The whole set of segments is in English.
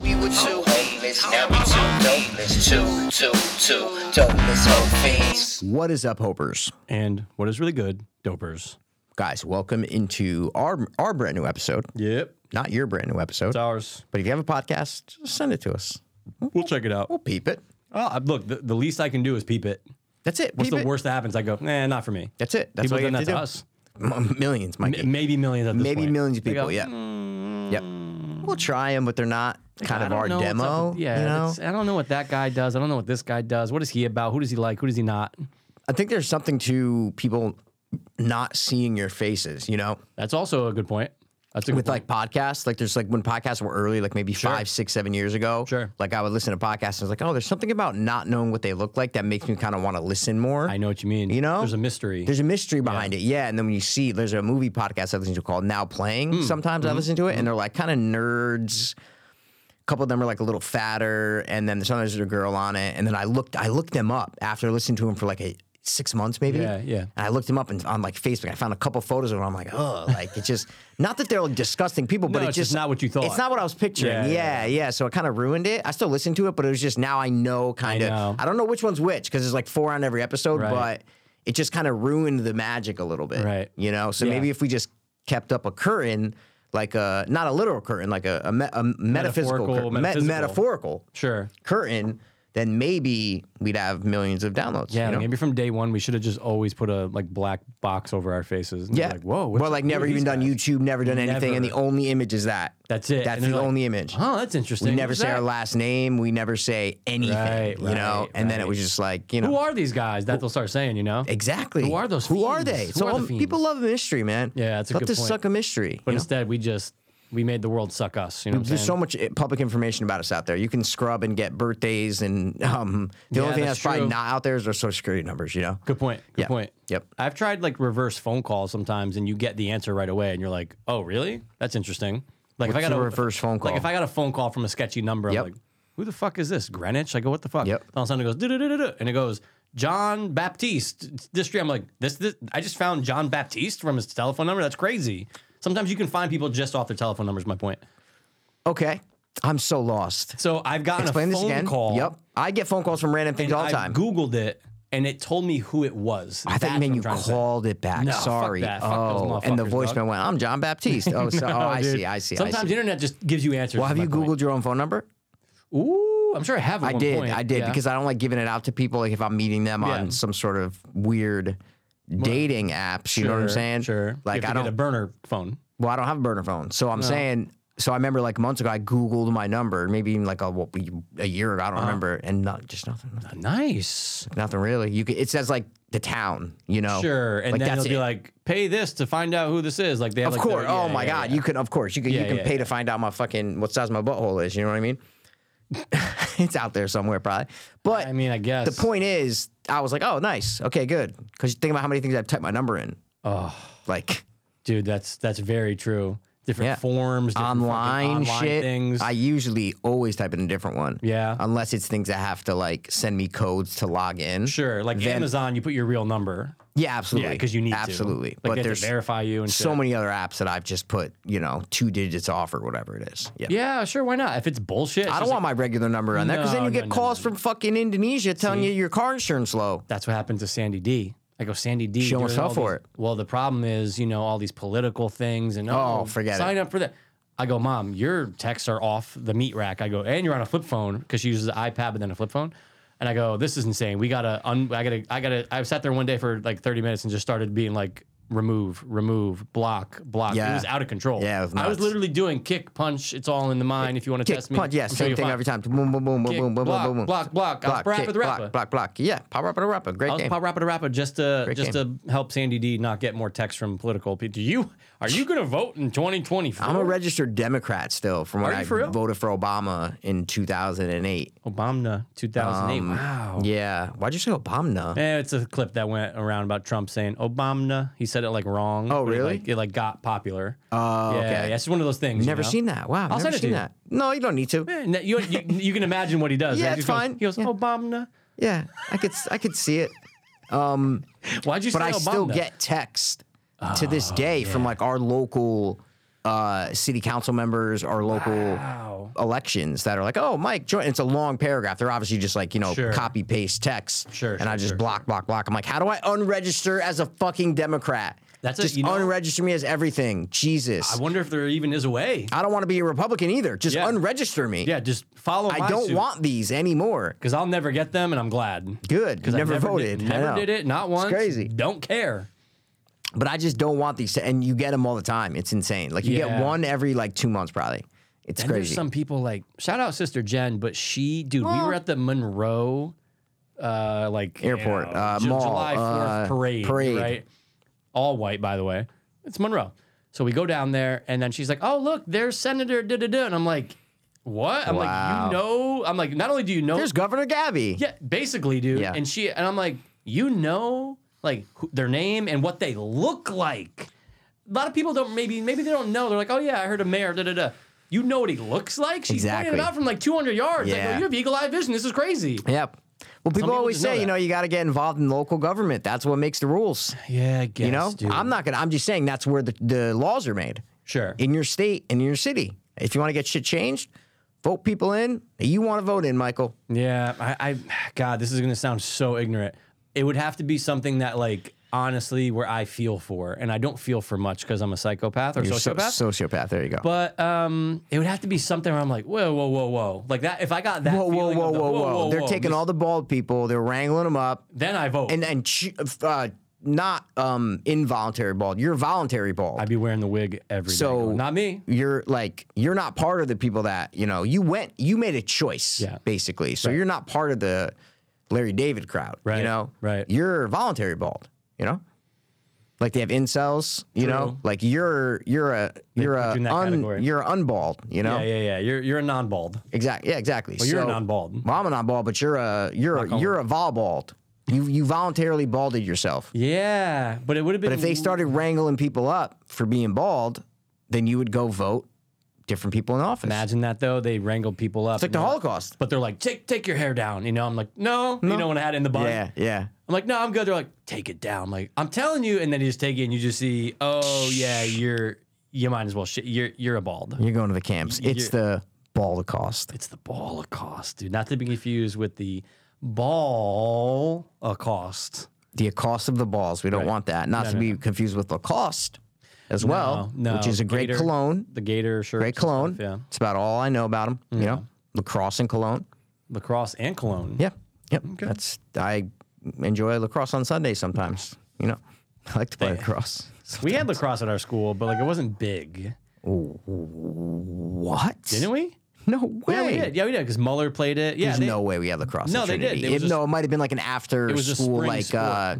with you. Homeless, now we two dopeless, two, two, two, dopeless hoe fiends. What is up, Hopers? And what is really good, dopers. Guys, welcome into our our brand new episode. Yep. Not your brand new episode. It's ours. But if you have a podcast, just send it to us. We'll check it out. We'll peep it. Ah, look, the, the least I can do is peep it. That's it. What's Peep the it. worst that happens? I go, nah, not for me. That's it. That's People what you have have to done that do. to us. M- millions, Mikey. M- Maybe millions at this Maybe point. millions of They people. go, yeah. Yep. We'll try them, but they're not kind I of don't our know what's up demo. with- yeah. You know? that's- I don't know what that guy does. I don't know what this guy does. What is he about? Who does he like? Who does he not? I think there's something to people not seeing your faces, you know? That's also a good point. That's a good with point. like podcasts, like there's like when podcasts were early, like maybe five, six, seven years ago. Sure. Like I would listen to podcasts and I was like, oh, there's something about not knowing what they look like that makes me kind of want to listen more. I know what you mean. You know? there's a mystery. There's a mystery behind it. Yeah. And then when you see, there's a movie podcast I listen to called Now Playing. Hmm. Sometimes Mm-hmm. I listen to it and they're like kind of nerds. A couple of them are like a little fatter. And then sometimes there's a girl on it. And then I looked, I looked them up after listening to them for like a, six months maybe. Yeah, yeah. And I looked them up and on like Facebook. I found a couple photos of them. I'm like, oh, like it's just not that they're like disgusting people, but No, it it's just not what you It's thought. not what I was picturing. Yeah, Yeah, yeah. yeah, So it kind of ruined it. I still listen to it, but it was just now I know kind of. know. I don't know which one's which because there's like four on every episode, Right. but it just kind of ruined the magic a little bit. Right. You know. So Yeah. maybe if we just kept up a curtain. Like a not a literal curtain, like a, a, me- a metaphysical, Metaphorical, cur- me- metaphysical. metaphorical sure. curtain, then maybe we'd have millions of downloads. Yeah, you know? maybe from day one we should have just always put a like black box over our faces. And be Yeah. like whoa. what's- Well, like who are never these even done guys? YouTube, never done anything, and the Never. only image is that. That's it. That's And they're the like, only image. Oh, that's interesting. We never Who's say that? our last name. We never say anything. Right, you know, right, and then it right. was just like you know. Who are these guys? That they'll start saying, you know. Exactly. Who are those Who are fiends? they? Who so are the all- people fiends? love a mystery, man. Yeah, that's a love good to point. suck a mystery. But you know? instead, we just we made the world suck us. You know what I'm There's so saying? much eh, public information about us out there. You can scrub and get birthdays, and um, the Yeah, only thing that's that's probably true. not out there is our social security numbers. You know. Good point. Good Yeah. point. Yep. I've tried like reverse phone calls sometimes, and you get the answer right away, and you're like, "Oh, really? That's interesting." Like What's if I got a reverse phone call? like if I got a phone call from a sketchy number, Yep. I'm like, "Who the fuck is this? Greenwich?" I go, "What the fuck?" Yep. All of a sudden it goes, "Du-du-du-du-du," and it goes, "John Baptiste District." I'm like, "This, this I just found John Baptiste from his telephone number. That's crazy." Sometimes you can find people just off their telephone numbers. My point. Okay, I'm so lost. So I've gotten Explain a this phone again. call. Yep, I get phone calls from random things all the I time. Googled it and it told me who it was. I thought you meant you called it back. No, fuck Sorry. that. Fuck those Oh, and the motherfuckers, voicemail dog. went, I'm John Baptiste. Oh, so, oh I see. I see. Sometimes I the see. internet just gives you answers. Well, have is you my Googled point. your own phone number? Ooh, I'm sure I have. At I one did. point. I did Yeah. because I don't like giving it out to people. Like if I'm meeting them on Yeah. some sort of weird dating apps, you know what I'm Sure, saying? Sure. you Like have I to get a don't. burner phone. Well, I don't have a burner phone, so I'm saying. So I remember like months ago, I Googled my number, maybe even like a, what, a year ago. I don't Uh-huh. remember, and not just nothing. Nice. Nothing really. You could, it says like the town, you know. Sure. And Oh. Like, then that's they'll be it. like, pay this to find out who this is. Like they have Of like course. their- oh yeah, my yeah, god. yeah. You can of course you can you Yeah, can yeah, pay yeah. to find out my fucking what size my butthole is. You know what I mean? it's out there somewhere probably. But I mean, I guess the point is, I was like, oh nice, okay, good. Because think about how many things I've typed my number in. Oh. Like dude, that's that's very true. Different Yeah. forms, different fucking online, online shit. things. I Um, usually always type in a different one. Yeah. Unless it's things that have to like send me codes to log in. sure. Like Then- Amazon, you put your real number. Yeah, absolutely. Yeah, because you need to. absolutely. Like, they But have to there's verify you and so shit. many other apps that I've just put, you know, two digits off or whatever it is. Yeah. Yeah, sure. Why not? If it's bullshit, it's I don't just want my regular number on there because then No, you no, get no, calls from fucking Indonesia telling you your car insurance low. that's what happened to Sandy D. I go, Sandy D. She during almost fell all for these- it. Well, the problem is, you know, all these political things and oh, Oh, forget it. sign up for that. I go, Mom, your texts are off the meat rack. I go, and you're on a flip phone because she uses an iPad and then a flip phone. And I go, this is insane. We gotta, un- I gotta, I gotta. I sat there one day for like 30 minutes and just started being like, remove, remove, block, block. Yeah. It was out of control. Yeah, it was I was nuts. literally doing kick, punch. It's all in the mind. If you want to Kick, test me, punch, yeah, I'm sure same you'll thing find- every time. Boom, boom, boom, boom, Kick, boom, boom, block, boom, boom. block, block. I was Block, parappa kick, the block, rapper. block, block. Yeah, pop rapper, rapper. Great I was game. pop rapper rapper just to Great just to help Sandy D not get more texts from political people. Do you are you going to vote in 2024? I'm a registered Democrat still from when you I for real? voted for Obama in 2008. Obama 2008. Um, wow. Yeah. Why'd you say Obama? Eh, it's a clip that went around about Trump saying Obama. He said it like wrong. Oh, but It really? like, it, like, got popular. Oh, yeah, okay. yeah, it's just one of those things. Never you know? seen that. Wow. I'll never send it to seen you. that. No, you don't need to. Eh, ne- You, you, you can imagine what he does. Yeah, right? He it's just goes- fine. He goes, Yeah. Obama. Yeah, I could I could see it. Why'd you but say I Obama? Oh, still get texts to this day from like our local uh, city council members or local elections that are like, oh, Mike, join. It's a long paragraph. They're obviously just like, you know, Sure. copy paste text. Sure, And sure, I just sure, block, block, block. I'm like, how do I unregister as a fucking Democrat? That's a- just you know- unregister me as everything. Jesus. I I wonder if there even is a way. I don't want to be a Republican either. Just Yeah. unregister me. Yeah, just follow. I don't want these anymore. because I'll never get them, and I'm glad. Good. because never, I never voted. Did, I never know. did it. Not once. crazy. Don't care. But I just don't want these. To, and you get them all the time. It's insane. Like you Yeah. get one every like two months probably. It's And crazy. there's some people like shout out Sister Jen, but she, dude, we were at the Monroe, uh, like you Airport, know, uh, Ju- mall, July uh, parade, parade. right? All white, by the way. It's Monroe. So we go down there, and then she's like, "Oh, look, there's Senator da da da," and I'm like, "What?" I'm like, Wow. "You know?" I'm like, "Not only do you know There's Governor Gabby. Yeah, basically, dude. Yeah. And she and I'm like, you know, like who, their name and what they look like. A lot of people don't maybe maybe they don't know. They're like, oh yeah, I heard a mayor. Da da da. You know what he looks like? She's pointing Exactly. it out from like 200 yards. Like, Yeah. oh, you have eagle eye vision. This is crazy. Yep. Well, people, people always just know say, you that. know, you got to get involved in local government. That's what makes the rules. Yeah, I guess. you know, I'm not gonna. I'm just saying that's where the, the laws are made sure. in your state and in your city. If you want to get shit changed, vote people in that you want to vote in, Michael. Yeah, I, I, God, this is gonna sound so ignorant. It would have to be something that, like, honestly, where I feel for, and I don't feel for much because I'm a psychopath or You're so- sociopath. sociopath. There you go. But um, it would have to be something where I'm like, whoa, whoa, whoa, whoa, like that. If I got that, whoa, whoa, feeling whoa, of the, whoa, whoa, They're taking this- all the bald people. They're wrangling them up. Then I vote. and and ch- uh, not um involuntary bald. You're voluntary bald. I'd be wearing the wig every day. So- going, not me. you're like you're not part of the people that you know. You went. You made a choice, Yeah. basically. So you're not part of the Larry David crowd. Right, You know. right. You're voluntary bald. You know. Like they have incels. You know. True. Like you're you're a you're put you a in that un, category. you're unbald. You know. Yeah, yeah, yeah. You're you're a non-bald. Exactly. Yeah. Exactly. Well, you're So- non-bald. Well, I'm a non-bald, but you're a you're a, you're a vol bald. You you voluntarily balded yourself. Yeah, but it would have been. But if they started wrangling people up for being bald, then you would go vote different people in office. imagine that though, they wrangled people up. It's like the Holocaust. But they're like, take take your hair down. You know, I'm like, no. You know, when I had it in the bun. Yeah, yeah. I'm like, no, I'm good. They're like, take it down. I'm like, I'm telling you, and then you just take it, and you just see, oh yeah, you're you might as well shit. You're you're a bald. You're going to the camps. It's the Baldacost. It's the ball accost, dude. Not to be confused with the ball accost. The accost of the balls. We don't want that. Not to be confused with Lacoste as well, no, which is a great Gator. cologne. The gator shirt. Great cologne. yeah. It's about all I know about them. You know, lacrosse and cologne. Lacrosse and cologne. Yeah, yep. That's I enjoy lacrosse on Sunday sometimes. You know, I like to play lacrosse. We had lacrosse at our school, but like it wasn't big. What? Didn't we? No way. Yeah, we did. Yeah, we did because Muller played it. Yeah, There's they- no way we had lacrosse. No, at they did. Trinity. It was It- a no, it might have been like an after was a school, spring like uh,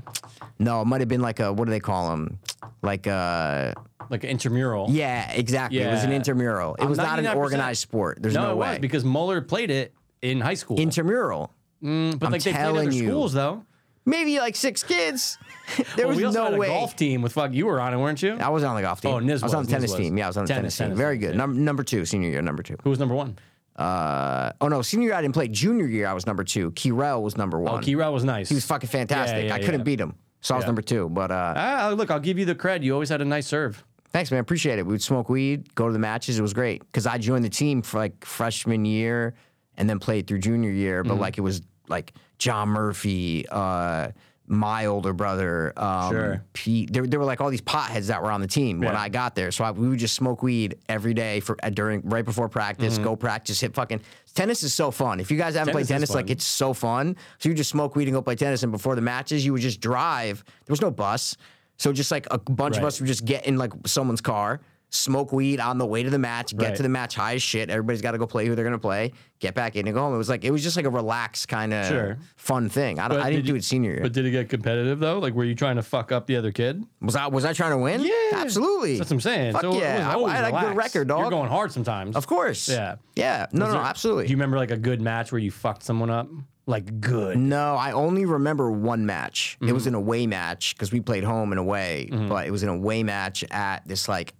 no, it might have been like a what do they call them? Like uh, like an intramural. yeah, exactly. It was an Yeah. intramural. It I'm was not an 99% organized sport. There's no, no, it way was because Muller played it in high school. Mm, intramural. but like they played telling other you. schools though. Maybe like six kids. there Well, we was also had no a way. golf team with fuck. You were on it, weren't you? I wasn't on the golf team. Oh, Niz I was on was, the Niz tennis was. team. Yeah, I was on the tennis, Tennis, team. tennis, Very yeah. good. Num- number two, senior year, number two. Who was number one? Uh, oh no, senior year I didn't play. Junior year I was number two. Kirel was number one. Oh, Kira was nice. he was fucking fantastic. yeah, I couldn't yeah. beat him, so I was number two. But uh, Ah, look, I'll give you the cred. You always had a nice serve. Thanks, man. Appreciate it. We would smoke weed, go to the matches. It was great because I joined the team for like freshman year and then played through junior year. Mm-hmm. But like it was like John Murphy, uh, my older brother, um, Sure. Pete. There, there were like all these potheads that were on the team when Yeah. I got there. So I, we would just smoke weed every day for uh, during right before practice. Go practice, hit fucking tennis is so fun. If you guys haven't played Mm-hmm. Tennis is tennis, like fun. it's so fun. So you just smoke weed and go play tennis. And before the matches, you would just drive. There was no bus. So just like a bunch of Right. us would just get in like someone's car, smoke weed on the way to the match, get Right. to the match high as shit. Everybody's got to go play who they're gonna play, get back in and go home. It was like it was just like a relaxed kind of Sure. fun thing. I, don't- I did didn't do you- it senior year. But did it get competitive though? Like, were you trying to fuck up the other kid? was I was I trying to win? Yeah. absolutely. That's what I'm saying. Fuck so it yeah, wasn't I, always I had a good relaxed. record, dog. You're going hard sometimes. of course. Yeah. Yeah. No, no, no, absolutely. Do you remember like a good match where you fucked someone up? Like good. No, I only remember one match. It was an away match because we played home and away, but it was an away match at this like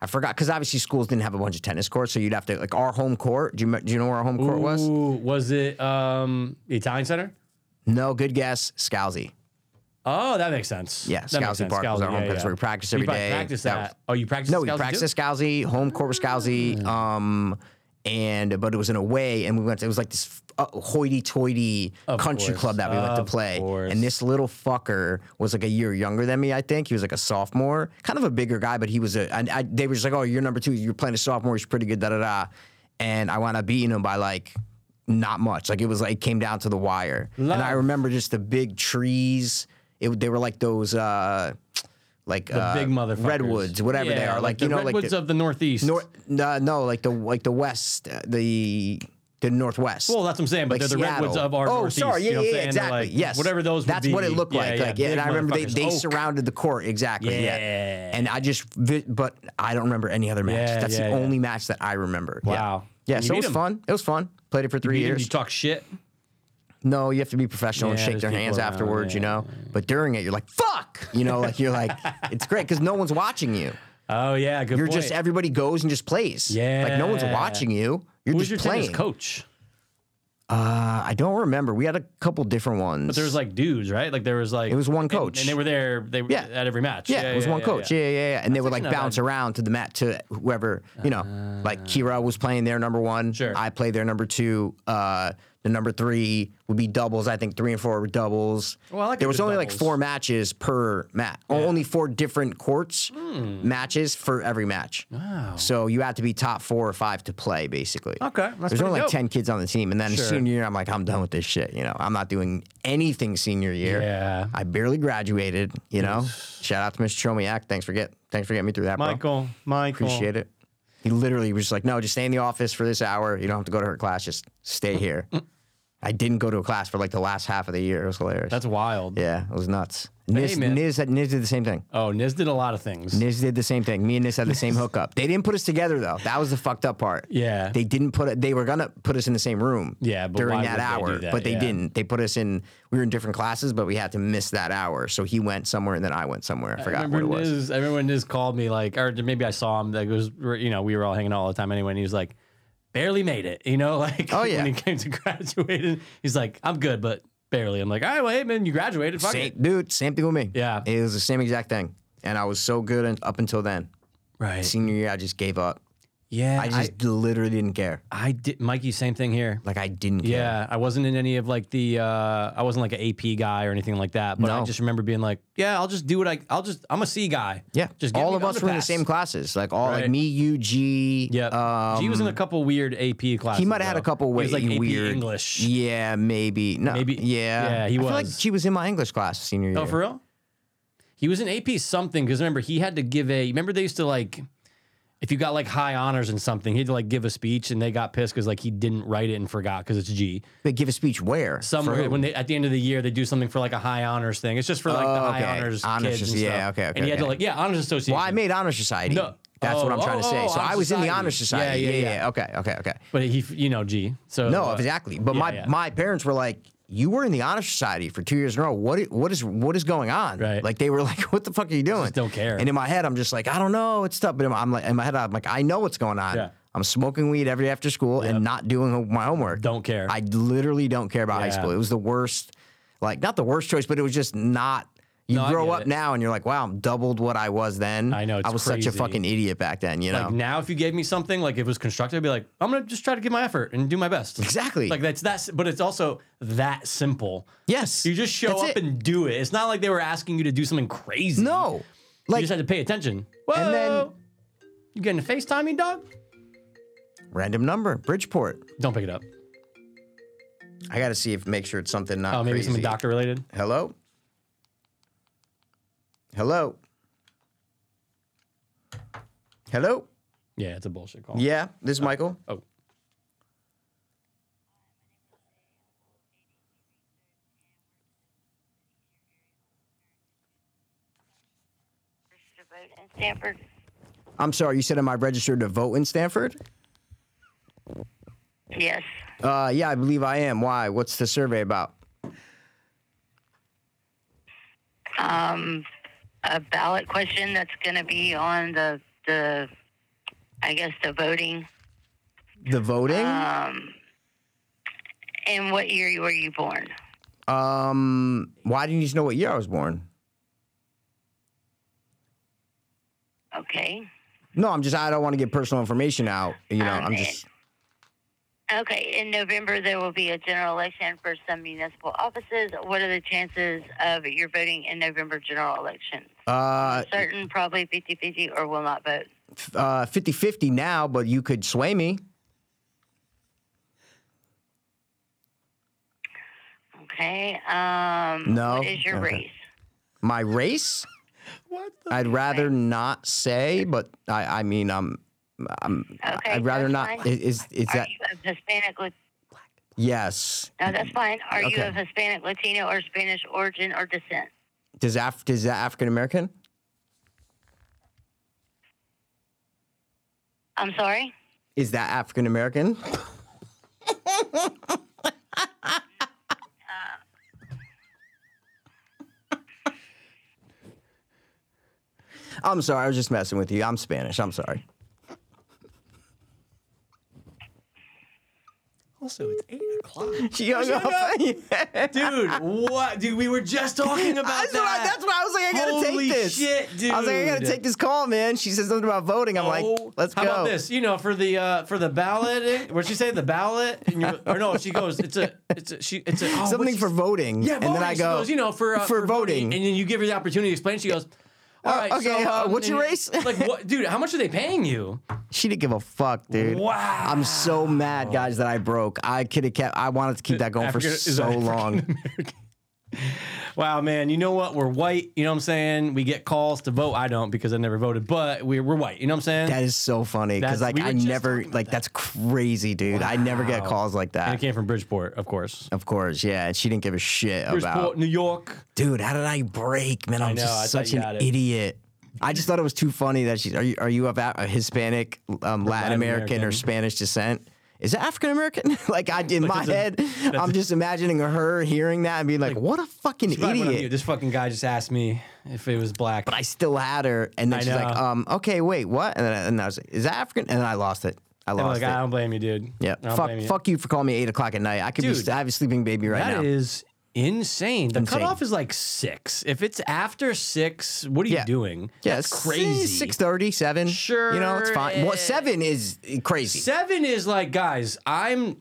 I forgot because obviously schools didn't have a bunch of tennis courts, so you'd have to like our home court. Do you me- do you know where our home court was? Ooh, was it um the Italian Center? No, good guess, Scalzi. Oh, that makes sense. Yeah, That Scalzi makes sense. Park was our Scalzi, home pitch where we practiced You every probably day. Practice That that. was- oh, you practice. No, we Scalzi too? practiced Scalzi, home court was Scalzi, um, and but it was in a way, and we went. To, it was like this uh, hoity-toity Of country course, club that we went to of play, course. and this little fucker was like a year younger than me. I think he was like a sophomore, kind of a bigger guy, but he was a. And I, they were just like, "Oh, you're number two. You're playing a sophomore. He's pretty good." Da da da, and I wound up beating him by like. Not much. Like it was like it came down to the wire, and I Love. remember just the big trees. It they were like those, uh like The uh, big motherfuckers. redwoods, whatever they Yeah, are. Like, you know, the redwoods like the, of the Northeast. nor- no, no, like the like the west, uh, the the northwest. Well, that's what I'm saying, but Like they're the Seattle. redwoods of our oh, Northeast. sorry, yeah, you know what yeah, I'm saying? They're exactly, like, yes, Whatever those would That's what it be. looked Yeah, like. yeah, like yeah, and big I remember they, motherfuckers. Oh, they Oak. surrounded the court exactly. Yeah. Yeah. and I just, vi- but I don't remember any other match. Yeah, that's the yeah, yeah. only match that I remember. Yeah. Wow. Yeah, And you so it beat was 'em. fun. It was fun. Played it for three You, years. you talk shit. No, you have to be professional and Yeah, shake there's their people hands around, afterwards, you yeah, know. But during it, you're like, "Fuck," you know, like you're like, it's great because no one's watching you. Oh yeah, good. You're point. just everybody goes and just plays. like no one's Yeah. watching you. You're Who was just your playing. tennis coach? Uh, I don't remember. We had a couple different ones. But there was like dudes, right? Like there was like It was one and- coach. and, they were there. They were Yeah. at every match. yeah, it was one coach. Yeah, yeah, yeah. And they would like actually not bounce bad. Uh, around to the mat to whoever you know. like Kira was playing their number one. Sure. I played their number two. Uh, the number three would be doubles. I think three and four were doubles. Well, I like a there was good only like doubles. four matches per mat. Only four different courts Hmm. matches for every match. Wow. So you had to be top four or five to play basically. Okay, that's There's pretty only like dope. ten kids on the team, and then Sure. senior year, I'm like, I'm done with this shit. You know, I'm not doing anything senior year. Yeah. I barely graduated, you know. Shout out to Mr. Chomiak. Thanks for get thanks for getting me through that, bro. Michael, Michael. Appreciate it. He literally was just like, "No, just stay in the office for this hour. You don't have to go to her class. Just stay here." I didn't go to a class for like the last half of the year. It was hilarious. That's wild. yeah, it was nuts. hey, Niz, man. Niz, had, Niz did the same thing. Oh, Niz did a lot of things. Niz did the same thing. Me and Niz had the same hookup. They didn't put us together though. That was the fucked up part. Yeah. They didn't put it. They were gonna put us in the same room. Yeah, but during why that would they hour, do that? but they Yeah. didn't. They put us in. We were in different classes, but we had to miss that hour. So he went somewhere, and then I went somewhere. I I forgot what remember it was. Niz, I remember when Niz called me like, or maybe I saw him. That was, you know, we were all hanging out all the time anyway. And he was like, barely made it. You know, like Oh, yeah. when he came to graduate, he's like, I'm good, but barely. I'm like, all right, well, hey man, you graduated. Fuck Same, it. dude, same thing with me. Yeah. it was the same exact thing, and I was so good un- up until then. Right. Senior year, I just gave up. Yeah. I just literally didn't care. I did, Mikey. Same thing here. Like I didn't care. Yeah, I wasn't in any of like the uh I wasn't like an AP guy or anything like that, but I No. just remember being like, yeah, I'll just do what I I'll just I'm a C guy. Yeah, Just get all me of us were in the underpass. same classes. Like all like Right. me, you, G. Yeah. um, he was in a couple weird AP classes. He might have had though. a couple He ways was like AP weird English. Yeah, maybe. No, Maybe- Yeah, yeah, he I Feel like was. she was in my English class senior year. Oh, for real? He was in AP something because remember he had to give a remember they used to like if you got like high honors in something, he had to like give a speech and they got pissed because like he didn't write it and forgot because it's G. They give a speech where? For somewhere who? when they at the end of the year they do something for like a high honors thing. It's just for like the Oh, high okay. honors, Honors kids. and soci- yeah, stuff. okay, okay, And you had to okay. like yeah, honors association. Well, I made honor society. No. That's what Oh, I'm trying to oh, say. oh, so honor I was in the honor society. Yeah, society. yeah, yeah. Okay, okay, okay. but he, you know, G. So No, uh, exactly. But yeah, my yeah. my parents were like, "You were in the honor society for two years in a row. What i- what is what is going on?" Right. Like they were like, "What the fuck are you doing?" don't care. And in my head, I'm just like, "I don't know. It's tough." But in my- I'm like, in my head, I'm like, "I know what's going on. Yeah. I'm smoking weed every after school and not doing ho- my homework. Don't care. I literally don't care about high Yeah. school. It was the worst, like not the worst choice, but it was just not. You No, I grow get up it. now and you're like, wow, I'm doubled what I was then. I know, I it's was such a crazy. fucking idiot back then. You know, like now, if you gave me something like if it was constructive, I'd be like, I'm gonna just try to give my effort and do my best. Exactly. Like that's that's, but it's also that simple. yes, You just show That's up it. and do it. It's not like they were asking you to do something crazy. no, you like just had to pay attention. Whoa. And then- you getting a FaceTime, you dog? random number, Bridgeport. Don't pick it up. I gotta see if make sure it's something not Oh, maybe crazy. something doctor related. Hello. Hello. Hello. Yeah, it's a bullshit call. Yeah, this is Michael. Oh. registered vote in Stanford. I'm sorry. You said am I registered to vote in Stanford? Yes. Uh, yeah, I believe I am. Why? What's the survey about? Um, A ballot question that's going to be on the, the, I guess, the voting. um, The voting? And what year were you born? Um, why didn't you just know what year I was born? Okay. No, I'm just I don't want to get personal information out. You know, Um, I'm eh. just Okay. In November, there will be a general election for some municipal offices. What are the chances of your voting in November general election? uh Certain, probably 50 50, or will not vote. f- uh 50-50 now, but you could sway me. Okay. Um, No? What is your Okay. race? My race? What? I'd rather not say, but I I mean I'm I'm Okay, I'd rather that's not fine. is is, is Are that you of Hispanic? Lat- yes. No, Oh, that's fine. Are you Okay. of Hispanic, Latino, or Spanish origin or descent? Does Af is that African American? I'm sorry. Is that African American? I'm sorry, I was just messing with you. I'm Spanish. I'm sorry. Also, it's eight o'clock. She hung hung up. up? Yeah. Dude, what? Dude, we were just talking about That's, that. what I, that's what I was like. I gotta Holy take this. shit, I was like, I gotta dude. take this call, man. She said something about voting. I'm Oh, like, let's how go. about this? You know, for the uh, for the ballot, where she say the ballot, and you or no, she goes, it's a, it's a, she, it's a oh, what's Something she- for voting. Yeah, and then I voting. She go, goes, you know, for uh, for voting. and then you give her the opportunity to explain. She goes, all right, okay, so, uh, um, what's your and- race? like, what, dude? How much are they paying you? She didn't give a fuck, dude. Wow. I'm so mad, guys, that I broke. I could have kept. I wanted to keep that going African- for is so African long. Wow, man. You know what? We're white. You know what I'm saying? We get calls to vote. I don't because I never voted, but we're, we're white. You know what I'm saying? That is so funny because like That's- we were I just never talking about like that's crazy, dude. I never get Wow. calls like and it that. came from Bridgeport, of course. Of course, yeah. and She didn't give a shit Bridgeport, about. New York. Dude, how did I break, man? I'm know, I just thought such you an got it. idiot. I just thought it was too funny that she's. Are you are you of a a Hispanic, um, Latin American, or American. Spanish descent? Is it African American? like I in my that's a- head, I'm just imagining her hearing that and being like, "What a fucking Right when I idiot!" knew- This fucking guy just asked me if it was black. but I still had her. And then I she's like, know. um, okay, wait, what? And, then I, and I was like, is that African? And then I lost it. I I'm lost like, I it. don't blame you, dude. Yeah. I don't Fuck, blame you. fuck you for calling me eight o'clock at night. I could be, Dude, st- I have a sleeping baby right now. That is insane. The Insane. cutoff is like six. If it's after six, what are you Yeah. doing? yeah, That's crazy. Six thirty, seven. You know, it's Sure fine. Well, is. seven is crazy. Seven is like, guys, I'm.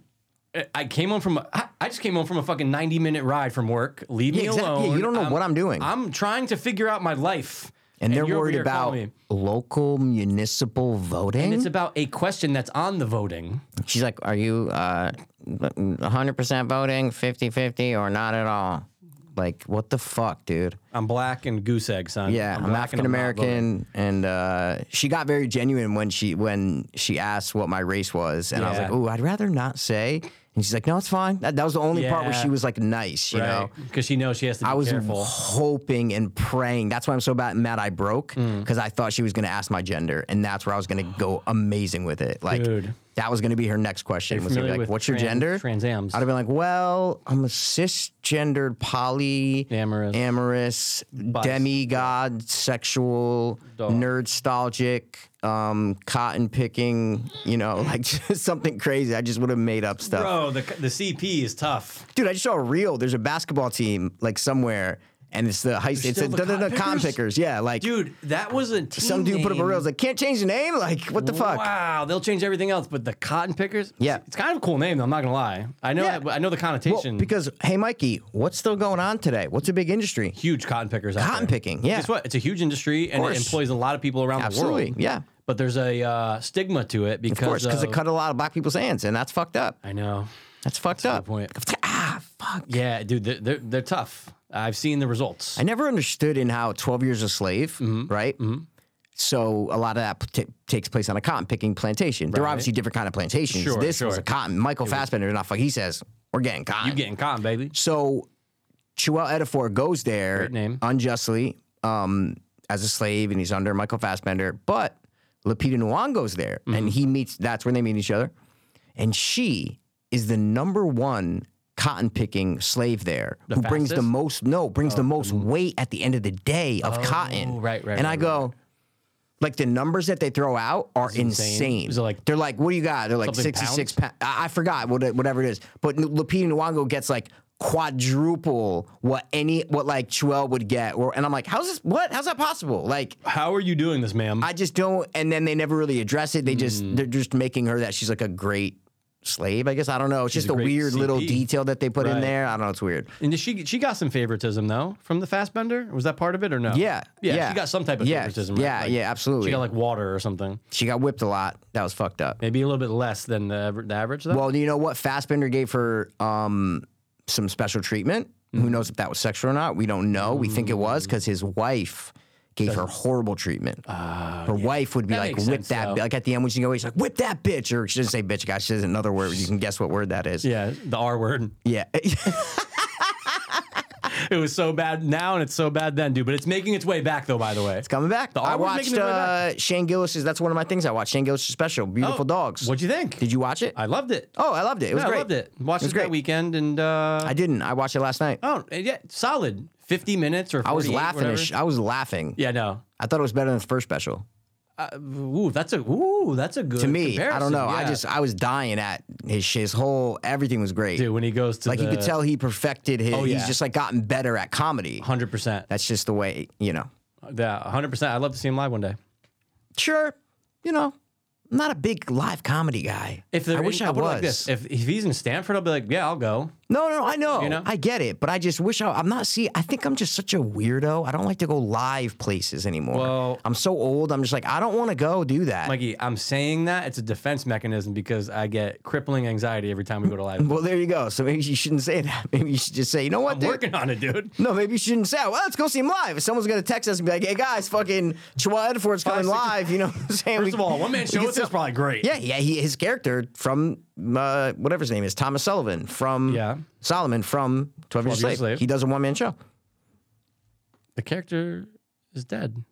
I came home from. A, I just came home from a fucking ninety minute ride from work. Leave me Yeah, exactly. alone. Yeah, you don't know what I'm doing. I'm trying to figure out my life, and they're you're over worried here calling about me. local municipal voting. And it's about a question that's on the voting. She's like, are you uh, 100% voting, 50 50, or not at all? Like, what the fuck, dude? I'm black and goose egg, son. Yeah, I'm, black and African not voting. American, and uh, she got very genuine when she when she asked what my race was, and I was Yeah. like, "Oh, I'd rather not say." And she's like, "No, it's fine." That, that was the only part where Yeah. she was like nice, you know. Right? Because she knows she has to be I was careful. hoping and praying. That's why I'm so bad, mad I broke Hmm. because I thought she was going to ask my gender, and that's where I was going to go amazing with it. Like Dude. that was going to be her next question. was gonna be familiar like, with "What's your trans- gender?" transams. I'd have been like, "Well, I'm a cisgendered poly Amorous. amorous, demigod, sexual, Dog. nerdstalgic, um, cotton picking. You know, like just something crazy. I just would have made up stuff." Bro, the the CP is tough. Dude, I just saw a reel. There's a basketball team like somewhere, and it's the high. It's still the, the, the the, cotton cotton pickers? pickers. Yeah, like Dude, that was a team some dude put up a name. reel. It's like can't change the name. Like what the fuck? Wow, they'll change everything else, but the Cotton Pickers. Yeah. it's kind of a cool name. though, I'm not gonna lie. I know, Yeah. I know the Well, connotation. because hey, Mikey, what's still going on today? What's a big industry? huge cotton pickers. out Cotton there. picking, yeah. Guess what? It's a huge industry and it course. employs a lot of people around the Absolutely, world. yeah. But there's a uh, stigma to it because Of course, because of, it cut a lot of black people's hands, and that's fucked up. I know. That's fucked Good up. point. Ah, fuck. Yeah, dude, they're, they're they're tough. I've seen the results. I never understood in how 12 Years a Slave, right? So a lot of that t- takes place on a cotton picking plantation. They're Right. obviously different kind of plantations. Sure, this was sure. a cotton. Michael Fassbender, not fuck. He says we're getting cotton. you getting cotton, baby? so Chuel Ederfor goes there Great name. unjustly um, as a slave, and he's under Michael Fassbender. But Lupita Nyong'o goes there, Mm-hmm. and he meets. That's when they meet each other, and she is the number one cotton picking slave there, who brings the fastest? Oh, mm-hmm. most. No, brings the most weight at the end of the day of cotton. right, right, And I right, go. Like the numbers that they throw out are insane. insane. Is it like- they're like, what do you got? They're like Something sixty six. I I forgot what it- whatever it is. But N- Lupita Nyong'o gets like quadruple what any what like Chuel would get. Or and I'm like, how's this? What? How's that possible? Like. How are you doing this, ma'am? I just don't. And then they never really address it. They just Mm. they're just making her that she's like a great slave. I guess I don't know. It's She's just a a great weird little CP. detail that they put Right. in there. I don't know. It's weird. and she she got some favoritism though from the Fastbender. Was that part of it or no? Yeah, yeah. yeah. She got some type of Yeah, favoritism. right? yeah, Like, yeah, absolutely. She got like water or something. She got whipped a lot. That was fucked up. Maybe a little bit less than the, aver- the average though. Well, you know what? Fassbender gave her um, some special treatment. Hmm. Who knows if that was sexual or not? We don't know. We think it was because his wife gave her horrible treatment. her wife would be Oh, That like, makes whip sense, that. though. bi-" Like at the end when she go, she's like, whip that bitch. Or she doesn't say bitch, guys. She says another word. You can guess what word that is. yeah, the R word. Yeah. It was so bad now, and it's so bad then, dude. But it's making its way back, though. By the way, it's Coming back. The I armor's watched making its way back. uh, Shane Gillis's. That's one of my things I watched. Shane Gillis' special, Beautiful Dogs. What'd you think? Did you watch it? Oh. I loved it. oh, I loved it. It was Yeah, great. I loved it. Watched It it, was that great. weekend, and uh, I didn't. I watched it last night. oh yeah, solid. Fifty minutes or 48, I was laughing. Whatever. At sh- I was laughing. yeah, no. I thought it was better than the first special. Ooh, that's a ooh, that's a good to me, I don't comparison, know. I yeah. just I was dying at his shit. His whole everything was great. dude when he goes to like you could tell he perfected his. Oh, yeah. He's just like gotten better at comedy. hundred percent. That's just the way you know. Yeah, hundred percent. I'd love to see him live one day. Sure, you know, I'm not a big live comedy guy. If they're I wish in, I I'll put was. it like this. If, if he's in Stanford, I'll be like, yeah, I'll go. no, no, I know. You know? I get it, but I just wish I, I'm not. See, I think I'm just such a weirdo. I don't like to go live places anymore. Well- I'm so old. I'm just like I don't want to go do that. Mikey, I'm saying that it's a defense mechanism because I get crippling anxiety every time we go to live. well, there you go. So maybe you shouldn't say that. Maybe you should just say, you know what, I'm dude? working on it, dude. No, maybe you shouldn't say, well, let's go see him live. If someone's going to text us and be like, hey, guys, fucking Chihuahua Edford's coming six- live, you know what I'm saying? Oh, We- First of all, one man we show can with this is still- probably great. Yeah, yeah, he, his character from uh, whatever his name is, Thomas Sullivan from Yeah. Solomon from 12 Years a 12 Years a Slave. Slave. He does a one man show. The character is dead.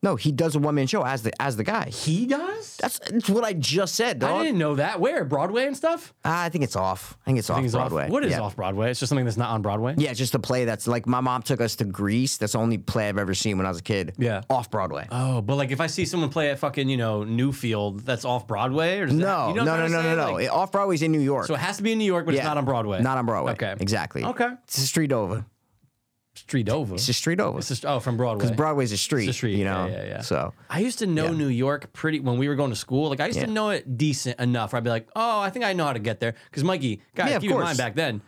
No, he does a one man show as the as the guy. He does. That's, that's what I just said, dog. I didn't know that. Where Broadway and stuff? Ah, I think it's off. I think it's Things off off- Broadway. What is yeah. off Broadway? It's just something that's not on Broadway. Yeah, it's just a play that's like my mom took us to Greece. That's the only play I've ever seen when I was a kid. Yeah. Off Broadway. Oh, but like if I see someone play at fucking you know Newfield, that's off Broadway or is no, that, you know what no, I'm no, trying to no, no, say? no. Like, off Broadway's in New York. so it has to be in New York, but it's Yeah. not on Broadway. Not on Broadway. Okay. Exactly. Okay. It's a street over. Street over. It's a street over. It's just oh from Broadway. Because Broadway's a street. It's a street, You yeah, know. yeah, yeah. So I used to know New York pretty when we were going to school. Like I used to Yeah. know it decent enough. Where I'd be like, oh, I think I know how to get there. Because Mikey, guys, Yeah, of keep in course. mind back then,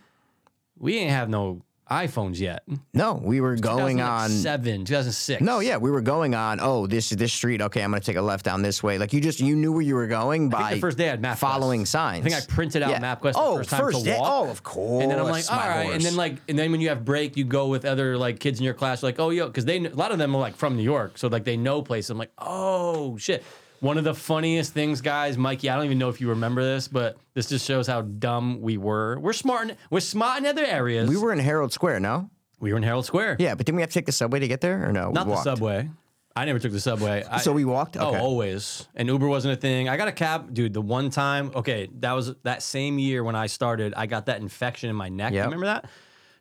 we ain't have no iPhones yet. no, we were going on. seven, two thousand six. No, yeah, we were going on. Oh, this is this street. Okay, I'm gonna take a left down this way. Like you just you knew where you were going by I think the first day I had MapQuest. following I signs. think I printed out Yeah. MapQuest the Oh, first time first to day. walk. Oh, of course. And then I'm like, all my right. And horse. then like, and then when you have break, you go with other like kids in your class. Like, oh yo, because they kn- a lot of them are like from New York, so like they know places. I'm like, oh shit. One of the funniest things, guys, Mikey. I don't even know if you remember this, but this just shows how dumb we were. We're smart. In, we're smart in other areas. we were in Herald Square, no? we were in Herald Square. Yeah, but didn't we have to take the subway to get there, or no? not we the walked. subway. I never took the subway. I- So we walked. Okay. Oh, always. And Uber wasn't a thing. I got a cab, dude. The one time, okay, that was that same year when I started. I got that infection in my neck. Yep. Remember that,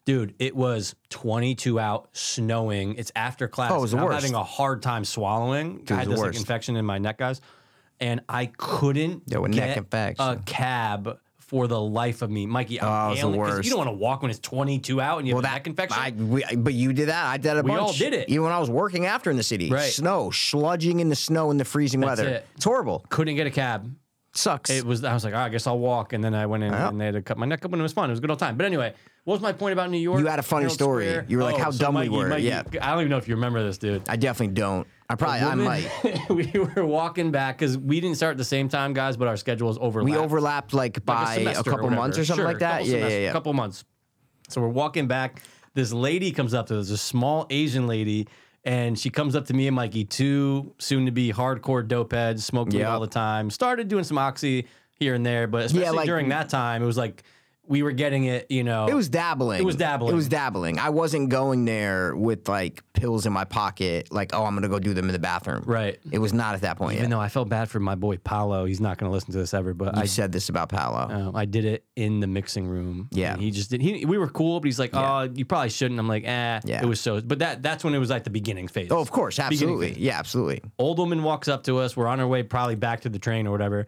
dude? It was 22 out, snowing. It's after class. Oh, it was and the I'm worst. having a hard time swallowing. I was had the this like, worst. infection in my neck, guys, and I couldn't Yeah, with neck get infection. a cab. For the life of me, Mikey, Oh, I'm it was the ailing- 'cause You worst. don't want to walk when it's 22 out and you have Well, a that neck infection. I, we, but you did that. I did a We bunch. all did it. Even when I was working after in the city, Right. snow, sludging in the snow in the freezing That's weather. it. It's horrible. couldn't get a cab. sucks. It was. I was like, "All right, I guess I'll walk. And then I went in Yeah. and they had to cut my neck up, and it was fun. It was a good old time. But anyway, what was my point about New York? You had a funny Herald story. Square? You were like, how dumb we Mikey- were. Mikey- Yeah. I don't even know if you remember this, dude. I definitely don't. I probably I might. we were walking back because we didn't start at the same time, guys, but our schedules overlapped. We overlapped like Like by a, semester couple whatever. months or something Sure, like that. couple Yeah, yeah, semester- yeah. couple months. So we're walking back. This lady comes up to us, a small Asian lady, and she comes up to me and Mikey, two soon to be hardcore dope heads, smoked weed Yep. all the time. Started doing some oxy here and there, but especially like- during that time, it was like we were getting it, you know. It was dabbling. It was dabbling. It was dabbling. I wasn't going there with like pills in my pocket, like, oh, I'm gonna go do them in the bathroom. Right. It was not at that point even yet. though I felt bad for my boy Paolo. He's not going to listen to this ever, but I I said this about Paolo. Um, I did it in the mixing room. Yeah. And he just did. He we were cool, but he's like, "Oh, you probably shouldn't." I'm like, "Eh." Yeah. It was so. But that that's when it was like the beginning phase. oh, of course, absolutely. Yeah, absolutely. Old woman walks up to us. We're on our way, probably back to the train or whatever.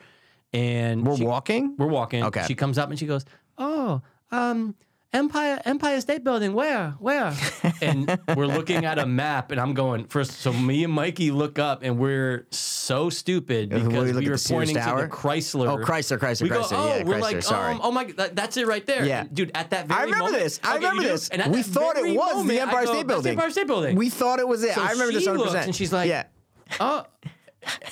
And We're she- walking? We're walking. Okay. She comes up and she goes, "Oh, um, Empire Empire State Building, where? Where? and we're looking at a map and I'm going first so me and Mikey look up and we're so stupid Uh, what, because we look we at were the Sears pointing to Tower? the Chrysler. Oh, Chrysler, Chrysler, we go, Chrysler. Oh, yeah, we're Chrysler. like, sorry. um, oh my that, that's it right there. Yeah. Dude, at that very I remember moment- this. I Okay, you remember do? this. And at we that thought very it was moment, the I Empire go, State "That's the Building. Empire State Building. We thought it was it. So I remember this she 100%. looks and she's like- yeah. oh,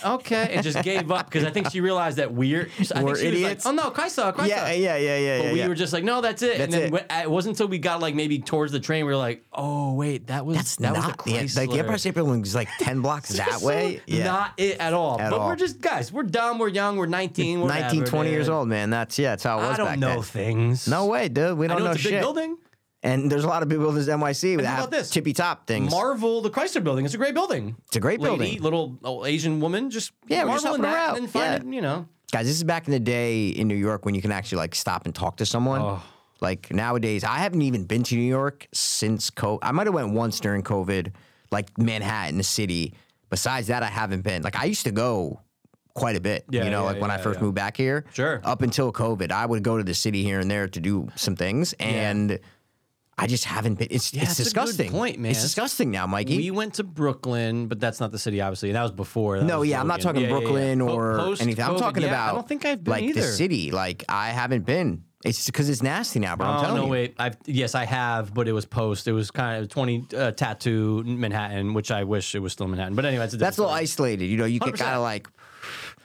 okay, and just gave up because I think she realized that we're I We're think she idiots. Was like, oh no, Chrysler, Chrysler. Yeah, yeah, yeah, yeah, But yeah. we yeah. were just like, no, that's it. That's and then it. when- it wasn't until we got like maybe towards the train we were like, oh wait, that was That's that not the, was the Chrysler. like the Empire State Building is like 10 blocks that So way. Yeah. Not it at all. At but all. we're just guys. We're dumb. We're young. We're 19. Whatever, 19, 20 years dude. old, man. That's yeah, that's how it was I don't back know then. things. No way, dude. We I don't know, know it's a shit. big building. And there's a lot of people in this NYC that how about have this? tippy top things. Marvel, the Chrysler Building. It's a great building. It's a great Lady, building. Little old Asian woman, just Yeah, we're just marvel in helping her that out. and then find Yeah. it. You know, Guys, this is back in the day in New York when you can actually like stop and talk to someone. Oh. Like nowadays, I haven't even been to New York since COVID. I might have went once during COVID, like Manhattan, the city. Besides that, I haven't been. Like I used to go quite a bit. Yeah, you know, yeah, like when I yeah, first yeah. moved back here. Sure. Up until COVID, I would go to the city here and there to do some things, and I just haven't been. It's it's that's a good disgusting. point, man. It's disgusting now, Mikey. we went to Brooklyn, but that's not the city, obviously. That was before. that No, was yeah, I'm not Logan. talking Yeah, yeah, yeah. Brooklyn Po- or post-COVID, anything. I'm talking yeah, about I don't think I've been like either. the city. Like I haven't been. It's because it's nasty now, bro. I'm Oh telling no, you. wait. I've yes, I have, but it was post. It was kind of twenty uh, tattoo Manhattan, which I wish it was still Manhattan. But anyway, it's a That's a different little story. isolated. You know, you can 100%. kind of like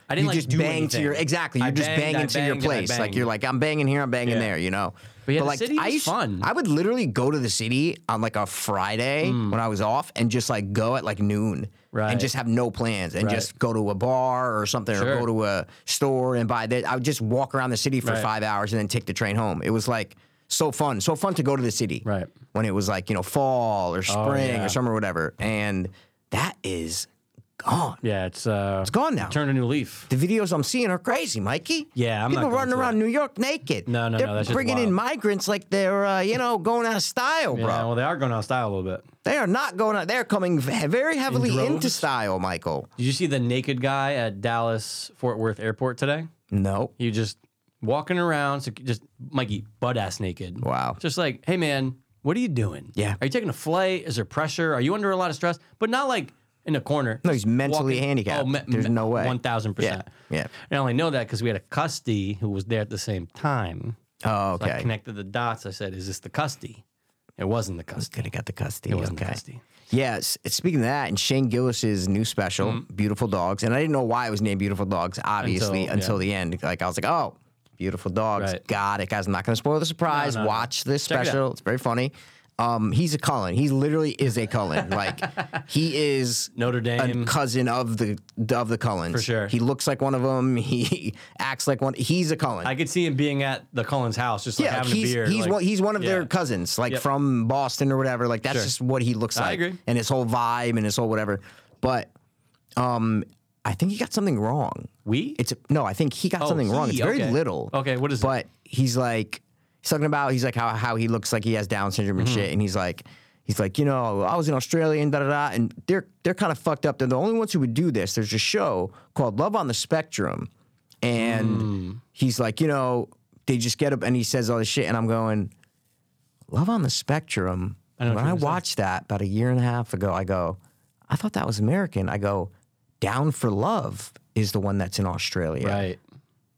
I you didn't like just do bang to anything. your exactly. You're I just banged, I banging to your banged, and I place. Like banged. you're like I'm banging here, I'm banging Yeah. there. You know. But yeah, the like city I is used, fun. I would literally go to the city on like a Friday when I was off and just like go at like noon. Mm. Right. And just have no plans and Right. just go to a bar or something Sure. or go to a store and buy that. I would just walk around the city for Right. five hours and then take the train home. It was like so fun. So fun to go to the city. Right. Oh, When it was like, you know, fall or spring yeah. or summer or whatever. And that is gone. Yeah, it's uh, it's gone now. Turn a new leaf. The videos I'm seeing are crazy, Mikey. Yeah, I'm not people going running to around New York naked. No, no, they're no, that's just bringing in wild. migrants like they're uh, you know going out of style, Yeah, bro. well, they are going out of style a little bit. they are not going out. They're coming ve- very heavily droves? into style, Michael. Did you see the naked guy at Dallas Fort Worth Airport today? No, He just walking around, so just Mikey butt ass naked. Wow. Just like, hey man, what are you doing? Yeah. Are you taking a flight? Is there pressure? Are you under a lot of stress? But not like in a corner. No, he's mentally handicapped. There's no way. Oh, One thousand percent. Yeah, yeah. And I only know that because we had a custody who was there at the same time. oh So I okay. connected the dots. I said, "Is this the custody?" It wasn't the custody. Could have got the custody. It wasn't the okay. custody. Yes. Speaking of that, and Shane Gillis's new special, Beautiful Dogs, and I didn't know why it was named Beautiful Dogs, obviously, Mm-hmm. Until- until, yeah. the end. Like I was like, oh, Beautiful Dogs, Right. got it, guys. I'm not going to spoil the surprise. No, no, no. Watch this Check it out. special; it's very funny. Um, he's a Cullen. He literally is a Cullen. like he is Notre Dame. a cousin of the of the Cullens For sure. He looks like one of them. He acts like one. He's a Cullen. I could see him being at the Collins house, just like yeah, having he's a beer. he's like- one, he's one of Yeah. their cousins, like Yep. from Boston or whatever. Like that's Sure. just what he looks I like. agree. And his whole vibe and his whole whatever. But um, I think he got something wrong. We? It's no, I think he got something wrong. Oh, he, It's very okay. little. Okay, what is it? But he's like he's talking about he's like how how he looks like he has Down syndrome Mm-hmm. and shit, and he's like. He's like, you know, I was in Australia and da da da, and they're they're kind of fucked up. They're the only ones who would do this. There's a show called Love on the Spectrum, and Mm. he's like, you know, they just get up and he says all this shit, and I'm going, Love on the Spectrum. know what when I you're gonna say. watched that about a year and a half ago, I go, I thought that was American. I go, Down for Love is the one that's in Australia. right.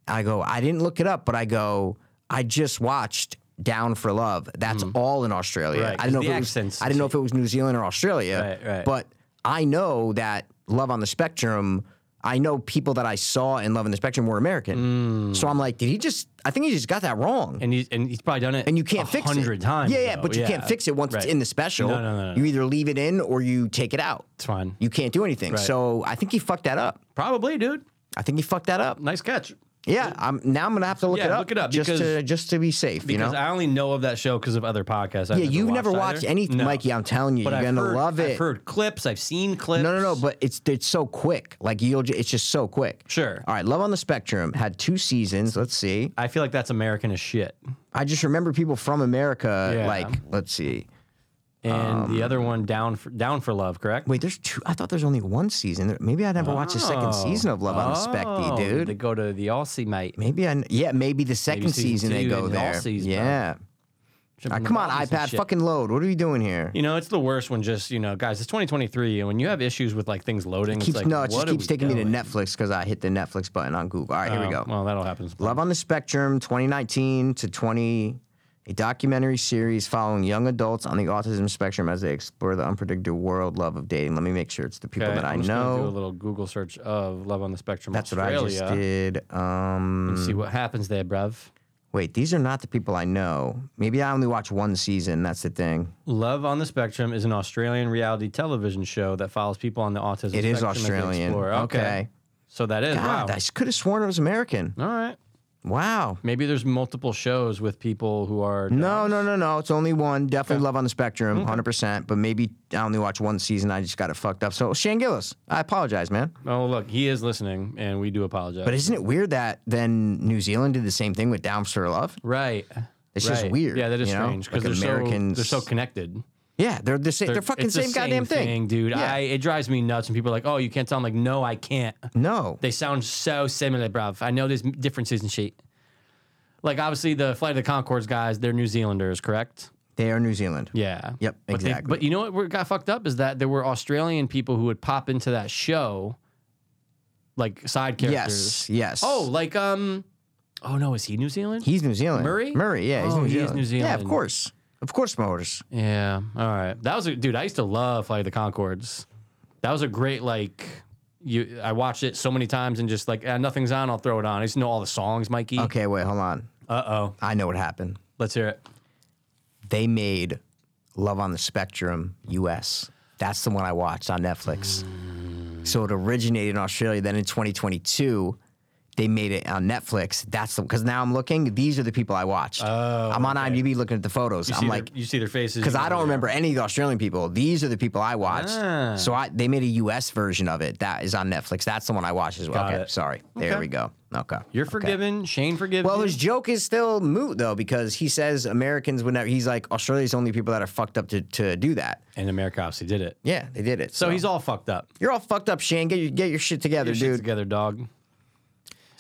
I go, I didn't look it up, but I go, I just watched Down for Love. That's all in Australia. Hmm. Right, I didn't know 'cause if the it was, accents- I didn't know if it was New Zealand or Australia. Right, right. But I know that Love on the Spectrum. I know people that I saw in Love on the Spectrum were Hmm. American. So I'm like, did he just? I think he just got that wrong. And he's and he's probably done it. And you can't a fix it. hundred times. Yeah, yeah, though. but you can't fix it once it's Right. in the special. No, no, no, no. You either leave it in or you take it out. It's fine. You can't do anything. Right. So I think he fucked that up. Probably, dude. I think he fucked that up. Nice catch. Yeah, I'm now I'm gonna have to look Yeah, it up. look it up, just because- to just to be safe. You Because know. I only know of that show because of other podcasts. I've yeah, you've never watched either. anything, No. Mikey. I'm telling you, But you're I've gonna heard- love it. I've heard clips. I've seen clips. No, no, no. But it's it's so quick. Like you'll, ju- it's just so quick. Sure. All right. Love on the Spectrum had two seasons. Let's see. I feel like that's American as shit. I just remember people from America. Yeah. Like, let's see. And Um, the other one, down for down for love, correct? Wait, there's two. I thought there's only one season. There- Maybe I never watched the Oh. second season of Love on the Specty, dude. They go to the Aussie, mate. Maybe I. Yeah, maybe the second season season, they two go and the there. Aussies, bro. yeah. Uh, come on, iPad, fucking load. What are you doing here? You know, it's the worst when just you know, guys. It's 2023, and when you have issues with like things loading, Keeps, it's like, no, it just what are keeps we taking me doing? to Netflix because I hit the Netflix button on Google. All right, here we Oh, go. Well, that'll happen. Love on the Spectrum, 2019 to 20, a documentary series following young adults on the autism spectrum as they explore the unpredictable world love of dating. Let me make sure it's the people Okay, that I I'm just gonna Do a know. little Google search of Love on the Spectrum. That's what I Australia, just did. Um, See what happens there, bruv. Wait, these are not the people I know. Maybe I only watch one season. That's the thing. Love on the Spectrum is an Australian reality television show that follows people on the autism. It spectrum is as they Australian. explore. Okay. Okay. so that is wow. God, I could have sworn it was American. All right, Wow. maybe there's multiple shows with people who are No, no, no, no. It's only one. Definitely Love on the Spectrum, 100%. But maybe I only watch one season. I just got it fucked up. So, Shane Gillis, I apologize, man. Oh, look, he is listening, and we do apologize. But isn't it weird that then New Zealand did the same thing with Down for Love? right. It's just Right. weird, Yeah, that is you know? strange because Like they're Americans- so they're so connected. Yeah, they're the same. They're, fucking it's the same goddamn thing. dude. Yeah. I it drives me nuts when people are like, "Oh, you can't tell." I'm like, "No, I can't." no. They sound so similar, bruv. I know there's m- differences and shit. Like obviously, the Flight of the Concords guys, they're New Zealanders, correct? They are New Zealand. Yeah. Yep, But they- exactly. But you know what where it got fucked up is that there were Australian people who would pop into that show, like side characters. Yes, yes. Oh, like um, oh no, is he New Zealand? he's New Zealand. Murray? Murray, yeah. He's Oh, New he is Zealand. New Yeah, of Zealand. course. Of course, Motors. Yeah. All right. That was a dude. I used to love Flight of the Concords. That was a great like. You, I watched it so many times and just like eh, nothing's on. I'll throw it on. I used to know all the songs, Mikey. Okay, wait, hold on. Uh oh. I know what happened. Let's hear it. They made Love on the Spectrum US. That's the one I watched on Netflix. So it originated in Australia. Then in 2022, they made it on Netflix. That's the because now I'm looking. These are the people I watched. I'm on IMDb looking at the photos. See I'm their- like, Oh, you see their faces because you I know don't who they are. remember any of the Australian people. These are the people I watched. Ah. So I they made a U.S. version of it that is on Netflix. That's the one I watched as well. Got okay, it. sorry. There Okay. we go. Okay. You're Okay. forgiven. Shane forgiven. Well, his joke is still moot though because he says Americans would never. He's like Australia's the only people that are fucked up to, to do that. and America obviously did it. Yeah, they did it. So he's all fucked up. you're all fucked up, Shane. Get your get your shit together, Get your dude. shit together, dog.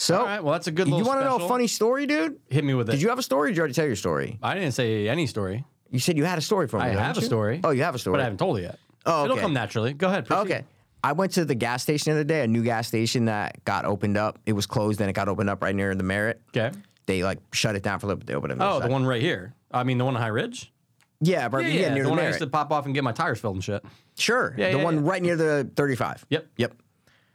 So All right. Well, that's a good. you little want to know a special. funny story, dude? Hit me with it. Did you have a story? Or did you already tell your story? I didn't say any story, You said you had a story for me. I don't have a you? story. Oh, you have a story. but I haven't told it yet. Oh, It'll okay. come naturally. Go ahead. proceed. Okay. I went to the gas station the other day, a new gas station that got opened up. It was closed, then it got opened up right near the Merritt. Okay. They like shut it down for a little bit. They opened it. Oh, inside. the one right here. I mean, the one on High Ridge. Yeah, right, Yeah, yeah, yeah, near the the, one I Merritt. used to pop off and get my tires filled and shit. Sure. Yeah, the yeah, one yeah. right near the 35. Yep. Yep.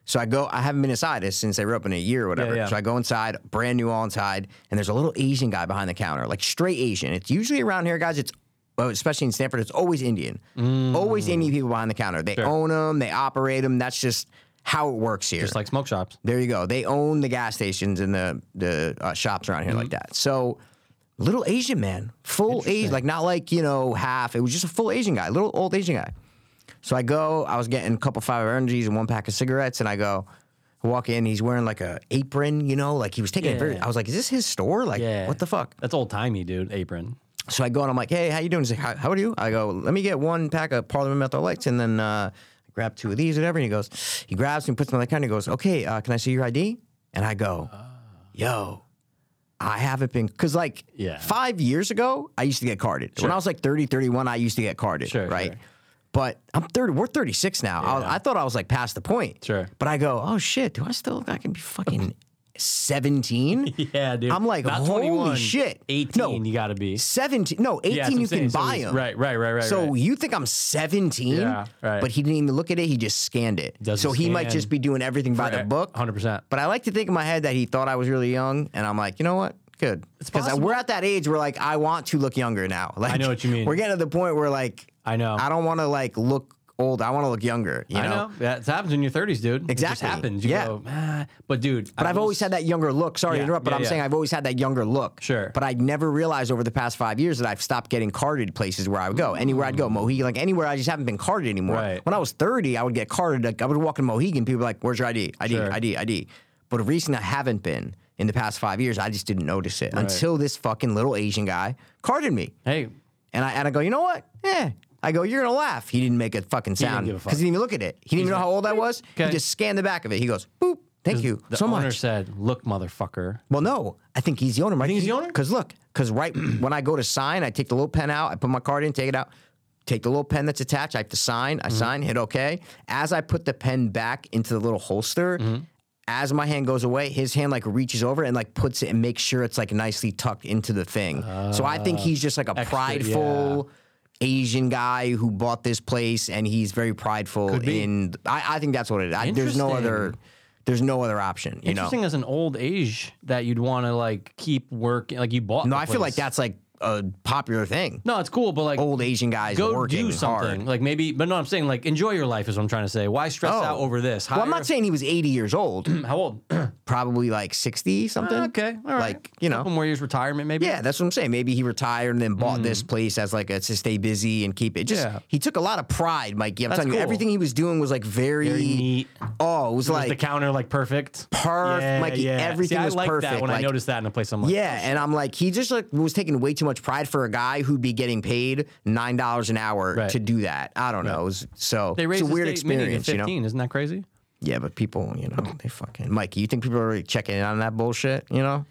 So I go, I haven't been inside since they were open a year or whatever. yeah. So I go inside, brand new all inside, and there's a little Asian guy behind the counter, like straight Asian. It's usually around here, guys, it's well, especially in Stanford, it's always Indian. Always Mm. Indian people behind the counter. They own 'em, own them, they operate them. That's just how it works here. Just like smoke shops. There you go. They own the gas stations and the the uh, shops around here Mm-hmm. like that. So little Asian man, full Asian, like not like you know half. It was just a full Asian guy, little old Asian guy. So I go. I was getting a couple five energies and one pack of cigarettes, and I go. I Walk in, he's wearing like a apron, you know, like he was taking it very. Yeah. I was like, "Is this his store? Like, Yeah. what the fuck?" That's old timey, dude. Apron. So I go and I'm like, hey, how you doing? He's like, how, how are you? I go, let me get one pack of Parliament Menthol Lights and then uh, grab two of these, whatever. And he goes, he grabs me, puts them on the counter. He goes, okay, uh, can I see your ID? And I go, Ah. yo, I haven't been, because like Yeah. five years ago, I used to get carded. When I was like 30, 31, I used to get carded, Sure, right? sure. But I'm 30, we're 36 now. I, was- Yeah. I thought I was like past the point. Sure. But I go, oh shit, do I still, I can be fucking 17? Yeah, dude. I'm like, Not holy 21, shit. 18, No. you gotta be. 17 no 18 Yeah, that's what I'm you can saying. So buy he's- them Right, right, right, right. so right. you think i'm 17 Yeah, right. but he didn't even look at it he just scanned it Doesn't so he might scan. just be doing everything by the Right, book 100%. but i like to think in my head that he thought i was really young and i'm like you know what good because possible. we're at that age where like i want to look younger now like know what you mean. we're getting to the point where like I know. i don't want to like look old i want to look younger you I know. That happens in your 30s, dude. It just Exactly. happens. You Yeah. go, ah. But, dude. But I've always had. had that younger look. Sorry to Yeah, interrupt, but yeah, I'm yeah. saying I've always had that younger look. Sure. But I never realized over the past five years that I've stopped getting carded places where I would go. Anywhere I'd go, Mohegan, like anywhere, I just haven't been carded anymore. Mm. Right. When I was 30, I would get carded. Like I would walk in Mohegan, people were like, "Where's your ID? ID, Sure. ID, ID." But recently, I haven't been in the past five years. I just didn't notice it until this fucking little Asian guy carded me, Hey, and I and I go, "You know what? Eh." I go, "You're gonna laugh." He didn't make a fucking didn't sound give a fuck. because he didn't even look at it. He didn't even know how old I was. Okay. He just scanned the back of it. He goes, "Boop." Thank you The so owner much. said, "Look, motherfucker." Well, no, I think he's the owner. Mike. think he's the owner? Because look, because right when I go to sign, I take the little pen out, I put my card in, take it out, take the little pen that's attached, I have to sign, Mm-hmm. I sign, hit OK. As I put the pen back into the little holster, Mm-hmm. as my hand goes away, his hand like reaches over and like puts it and makes sure it's like nicely tucked into the thing. so I think he's just like a Ah, extra, prideful. Asian guy who bought this place, and he's very prideful. In I, I think that's what it is. I, there's no Interesting. other, there's no other option. You know, Interesting as an old age that you'd want to like keep working, like you bought. No, the I feel like place. that's like a popular thing. No, it's cool, but like Old Asian guys go working do something. hard. Like maybe, but no, I'm saying like enjoy your life is what I'm trying to say. Why stress Oh. out over this? Well, I'm Hire- not saying he was 80 years old, how old. probably like 60 something. Ah, okay, all right. Like, you know. couple more years retirement, maybe. Yeah, that's what I'm saying. Maybe he retired and then bought this place as like a, to stay busy and keep it. Just Mm. Yeah. he took a lot of pride, Mikey. I'm That's telling cool. you, everything he was doing was like very, Very neat. Oh, it was Was like the counter like perfect? Perf- Mikey, everything See, I was like That perfect, when I like- noticed that in a place, I'm like, yeah, and I'm like, he just like was taking way too much pride for a guy who'd be getting paid nine dollars an hour Right. to do that. I don't know. It was- so They it's raised a the weird state minimum to experience, you know. 15, Isn't that crazy? Yeah, but people, you know, they fucking Mikey. You think people are really checking in on that bullshit? You know,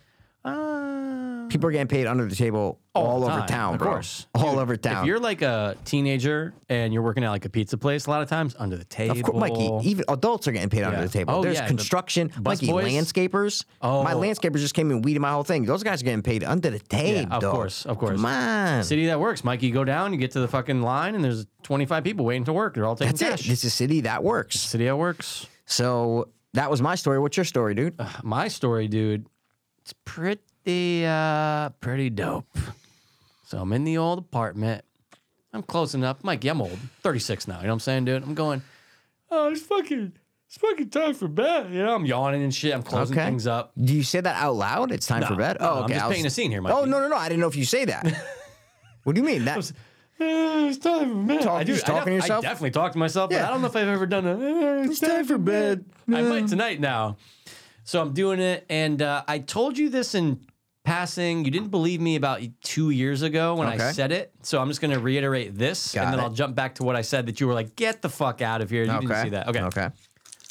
Uh, people are getting paid under the table all, the over time, town, of bro. course. all over town. if you're like a teenager and you're working at like a pizza place, a lot of times under the table. of course, Mikey. e-, Even adults are getting paid under Yeah. the table. Oh, There's yeah, the construction, Mikey. busboys. Landscapers. Oh, my Oh. landscapers just came and weeded my whole thing. Those guys are getting paid under the table. of dog. course, of course. Come on. city that works, Mikey. You go down, you get to the fucking line, and there's 25 people waiting to work. They're all taking That's it. cash. This is city that works. City that works. So that was my story. What's your story, dude? my story, dude, it's pretty uh pretty dope. So I'm in the old apartment. I'm close enough. Mike, yeah, I'm old. 36 now. You know what I'm saying, dude? I'm going, oh, it's fucking it's fucking time for bed. You know, I'm yawning and shit. I'm closing Okay. things up. Do you say that out loud? It's time for bed. no, Oh, I'm okay. just I was- painting a scene here, Oh Mikey. no, no, no! I didn't know if you say that. what do you mean? That "Eh, it's time for bed. Talk- I do, just I def- talking to yourself? I definitely talk to myself, but Yeah. I don't know if I've ever done a. "Eh, it's, time, for bed. I might tonight now. So I'm doing it, and uh, I told you this in passing. You didn't believe me about two years ago when I Okay. said it. So I'm just going to reiterate this, Got and then it. I'll jump back to what I said that you were like, "Get the fuck out of here." You didn't see that. Okay. Okay.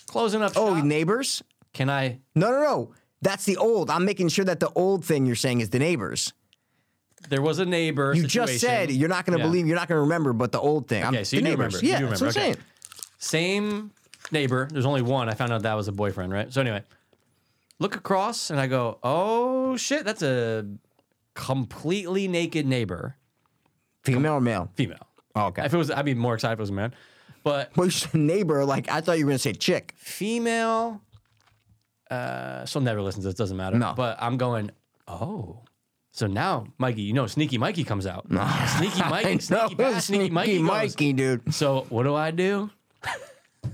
Closing up. Oh, shop. neighbors? Can I? No, no, no. That's the old. I'm making sure that the old thing you're saying is the neighbors. There was a neighbor. You just situation. said you're not going to Yeah. believe, you're not going to remember, but the old thing. I'm- Okay, the so you do neighbors. remember. You Yeah, do that's remember. what I'm Okay. saying. same neighbor. There's only one. I found out that was a boyfriend, right? So anyway, look across and I go, oh shit, that's a completely naked neighbor, Female or male? female. Oh, okay. If it was, I'd be more excited if it was a man, but Well, you said neighbor, like I thought you were going to say chick. female. Uh, she'll never listen to this. Doesn't matter. No. But I'm going. Oh. So now, Mikey, you know, Sneaky Mikey comes out. Sneaky Mikey, Sneaky, No, Pat, Sneaky Mikey, goes, Mikey, dude. So what do I do?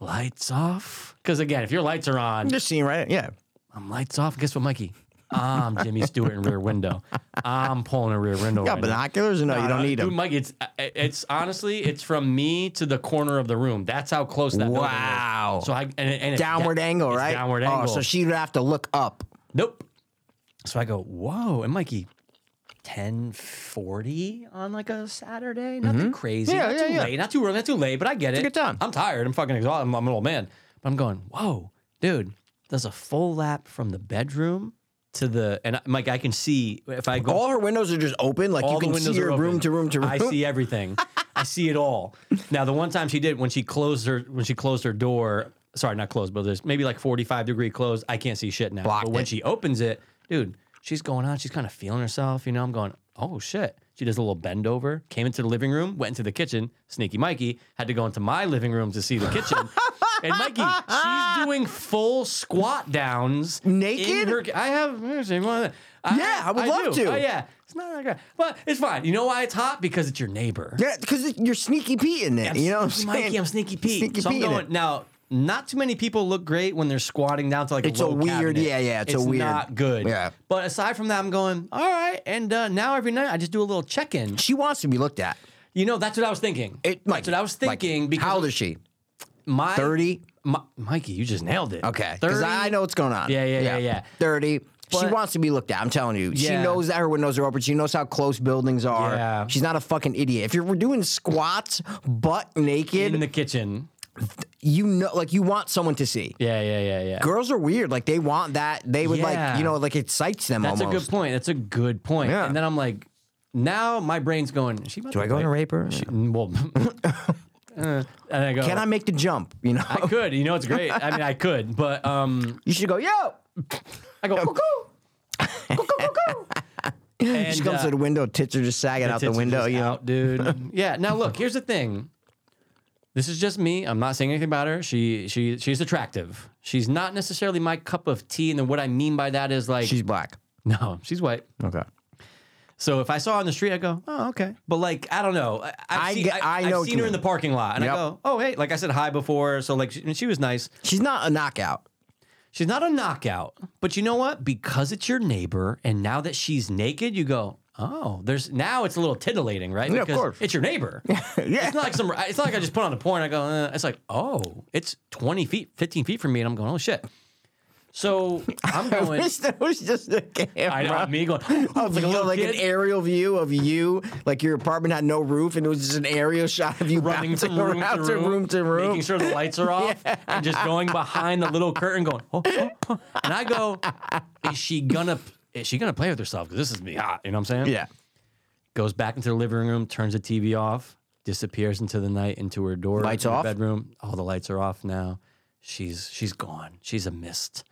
lights off. Because again, if your lights are on, I'm just seeing right. Yeah. I'm lights off. Guess what, Mikey? I'm Jimmy Stewart in Rear Window. I'm pulling a Rear Window. Got right now. binoculars or no? Oh, you don't Uh, need dude, them. Mike. It's it's honestly it's from me to the corner of the room. That's how close that. building is. Wow. So I and, and it's Downward da- angle, it's right? Downward angle. Oh, so she would have to look up. Nope. So I go, whoa. And Mikey, 1040 on like a Saturday? Nothing crazy. Mm-hmm. Yeah, not yeah, too yeah. late. Not too early. Not too late, but I get it. good time. I'm tired. I'm fucking exhausted. I'm, I'm an old man. But I'm going, whoa, dude, there's a full lap from the bedroom to the, and I, Mike, I can see if I go All her windows are just open. Like you all the can see windows are her open. room to room to room. I see everything. I see it all. Now, the one time she did when she closed her when she closed her door, sorry, not closed, but there's maybe like 45 degree closed. I can't see shit now. Blocked but when it. she opens it, dude, she's going on. She's kind of feeling herself. You know, I'm going, oh shit. She does a little bend over, came into the living room, went into the kitchen. Sneaky Mikey had to go into my living room to see the kitchen. and Mikey, she's doing full squat downs in Naked? her- I have. Yeah, Yeah, I would love do. to. Oh, yeah, it's not that good, but it's fine. You know why it's hot? Because it's your neighbor. Yeah, because you're sneaky Pete in it. I'm you know what I'm Sneaky saying? Mikey, I'm sneaky Pete. Sneaky so Pete I'm in going it. now. Not too many people look great when they're squatting down to like It's a a low weird- cabinet. yeah, yeah, it's a weird- not good. yeah. But aside from that, I'm going all right. And uh, now every night I just do a little check in. She wants to be looked at. You know, that's what I was thinking. It, that's Mikey, what I was Mikey, thinking because how old is she? my 30? my, Mikey, you just nailed it. Okay. Because I know what's going on. Yeah, yeah, yeah, yeah. 30. she But- wants to be looked at. I'm telling you. She Yeah. knows that her windows are open. She knows how close buildings are. Yeah. She's not a fucking idiot. If you're we're doing squats butt naked, in the kitchen. you know, like you want someone to see. Yeah, yeah, yeah, yeah. Girls are weird. Like they want that. They would like Yeah. you know like it excites them. That's almost. a good point. That's a good point. Yeah. And then I'm like, now my brain's going, "Is she about Do to I go in a rape? rape her? She, well, uh, and I go, Can I make the jump? You know, I could. You know, it's great. I mean, I could, but um, you should go. Yo, I go, cuckoo. Cuckoo, cuckoo. And, she comes uh, to the window. Tits are just sagging out the tits are window. just You know, out, dude. yeah. Now look, here's the thing. This is just me. I'm not saying anything about her. She she she's attractive. She's not necessarily my cup of tea. And then what I mean by that is like she's black. no, she's white. Okay. So if I saw her on the street, I go, oh okay. But like I don't know. I I I've seen, get- I I, know have what seen you her in mean. the parking lot, and Yep. I go, oh hey, like I said hi before. So like she, and she was nice. She's not a knockout. She's not a knockout, but you know what? Because it's your neighbor, and now that she's naked, you go, oh, there's now it's a little titillating, right? Yeah, of because course. It's your neighbor. yeah. It's not like some. It's not like I just put on a porn. I go. Uh, it's like, oh, it's twenty feet, fifteen feet from me, and I'm going, oh shit. So I'm I going. wish there was just a camera. I know me going. "Oh, Of it's like a you, little like kid an aerial view of you, like your apartment had no roof, and it was just an aerial shot of you running bouncing from room around to room, to room to room. making sure the lights are off, and just going behind the little curtain, going. "Oh, oh, oh." And I go, is she gonna? Is she gonna play with herself? Because this is me hot. You know what I'm saying? Yeah, goes back into the living room, turns the TV off, disappears into the night into her door, Lights in her off? bedroom. All the lights are off now. She's she's gone. She's a mist.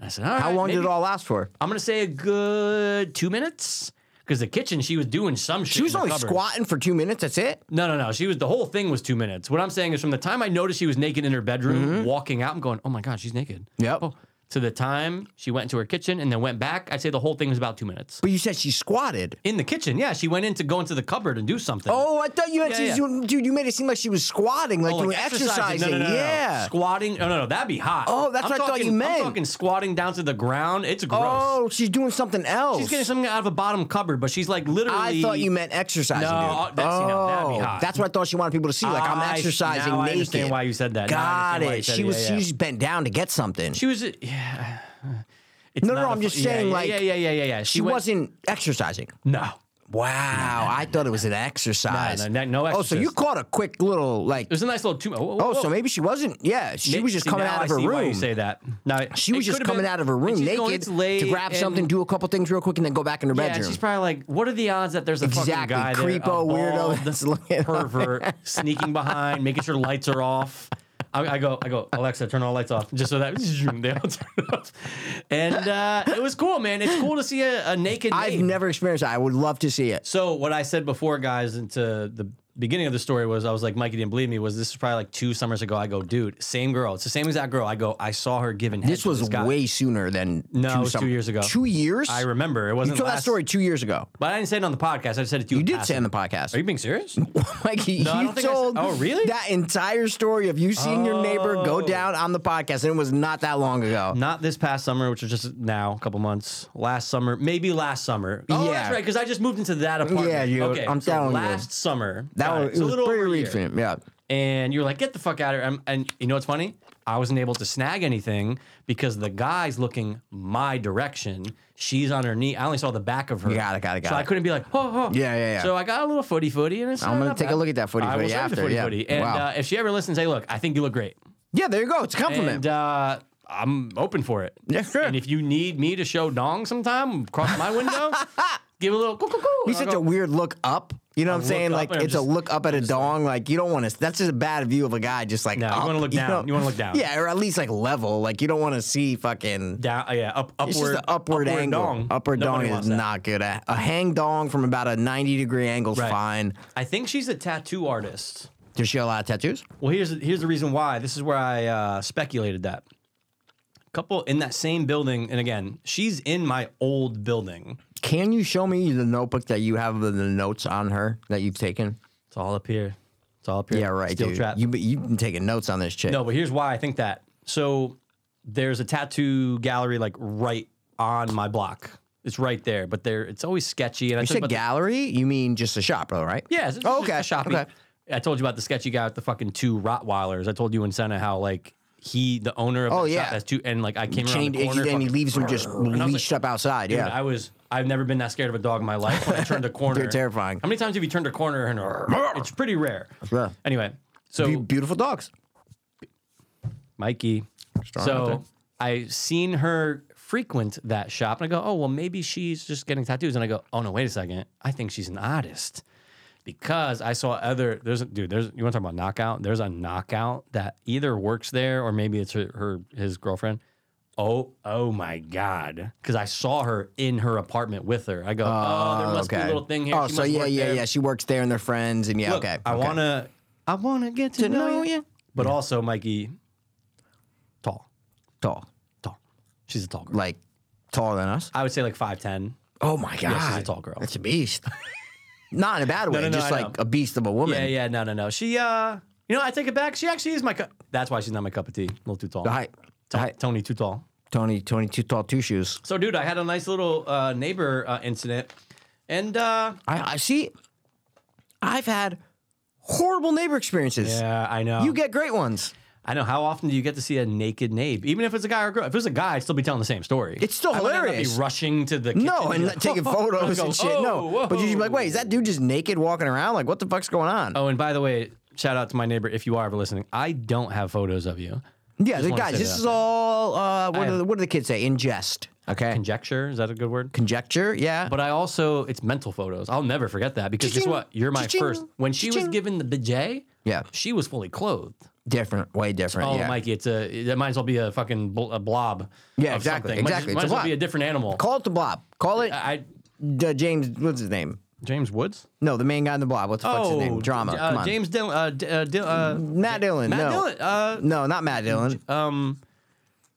And I said, all right. how long maybe- did it all last for? I'm gonna say a good two minutes because the kitchen she was doing some shit. She was in the only cupboard. squatting for two minutes. That's it. No, no, no. She was the whole thing was two minutes. What I'm saying is from the time I noticed she was naked in her bedroom, walking out, I'm going, oh my god, she's naked. Mm-hmm. Yep. Oh, to the time she went into her kitchen and then went back, I'd say the whole thing was about two minutes. But you said she squatted. In the kitchen, yeah, she went in to go into the cupboard and do something. Oh, I thought you meant Yeah, she was yeah. doing, dude. You made it seem like she was squatting, like Oh, you were like exercising. No, no, no, no, no. yeah. Squatting. No, no, no. That'd be hot. Oh, that's I'm what I thought talking- you meant. I'm talking squatting down to the ground. It's gross. Oh, she's doing something else. She's getting something out of a bottom cupboard, but she's like literally. I thought you meant exercising. No, uh, dude. that's- you know, that'd be Oh, hot. Ah, that's what I thought she wanted people to see. Like I'm I- exercising now I naked. understand why you said that. Now I Got understand why you it. said She it. was Yeah, she yeah. was bent down to get something. She, She was. Yeah. It's No, no, not no, a I'm fu- just yeah, saying, yeah, like, Yeah, yeah, yeah, yeah, yeah. She, went- wasn't exercising. No. Wow, I thought it was an exercise. No, no, no Oh, so exercise. you caught a quick little like. It was a nice little two. whoa, whoa, Oh, whoa. so maybe she wasn't. Yeah, she Ma- was just see, coming now out I of her see Why you room. say that? Now, She it was just could've coming been- out of her and room she's naked going, "It's late," to grab and- something, do a couple things real quick, and then go back in her Yeah, and bedroom. she's probably like, what are the odds that there's a fucking Exactly. guy there, a Creepo, weirdo bald that's looking- pervert sneaking behind, making sure lights are off. I, I go, I go, Alexa, turn all lights off, just so that they all turn off. And uh, it was cool, man. It's cool to see a, a naked. I've maid. never experienced that. I would love to see it. So what I said before, guys, into the beginning of the story was I was like, Mikey didn't believe me. Was this is probably like two summers ago? I go, dude, same girl. It's the same exact girl. I go, I saw her giving. head This to was guy. way sooner than No, it was some- two years ago. Two years. I remember it You wasn't told last that story two years ago. but I didn't say it on the podcast. I said it to You did say on the podcast. Are you being serious? Mikey, No, I you don't think I said- told Oh, really? that entire story of you seeing your neighbor go Oh. down on the podcast, and it was not that long ago. Not this past summer, which was just now, a couple months. Last summer, maybe last summer. Oh, Yeah. that's right, because I just moved into that apartment. Yeah, you- Okay, I'm so telling you. last summer. That got was, it. it It's a was little pretty over a year. recent. Yeah. And you were like, "Get the fuck out of here!" I'm- And you know what's funny? I wasn't able to snag anything because the guy's looking my direction. She's on her knee. I only saw the back of her. Got it, got it, got so I it. couldn't be like, "Oh, oh." Yeah, yeah, yeah. So I got a little footy footy, and it's I'm gonna not take a bad. look at that footy I will footy send you the after, Footy yeah. footy. And Wow. uh, if she ever listens, hey, look, I think you look great. Yeah, there you go. It's a compliment. And uh, I'm open for it. Yeah, sure. And if you need me to show dong sometime, cross my window, give a little. Coo, coo, coo, He's and such I'll a go, weird look up. You know what I'm look saying? up Like and I'm it's a just- look up at a dong. Like you don't want to. That's just a bad view of a guy. Just like No, you up, wanna look down. know? You wanna look down. Yeah, or at least like level. Like you don't want to see fucking. down. Yeah, up, upward. It's just the upward, angle. Dong. Upward Nobody dong is wants that. not good. A, a hang dong from about a 90 degree angle is Right. fine. I think she's a tattoo artist. Does she have a lot of tattoos? Well, here's here's the reason why. This is where I uh, speculated that. Couple in that same building, and again, she's in my old building. Can you show me the notebook that you have with the notes on her that you've taken? It's all up here. It's all up here. Yeah, right, Steel dude. trap. You you've been taking notes on this chick. No, but here's why I think that. So there's a tattoo gallery like right on my block. It's right there, but there it's always sketchy. And I you told said about gallery. You mean just a shop, though, right? the, yeah, it's, it's Oh, just okay, a shopping. okay. I told you about the sketchy guy with the fucking two Rottweilers. I told you in Santa how like he the owner of Oh, that yeah. shop has two and like I came around Chained, the corner. and he fucking- leaves them just I was leashed up outside. Dude, yeah. I was. I've never been that scared of a dog in my life. When I turned a corner, They're terrifying. How many times have you turned a corner and it's pretty rare? Yeah. Anyway, so Be- beautiful dogs. Mikey. Strong out there. so I seen her frequent that shop, and I go, oh well, maybe she's just getting tattoos. And I go, oh no, wait a second, I think she's an artist because I saw other there's a dude there's you want to talk about knockout there's a knockout that either works there or maybe it's her, her his girlfriend oh oh my god because I saw her in her apartment with her I go oh there must be a little thing here Oh, She so must yeah, work yeah, there." yeah. She works there and they're friends, and yeah, Look, okay. I okay. wanna I wanna get to, know, know you. you. but also Mikey tall tall, tall she's a tall girl Ah, like taller than us. I would say like five ten Oh my god, she's a tall girl. That's a beast. Not in a bad way, no, no, just I like know. a beast of a woman. yeah yeah no no no she uh you know I take it back she actually is my cup that's why she's not my cup of tea a little too tall The height, the height. Tony too tall. Tony, Tony, too tall, two shoes. So, dude, I had a nice little uh, neighbor uh, incident, and uh, I, I see. I've had horrible neighbor experiences. yeah, I know. You get great ones. I know. How often do you get to see a naked nape? Even if it's a guy or a girl. If it was a guy, I'd still be telling the same story. It's still I might not hilarious. Be rushing to the kitchen No, and be not like, taking "Oh," photos go, and shit. no, "Oh, but you'd be like, whoa." wait, is that dude just naked walking around? Like, what the fuck's going on? Oh, and by the way, shout out to my neighbor if you are ever listening. I don't have photos of you. yeah, just the wanna guys, say this that. is all. Uh, what, I do have- the, what do the kids say? Ingest. Okay. Conjecture is that a good word? Conjecture. Yeah. But I also, it's mental photos. I'll never forget that because guess Cha-ching, what? You're my cha-ching, first. When she was cha-ching. given the bidet, Yeah. she was fully clothed. different. Way different. Oh, yeah. Mikey, it's a. That might as well be a fucking bl- a blob. Yeah, of exactly, something. Might exactly. Just, might It's as a well be blob. a different animal. Call it the blob. Call it I, uh, James. What's his name? James Woods. No, the main guy in the blob. What's the fuck's his name? Drama. Uh, Come on. James Dillon. Uh, D- uh, Dill- uh, Matt Dillon. Matt no. Dillon. Uh, No, not Matt Dillon. um,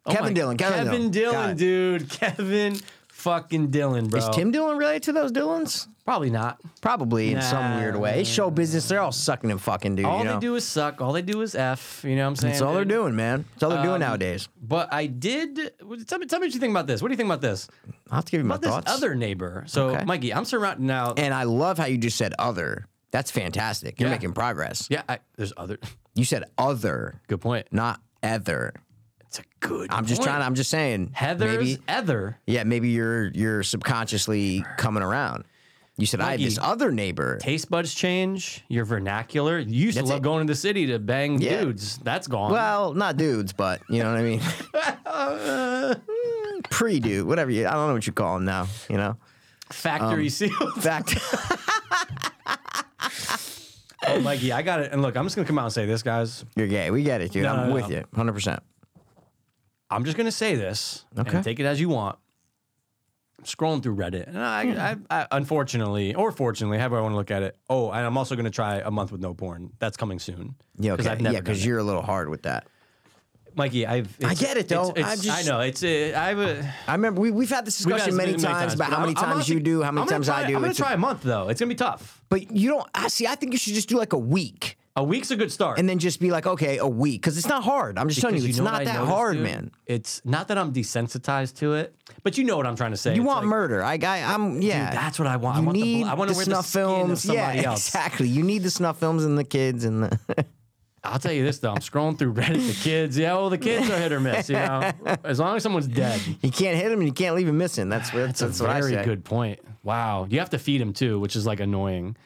oh Kevin my- Dillon, Kevin Dillon. Got it. Dillon, dude. Kevin fucking Dillon, bro. Is Tim Dillon related to those Dillons? Probably not. Probably in some Nah. weird way. It's show business. They're all sucking and fucking, dude. All you know? they do is suck. All they do is f. You know what I'm saying? That's all they're dude? doing, man. That's all they're doing Um, nowadays. But I did. Tell me, tell me what you think about this. What do you think about this? I'll have to give you my About this thoughts. other neighbor. So, Okay. Mikey, I'm surrounded now. and I love how you just said other. That's fantastic. You're Yeah. making progress. yeah, I, there's other. You said other, Good point. not ether. It's a good. I'm just point. trying. I'm just saying. Heather's Maybe, Ether. yeah, maybe you're you're subconsciously coming around. You said I had this Mikey. other neighbor. Taste buds change. Your vernacular. You used That's to love it. going to the city to bang Yeah. dudes. That's gone. Well, not dudes, but you know what I mean. Pre dude, whatever you. I don't know what you call them now. You know, Factory sealed. fact. Oh, Mikey, I got it. And look, I'm just gonna come out and say this, guys. you're gay. We get it, dude. No, I'm no, with no. you, hundred percent. I'm just gonna say this. Okay. And take it as you want. I'm scrolling through Reddit, and I, I, I, unfortunately or fortunately, however I want to look at it. Oh, and I'm also gonna try a month with no porn. That's coming soon. Yeah, okay. I've never yeah, done because it. you're a little hard with that. Mikey, I've. I it's- get it, it's- though. it's- I'm just- I know it's. Uh, I've. uh, I remember we, we've had this We've discussion had many, this times about but how many I'm- I'm times you honestly- do, how many I'm gonna times try- I do. I'm gonna It's a- try a month though. It's gonna be tough. but you don't. I see. I think you should just do like a week A week's a good start. and then just be like, okay, a week, because it's not hard. I'm just telling Because you, it's know what not I that noticed, hard, dude? man. It's not that I'm desensitized to it, but you know what I'm trying to say. You It's want like, murder? I, I, I'm yeah. that's what I want. I You want the bl- need I wanna wear the snuff skin of films. somebody yeah, else. exactly. You need the snuff films and the kids and the. I'll tell you this though. I'm scrolling through Reddit. The kids, yeah, well, the kids are hit or miss. You know, as long as someone's dead. you can't hit him and you can't leave him missing. That's what. That's, That's a what I very say. good point. Wow, you have to feed him too, which is like annoying.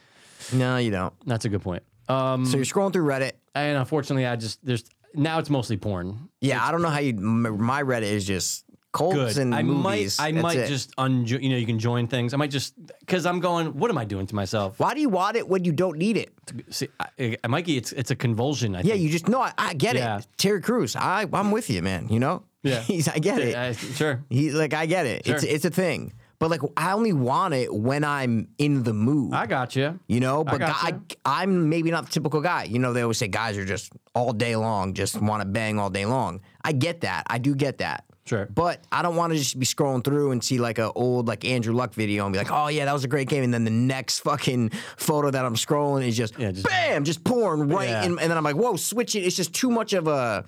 No, you don't. That's a good point. Um, So you're scrolling through Reddit. and unfortunately, I just there's now it's mostly porn. Yeah, I don't know how you. m- My Reddit is just cults Good. and I movies. might I That's might it. just unjo- you know you can join things. I might just because I'm going. What am I doing to myself? Why do you want it when you don't need it? See, I, I, Mikey, it's it's a convulsion. I Yeah, think. you just no. I, I get Yeah. it. Terry Crews, I I'm with you, man. You know. Yeah. He's I get it. Uh, sure. He's like I get it. It's Sure. it's a thing. But like I only want it when I'm in the mood. I got you. you know, but gotcha. guy, I, am maybe not the typical guy. You know, they always say guys are just all day long, just want to bang all day long. I get that. I do get that. Sure. But I don't want to just be scrolling through and see like an old like Andrew Luck video and be like, oh yeah, that was a great game. And then the next fucking photo that I'm scrolling is just, Yeah, just- bam, just pouring right Yeah. in. And then I'm like, whoa, switch it. It's just too much of a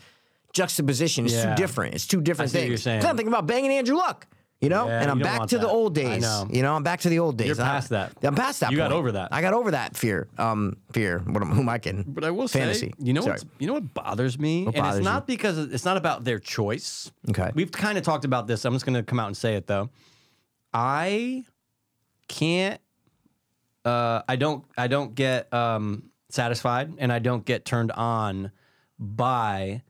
juxtaposition. It's Yeah. too different. It's two different see what things. you're saying. Then I'm thinking about banging Andrew Luck. You know, Yeah, and I'm you don't back want to the that. old I days. know. You know, I'm back to the old days. You're And I'm- past that. I'm past that. You got point. over that. I got over that fear. Um, fear. What am, who am I kidding? But I will fantasy. say, you know, Sorry. what's, you know what bothers me, and bothers you? it's not because it's not about their choice. Okay. we've kind of talked about this. I'm just going to come out and say it though. I can't. Uh, I don't. I don't get um, satisfied, and I don't get turned on by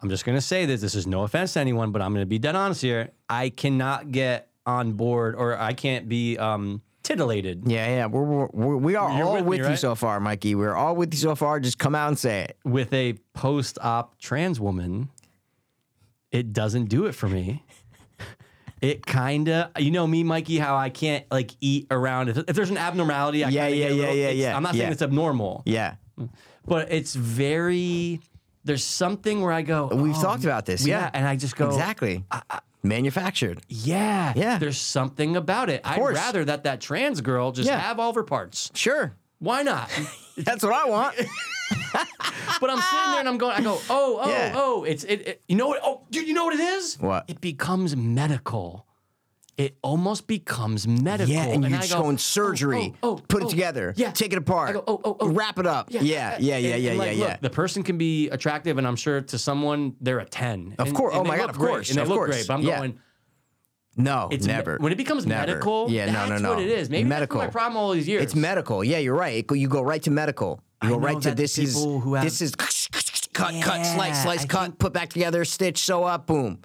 I'm just going to say this. This is no offense to anyone, but I'm going to be dead honest here. I cannot get on board or I can't be um, titillated. Yeah, yeah. We're, we're, we're, we are You're all with with, me, you right? so far, Mikey. We're all with you so far. Just come out and say it. with a post op trans woman, it doesn't do it for me. It kind of, you know me, Mikey, how I can't like eat around. If, if there's an abnormality, I Yeah, kinda yeah, get a yeah, little- yeah, it's- yeah, I'm not yeah. saying it's abnormal, Yeah. but it's very. There's something where I go. We've oh, talked about this, yeah. and I just go Exactly. Manufactured. Yeah, Yeah. There's something about it. I'd course. rather that that trans girl just Yeah. have all of her parts. Sure. Why not? That's what I want. But I'm sitting there and I'm going, I go, oh, oh, Ah. Yeah. oh, it's it, it- You know what? Oh, dude, you know what it is? What? It becomes medical. It almost becomes medical. yeah, and you're I just go, going oh, surgery. Oh, oh, put oh, it together. Yeah, Take it apart. I go, oh, oh, oh. Wrap it up. Yeah, yeah, yeah, yeah, And- yeah, and, like, yeah. Look, the person can be attractive, and I'm sure to someone they're a ten. Of And- course. and Oh they my God, look of great, course, And they of look course. great. But I'm Yeah. going. no, It's me- never. when it becomes Never. medical, Yeah, no, that's no, no. what it is. Maybe medical. That's been my problem all these years. It's medical. Yeah, you're right. It go- You go right to medical. You go know right to that this is people who have- this is cut, cut, slice, Yeah, slice, I cut, put back together, stitch, sew up, boom.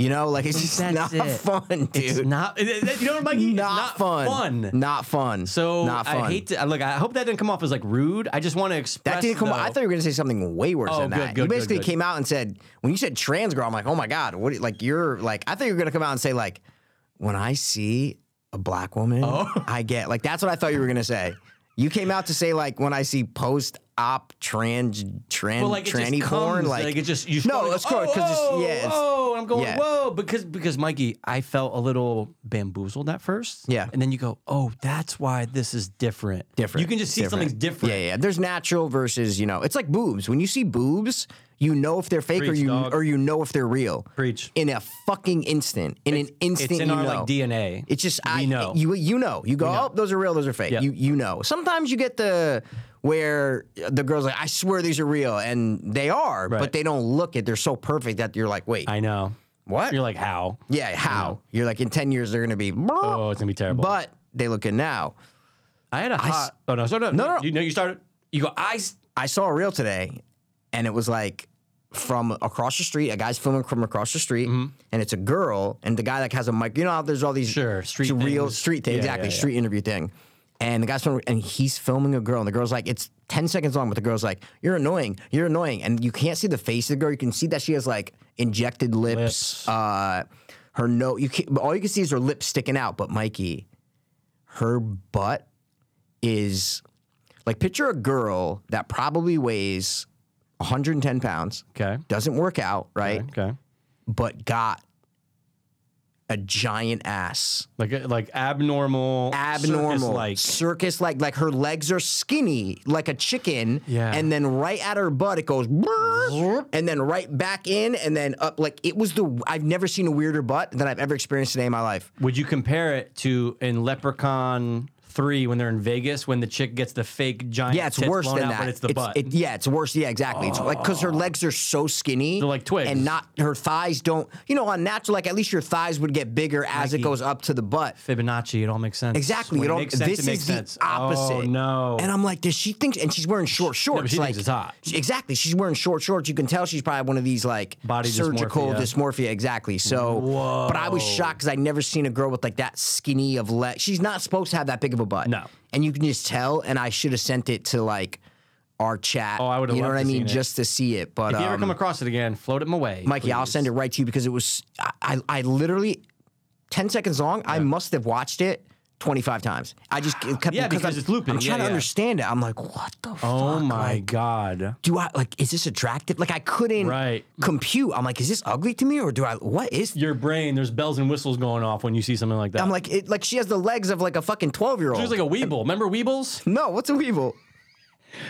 You know, like it's just That's not it. fun, dude. It's not. You know what, Mikey? It's not, fun. Fun. Not fun. So not fun. I hate to look. I hope that didn't come off as like rude. I just want to express. that didn't come. Though, I thought you were going to say something way worse Oh, than good, that. good, you good, basically good. came out and said when you said trans girl, I'm like, oh my god, what? Like you're like, I thought you were going to come out and say like, when I see a black woman, Oh. I get like that's what I thought you were going to say. You came out to say like when I see post op trans trans But like it tranny just comes, porn like, like, it just you. no scroll, of you go, course because oh, it's yeah it's, oh, I'm going yeah. whoa because because Mikey, I felt a little bamboozled at first. Yeah. and then you go, oh, that's why this is different. different. You can just see something's different. Yeah, yeah. There's natural versus you know. It's like boobs. When you see boobs, you know if they're fake or Preach, you dog. or you know if they're real. Preach. in a fucking instant. In an instant, It's in you our know. like DNA. It's just We I know. you you know you go oh those are real those are fake Yeah. you you know sometimes you get the where the girls like I swear these are real and they are Right. but they don't look it they're so perfect that you're like wait I know. what You're like how? yeah how you're like in ten years they're gonna be Oh, it's gonna be terrible. but they look good now I had a hot. oh no, sorry, no, No, no. You know, you started. You go. I. s- I saw a reel today, and it was like from across the street. A guy's filming from across the street, and it's a girl, and the guy like has a mic. You know, how there's all these Mm-hmm. Sure, street real things. street thing, Yeah, exactly yeah, yeah. street interview thing. And the guy's filming, and he's filming a girl, and the girl's like, it's ten seconds long, but the girl's like, "You're annoying, you're annoying," and you can't see the face of the girl. You can see that she has like injected lips, Lips. Uh, her nose. You can all you can see is her lips sticking out. But Mikey, her butt is like picture a girl that probably weighs 110 pounds, Okay. doesn't work out, right? Okay. But got a giant ass, Like like abnormal. abnormal, Like circus like like her legs are skinny like a chicken, Yeah. and then right at her butt it goes, and then right back in, and then up. Like it was the I've never seen a weirder butt than I've ever experienced today in my life. Would you compare it to in Leprechaun Three when they're in Vegas when the chick gets the fake giant? Yeah, it's tits worse blown than out, that. But it's the butt. it- yeah, it's worse. Yeah, exactly. It's like because her legs are so skinny. They're like twigs. and not her thighs don't. You know, on natural, like at least your thighs would get bigger as it goes up to the butt. Fibonacci. It all makes sense. Exactly. When you it don't. makes sense, this it makes is sense. the opposite. Oh no. And I'm like, does she think? And she's wearing short shorts. she thinks like, it's hot. Exactly. She's wearing short shorts. You can tell she's probably one of these like Body surgical dysmorphia. dysmorphia. Exactly. So, but I was shocked because I'd never seen a girl with like that skinny of leg. She's not supposed to have that big of a butt. No. And you can just tell. And I should have sent it to like our chat. Oh, I would've You know loved what I to mean? seen it. Just to see it. But if you ever um, come across it again, float him away, Mikey, I'll send it right to you because it was I I, I literally ten seconds long. I must have watched it twenty five times. I just it kept Yeah, because I'm, it's looping. I'm Yeah, trying to yeah. understand it. I'm like, what the Oh fuck? my Like, god. do I like? Is this attractive? Like I couldn't Right. compute. I'm like, is this ugly to me or do I? What is? Your brain. There's bells and whistles going off when you see something like that. I'm like, it, like she has the legs of like a fucking twelve year She was old. like a weeble. Remember weebles? no, what's a weevil?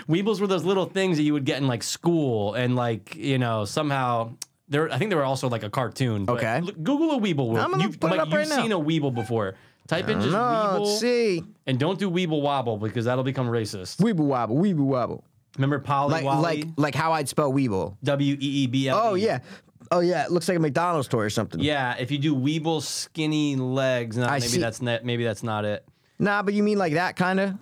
Weebles were those little things that you would get in like school and like you know somehow there. I think they were also like a cartoon. but Okay. look- Google a weeble. I'm gonna You've, put it like, up right you've now. seen a weeble before. Type in just No, weeble let's Oh, see, and don't do weeble wobble because that'll become racist. weeble wobble, weeble wobble. Remember Polly Like Wally? like like how I'd spell weeble. W e e b l. Oh yeah, oh yeah. It looks like a McDonald's toy or something. Yeah, if you do weeble skinny legs, no, I maybe see. that's not maybe that's not it. Nah, but you mean like that kind of?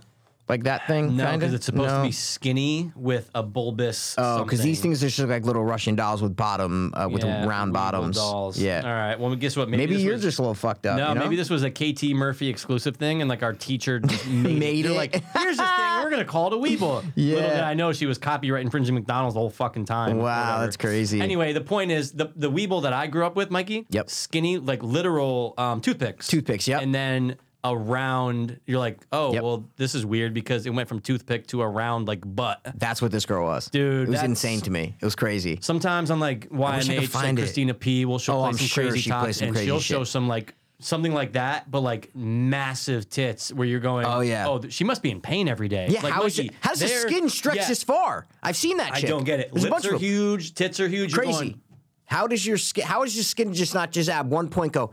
like that thing? No, kinda? because it's supposed No. to be skinny with a bulbous. Oh, because these something. things are just look like little Russian dolls with bottom uh, with Yeah, round little bottoms. Dolls. Yeah. All right. Well, guess what? Maybe, this you're was- just a little fucked up. No, you know? maybe this was a KT Murphy exclusive thing, and like our teacher just made, Made They're it. Like, here's this thing. We're gonna call it a Weeble. Little Yeah. did I know she was copyright infringing McDonald's the whole fucking time. Wow, Whatever. that's crazy. Anyway, the point is the the Weeble that I grew up with, Mikey. Yep. Skinny, like literal um, toothpicks. Toothpicks, yep. And then a round. You're like, oh, Yep. well, this is weird because it went from toothpick to a round like butt. That's what this girl was, Dude, It was that's- insane to me. It was crazy. Sometimes I'm like I wish I could YMH, like find it. Christina P. Will she'll Oh, play I'm some sure crazy she tops plays some and crazy she'll shit. show some like something like that, but like massive tits where you're going. Oh, yeah. Oh, th- she must be in pain every day. Yeah, Like, how is Mikey, it? How does the they're- skin stretch yeah, this far? I've seen that. I chick. don't get it. There's a Lips bunch are of them. huge, tits are huge. you're crazy. going, How does your skin? How does your skin just not just at one point go?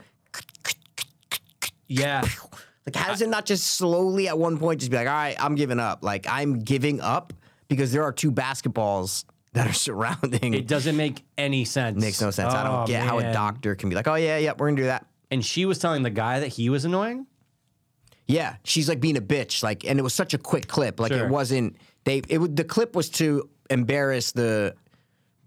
yeah. Like, how does it not just slowly at one point just be like, all right, I'm giving up. Like, I'm giving up because there are two basketballs that are surrounding. It doesn't make any sense. Makes no sense. I Oh, don't get how a man. doctor can be like, oh yeah, yeah, we're gonna do that. And she was telling the guy that he was annoying. Yeah, she's like being a bitch. Like, and it was such a quick clip. Like, Sure. it wasn't they. It would the clip was to embarrass the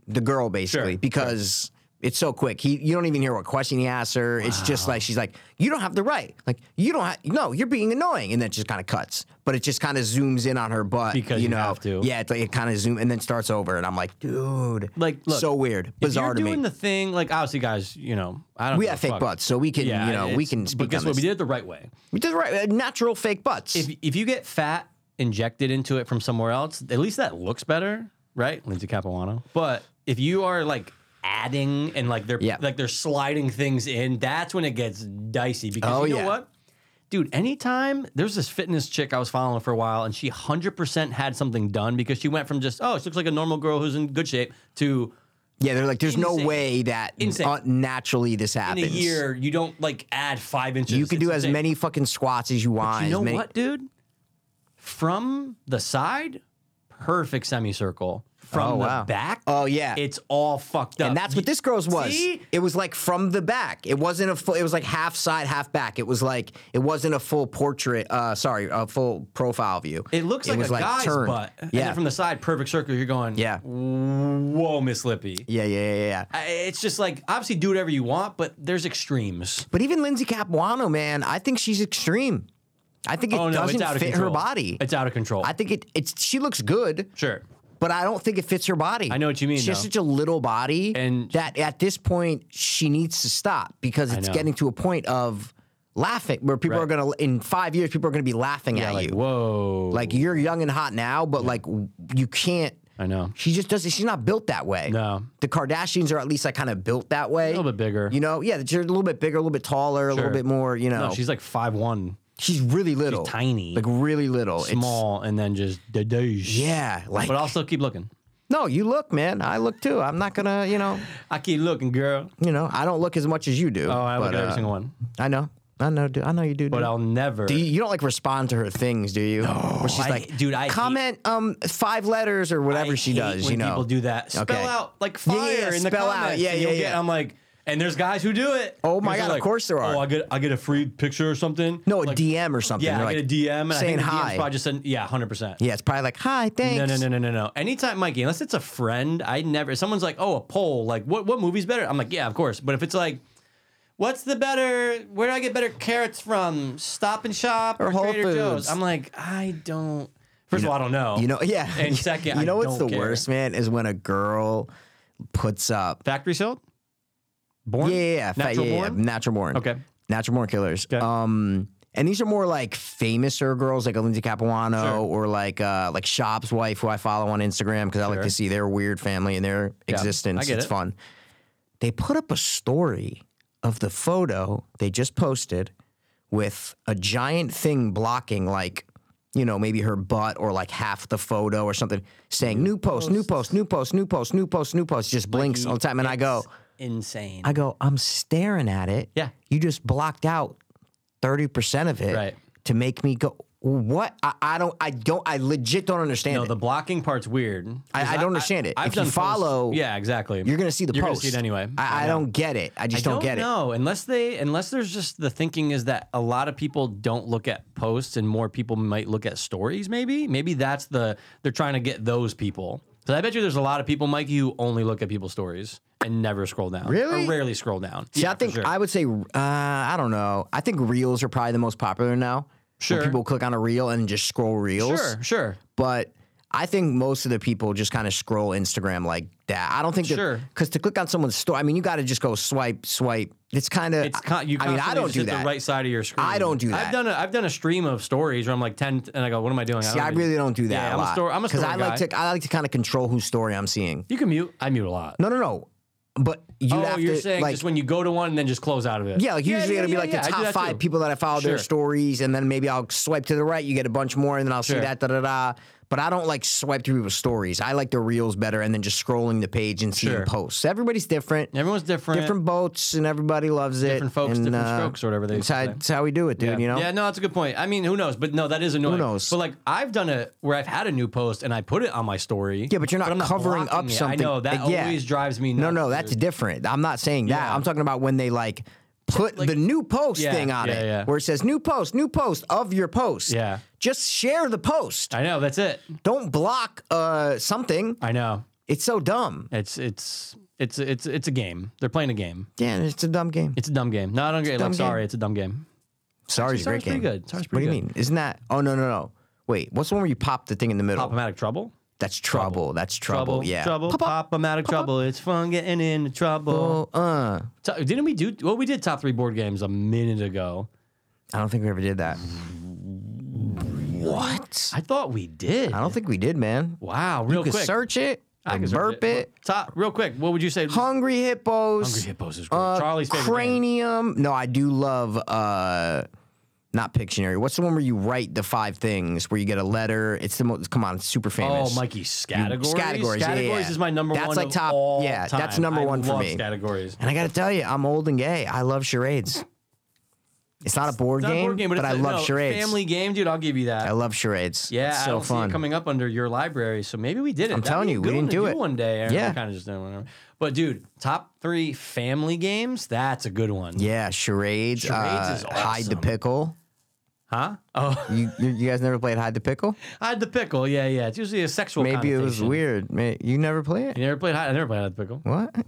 the girl basically Sure, because it's so quick. He you don't even hear what question he asks her. It's just like she's like, you don't have the right. Like, you don't have. No, you're being annoying, and then it just kind of cuts. But it just kind of zooms in on her butt Because you you know. have to. Yeah, it's like it kind of zoom and then starts over, and I'm like, dude, Like, look, so weird, bizarre if to you're me. doing the thing, like obviously, guys, you know, I don't. we give have a fake fuck. butts, so we can, Yeah, you know, we it's- can speak But guess on what? this. We did it the right way. We did it right. uh, Natural fake butts. if if you get fat injected into it from somewhere else, at least that looks better, right? Lindsay Capuano. But if you are like adding and like they're Yeah. like they're sliding things in, that's when it gets dicey. Because Oh, you know yeah. what? Dude, anytime there's this fitness chick I was following for a while, and she 100% had something done because she went from just, oh, she looks like a normal girl who's in good shape to Yeah, they're like, there's no Insane. way that Insane. uh, naturally this in happens. a year, you don't like add five inches. you can do It's as insane. many fucking squats as you want. You as know many- what, dude? From the side, perfect semicircle. From Oh, the wow. back, Oh, yeah. it's all fucked up. And that's what this girl's was. See? It was like from the back. It wasn't a full. It was like half side, half back. It was like it wasn't a full portrait. Uh, sorry, a full profile view. It looks like was a guy's turned. butt. And Yeah. then from the side, perfect circle. You're going, Yeah. Whoa, Miss Lippy. yeah, yeah, yeah, yeah. I- It's just like obviously do whatever you want, but there's extremes. But even Lindsay Capuano, man, I think she's extreme. I think it oh no, doesn't it's out of fit control. her body. It's out of control. I think it. It's she looks good. sure. but I don't think it fits her body. I know what you mean, She has though. such a little body, And- that at this point she needs to stop because it's know. getting to a point of laughing where people Right. are gonna in five years people are gonna be laughing at Like you. whoa. Like you're young and hot now, but like w- you can't. I know. She just doesn't. She's not built that way. No. the Kardashians are at least like kind of built that way. A little bit bigger. You know, yeah, you're a little bit bigger, a little bit taller, a Sure. little bit more. You know, No, she's like five one, she's really little, tiny. like really little, It's- small, and then just da-douche. yeah, like But also keep looking. no, you look, man. I look too. I'm not gonna, you know. I keep looking, girl. you know, I don't look as much as you do. Oh, I look but, at every uh, single one, I know, I know, dude. I know you do. but dude. I'll never. Do you, you don't like respond to her things, do you? No, Where she's I- like, dude, I hate- comment um five letters or whatever I she hate does. when you know, people do that. Spell Okay. out like Yeah, fire yeah, yeah, in the spell out. comments. Yeah, and yeah, you'll yeah. I'm like, and there's guys who do it. Oh my Because God, they're of course there are. Oh, I get I get a free picture or something. no, a Like, DM or something. Yeah, You're I like, get a DM and saying I think the DM's hi. probably just said, yeah, hundred percent. Yeah, it's probably like, hi, thanks. No, no, no, no, no, no. Anytime, Mikey, unless it's a friend, I never. if Someone's like, "Oh, a poll. Like, what what movie's better?" I'm like, "Yeah, of course." But if it's like, "What's the better? Where do I get better carrots from? Stop and Shop or, Whole Trader Foods. Joe's?" I'm like, I don't. First of all, I don't know. You know, yeah. And second, you I know what's don't the care. worst, man, is when a girl puts up. Factory sealed. Born. Yeah, yeah, yeah, fa- Natural yeah, yeah, born. natural born. Okay. natural born killers. Okay. Um, and these are more like famouser girls, like a Lindsay Capuano Sure. or like uh, like Shop's wife, who I follow on Instagram because I like Sure. to see their weird family and their existence. I get it's it. fun. They put up a story of the photo they just posted with a giant thing blocking like. You know, maybe her butt or like half the photo or something, saying new post, new post, new post, new post, new post, new post, just blinks all the time. And I go, Insane. I go, I'm staring at it. Yeah. You just blocked out 30% of it Right. to make me go, What I, I don't I don't I legit don't understand. No, it. the blocking part's weird. I- I 'Cause don't understand it. I've If you done posts- follow, yeah, exactly. you're gonna see the You're gonna post see it anyway. I, I know. don't get it. I I just don't, get it. know unless they unless there's just the thinking is that a lot of people don't look at posts and more people might look at stories. Maybe maybe that's the they're trying to get those people. So I bet you there's a lot of people, Mikey, who only look at people's stories and never scroll down. Really? Or rarely scroll down. See, I for think sure. I would say uh, I don't know. I think reels are probably the most popular now. Where Sure. people click on a reel and just scroll reels. sure, sure. but I think most of the people just kind of scroll Instagram like that. I don't think Sure. because to click on someone's story, I mean, you got to just go swipe, swipe. It's kind of. It's con- you I mean, I constantly don't just do hit that. The right side of your screen. I don't do that. I've done a I've done a stream of stories where I'm like ten and I go, what am I doing? See, I even- really don't do that Oh, Yeah, a I'm a lot. stor- I'm a I story like guy. to I like to kind of control whose story I'm seeing. You can mute. I mute a lot. No, no, no. But you oh, have you're to saying like just when you go to one and then just close out of it. yeah, like usually yeah, it'll be yeah, like yeah, I the do top that five too. people that I follow their Sure. stories, and then maybe I'll swipe to the right, you get a bunch more, and then I'll see Sure. that da da da. But I don't like swipe through people's stories. I like the reels better, and then just scrolling the page and seeing Sure. posts. Everybody's different. Everyone's different. different boats and everybody loves it. Different folks, and, different uh, strokes, or whatever they That's used to how, say. that's how we do it, dude. yeah. You know, Yeah, no, that's a good point. I mean, who knows? But no, that is annoying. knows? But like, I've done it where I've had a new post and I put it on my story. Yeah, but you're not I'm covering blocking up it. something. I know that Uh, yeah. always drives me. Nuts, no, no, that's dude. different. I'm not saying that. Yeah. I'm talking about when they like put the new post Yeah, thing on yeah, it, yeah. where it says new post, new post of your post. Yeah. just share the post. I know that's it. Don't block uh, something. I know It's so dumb. it's it's it's it's it's a game. They're playing a game. Yeah, it's a dumb game. It's a dumb game. No, I don't get it. dumb Like, game. sorry, it's a dumb game. Sorry's a Sorry's great pretty game. good. Sorry's What do pretty you good. mean? Isn't that? Oh no, no, no. Wait, what's the one where you pop the thing in the middle? Problematic trouble. That's trouble. That's trouble. Trouble. Yeah. Trouble. Pop, pop. Problematic trouble. It's fun getting into trouble. Oh, uh, T- Didn't we do? Well, we did top three board games a minute ago. I don't think we ever did that. What? I thought we did. I don't think we did, man. Wow, real You could quick. search it, I I can search burp it. Top, real quick. What would you say? Hungry hippos. Hungry Hippos is great. uh, Charlie's favorite. game. cranium. No, I do love uh not Pictionary. What's the one where you write the five things where you get a letter? It's the most come on, it's super famous. Oh, Mikey's categories. Scattergories, yeah, yeah. is my number That's one. like of top- all yeah, time. that's number I one for love me. Categories. And I gotta tell you, I'm old and gay. I love charades. It's not a board, It's not a game, board game, but, but, it's I a- love no, charades. Family game, dude. I'll give you that. I love charades. yeah, it's I so don't fun. See it coming up under your library, so maybe we did it. I'm telling you, we didn't do it. one day. Aaron. Yeah. we kind of just did whatever. But dude, top three family games. That's a good one. yeah, charades. Charades is uh, Hide the awesome. pickle. Huh? Oh, You, you you guys never played hide the pickle? hide the pickle. Yeah, yeah. It's usually a sexual. Maybe it was connotation. weird. May- You never play it? You never played hide. I never played hide the pickle. What?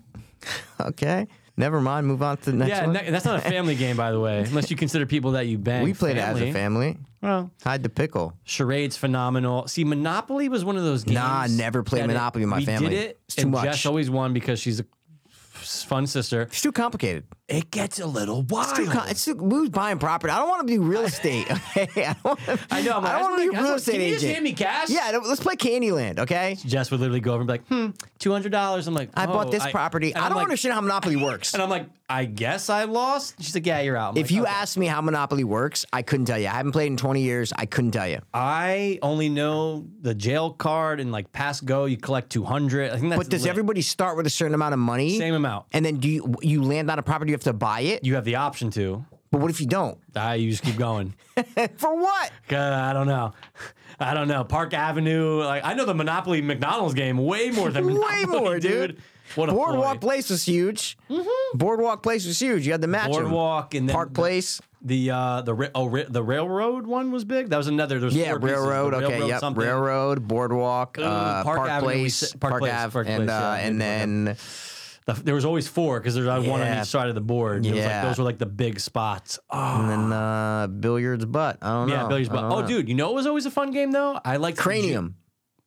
Okay. Never mind. Move on to the next yeah, one. ne- that's not a family game, by the way, unless you consider people that you bang. we played it as a family. Well, Hide the pickle. charades phenomenal. See, Monopoly was one of those games. Nah, never played that Monopoly with my we family. Did it, It's too and much. Jess always won because she's a fun sister. It's too complicated. It gets a little wild. Too com- it's too, we was buying property. I don't want to do real estate. Okay. I, don't wanna, I know. I'm like, I don't just want to be a wanna- I just real wanna- estate can you agent. just hand me cash? Yeah. don't- Let's play Candyland. Okay. Jess would literally go over and be like, "Hmm, two hundred dollars." I'm like, I "Oh, bought this property. and I I'm don't like- understand how Monopoly works. And I'm like, "I guess I lost." She's like, "Yeah, you're out." I'm If like, you "Okay." asked me how Monopoly works, I couldn't tell you. I haven't played in 20 years. I couldn't tell you. I only know the jail card and like pass go. You collect two hundred. I think that's But does lit. everybody start with a certain amount of money? same amount? And then do you you land on a property? You have to buy it. You have the option to. But what if you don't? Ah, you just keep going. For what? God, I don't know. I don't know. Park Avenue. Like I know the Monopoly McDonald's game way more than Monopoly, Way more, dude. What a Boardwalk ploy. Place was huge. Boardwalk Place was huge. You had the match. 'em. Mm-hmm. Boardwalk and then Park the- Place. The uh, the ra- oh, ra- the railroad one was big. That was another. There's Yeah, four pieces. The railroad. Okay, yep. something. Railroad, boardwalk, uh, Park Park, Avenue, we Place, said- Park Park, Place, Ave, Park and Place, uh, yeah, I and did then look The- there was always four because there's uh, one on Yeah. each side of the board. It was like Yeah. those were like the big spots. Oh, and then uh, billiards butt. I don't know. yeah, Billy's. I don't But oh, know. dude, you know it was always a fun game though. I like cranium.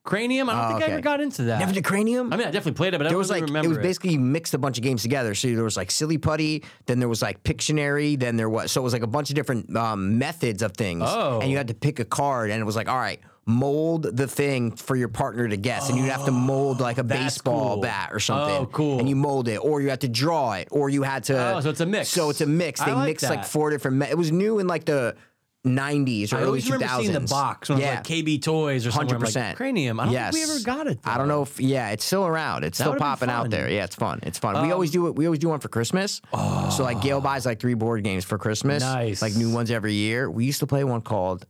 Cranium. I don't Oh, think I okay. ever got into that. Never did cranium. I mean, I definitely played it, but I there don't was really like it remember was basically mixed a bunch of games together. So there was like silly putty, then there was like Pictionary, then there was so it was like a bunch of different um, methods of things. Oh. And you had to pick a card, and it was like, all right, mold the thing for your partner to guess, and you'd have to mold like a Oh, that's baseball cool. bat or something. Oh, cool. And you mold it, or you had to draw it, or you had to. Oh, so it's a mix. So it's a mix. I They like mixed like that. four different. Me- it was new in like the. 90s or I early always 2000s. remember seeing the box when yeah, I was like KB Toys or something. hundred 100%. Like, percent. Cranium. I don't yes. think we ever got it. I don't though. know if yeah, it's still around. It's still would've been popping out fun. Um, there. Yeah, it's fun. It's fun. we always do it. We always do one for Christmas. So like Gail buys like three board games for Christmas. Ah. Nice. Like new ones every year. We used to play one called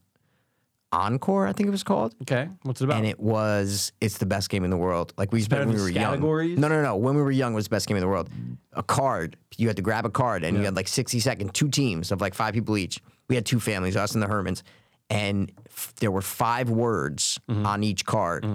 Encore, I think it was called. Okay, what's it about? And it was it's the best game in the world. Like we spent Better when we than were young. Scattergories? No, no, no. When we were young was the best game in the world. A card. You had to grab a card and you had like 60 seconds, two teams of like five people each. We had two families, us and the Hermans. And f- there were five words Mm-hmm. on each card.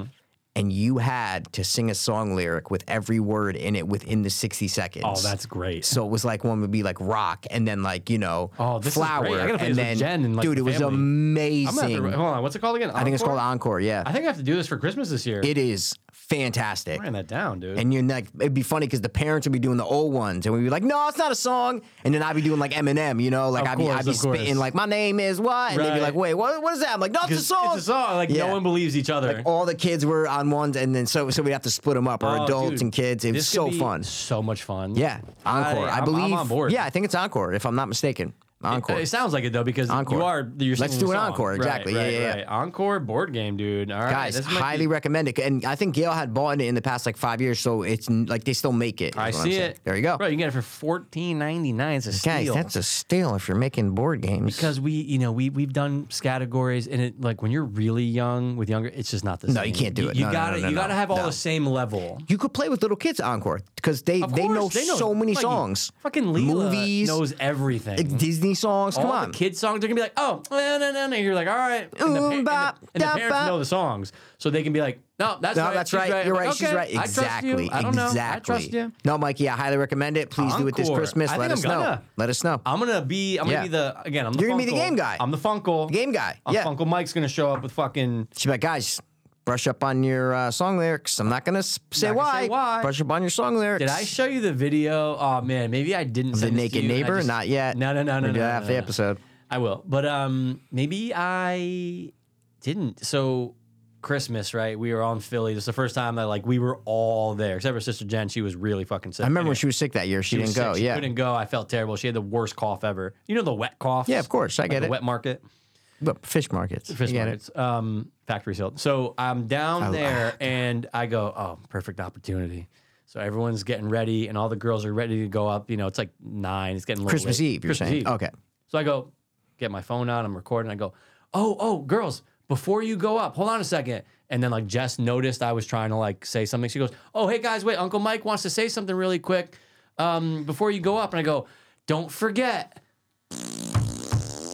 And you had to sing a song lyric with every word in it within the 60 seconds. oh, that's great. So it was like one would be like rock, and then like you know Oh, this is great. I flower, gotta and play this with then Jen and, like, dude, the it was family. amazing. I'm gonna have to, hold on, what's it called again? I think it's called Encore? Encore. Yeah, I think I have to do this for Christmas this year. it is fantastic. Writing that down, dude. And you're like, it'd be funny because the parents would be doing the old ones, and we'd be like, "No, it's not a song." And then I'd be doing like Eminem, you know, like Of I'd be, course, I'd be of course. spitting like, "My name is what," and they'd be Right. like, "Wait, what? What is that?" I'm like, "No, it's a 'Cause song." It's a song. Like Yeah. no one believes each other. All the kids were on ones, and then so so we'd have to split them up, or Oh, adults dude, and kids. It was this could so be fun. So much fun. Yeah, Encore. I, I'm- I'm believe. on board. Yeah, I think it's Encore, if I'm not mistaken. Encore. It, it sounds like it though because Encore. you are you're Let's singing do the an song. encore, Right, exactly. Yeah, right, yeah, yeah. right. Encore board game, dude. All right, Guys, this might be- highly recommend it. And I think Gail had bought it in the past like five years, so it's n- like they still make it. is what I I'm see saying. it. There you go. Bro, you can get it for fourteen ninety nine. It's a Guys, steal. that's a steal if you're making board games. because we, you know, we we've done categories, and it like when you're really young with younger, it's just not the No, same. you can't do it. You, No, no, gotta no, no, you no. gotta have all No. the same level. you could play with little kids Encore because they, Of they, course, know so many like, songs. Fucking Leela movies, knows everything. Disney songs. Come all on. the kid songs, they're gonna be like, oh, no, no, no, no. You're like, all right. And Oom, the, pa- and the- bop, and the da, parents bop. know the songs, so they can be like, no, that's no, right. that's she's right. You're I'm right. like, She's okay, right. I trust you. Exactly. I don't know. exactly. I trust you. No, Mikey, I highly recommend it. Please do it this Encore. Christmas. I Let think us I'm know. gonna. Uh, Let us know. I'm gonna be. I'm Yeah. gonna be the again. I'm the You're gonna be the Funkle. game guy. I'm the Funkle. Game guy. I'm Yeah. Funkle Mike's gonna show up with fucking. She's like, guys, brush up on your uh, song lyrics. I'm not gonna s- say, Not gonna why. say why. Brush up on your song lyrics. Did I show you the video? Oh man, maybe I didn't. the send this to naked you, and I neighbor? just- Not yet. No, no, no, no, Maybe no. no, after no, the no. episode. I will. But um, maybe I didn't. So Christmas, right? We were all in Philly. This is the first time that like we were all there, except for sister Jen. She was really fucking sick. I remember Anyway, when she was sick that year. She, she didn't was go. sick. She yeah. couldn't go. I felt terrible. She had the worst cough ever. You know the wet cough. Yeah, of course. I get it. Wet market. But fish markets. Fish You get it. markets, um, factory sealed. So I'm down there and I go, oh, perfect opportunity. So everyone's getting ready and all the girls are ready to go up. You know, it's like nine. It's getting a little Christmas late. Eve, you're Christmas saying. Eve. Okay. So I go, get my phone out. I'm recording. I go, oh, oh, girls, before you go up, hold on a second. And then like Jess noticed I was trying to like say something. She goes, oh, hey guys, wait, Uncle Mike wants to say something really quick um, before you go up. And I go, don't forget.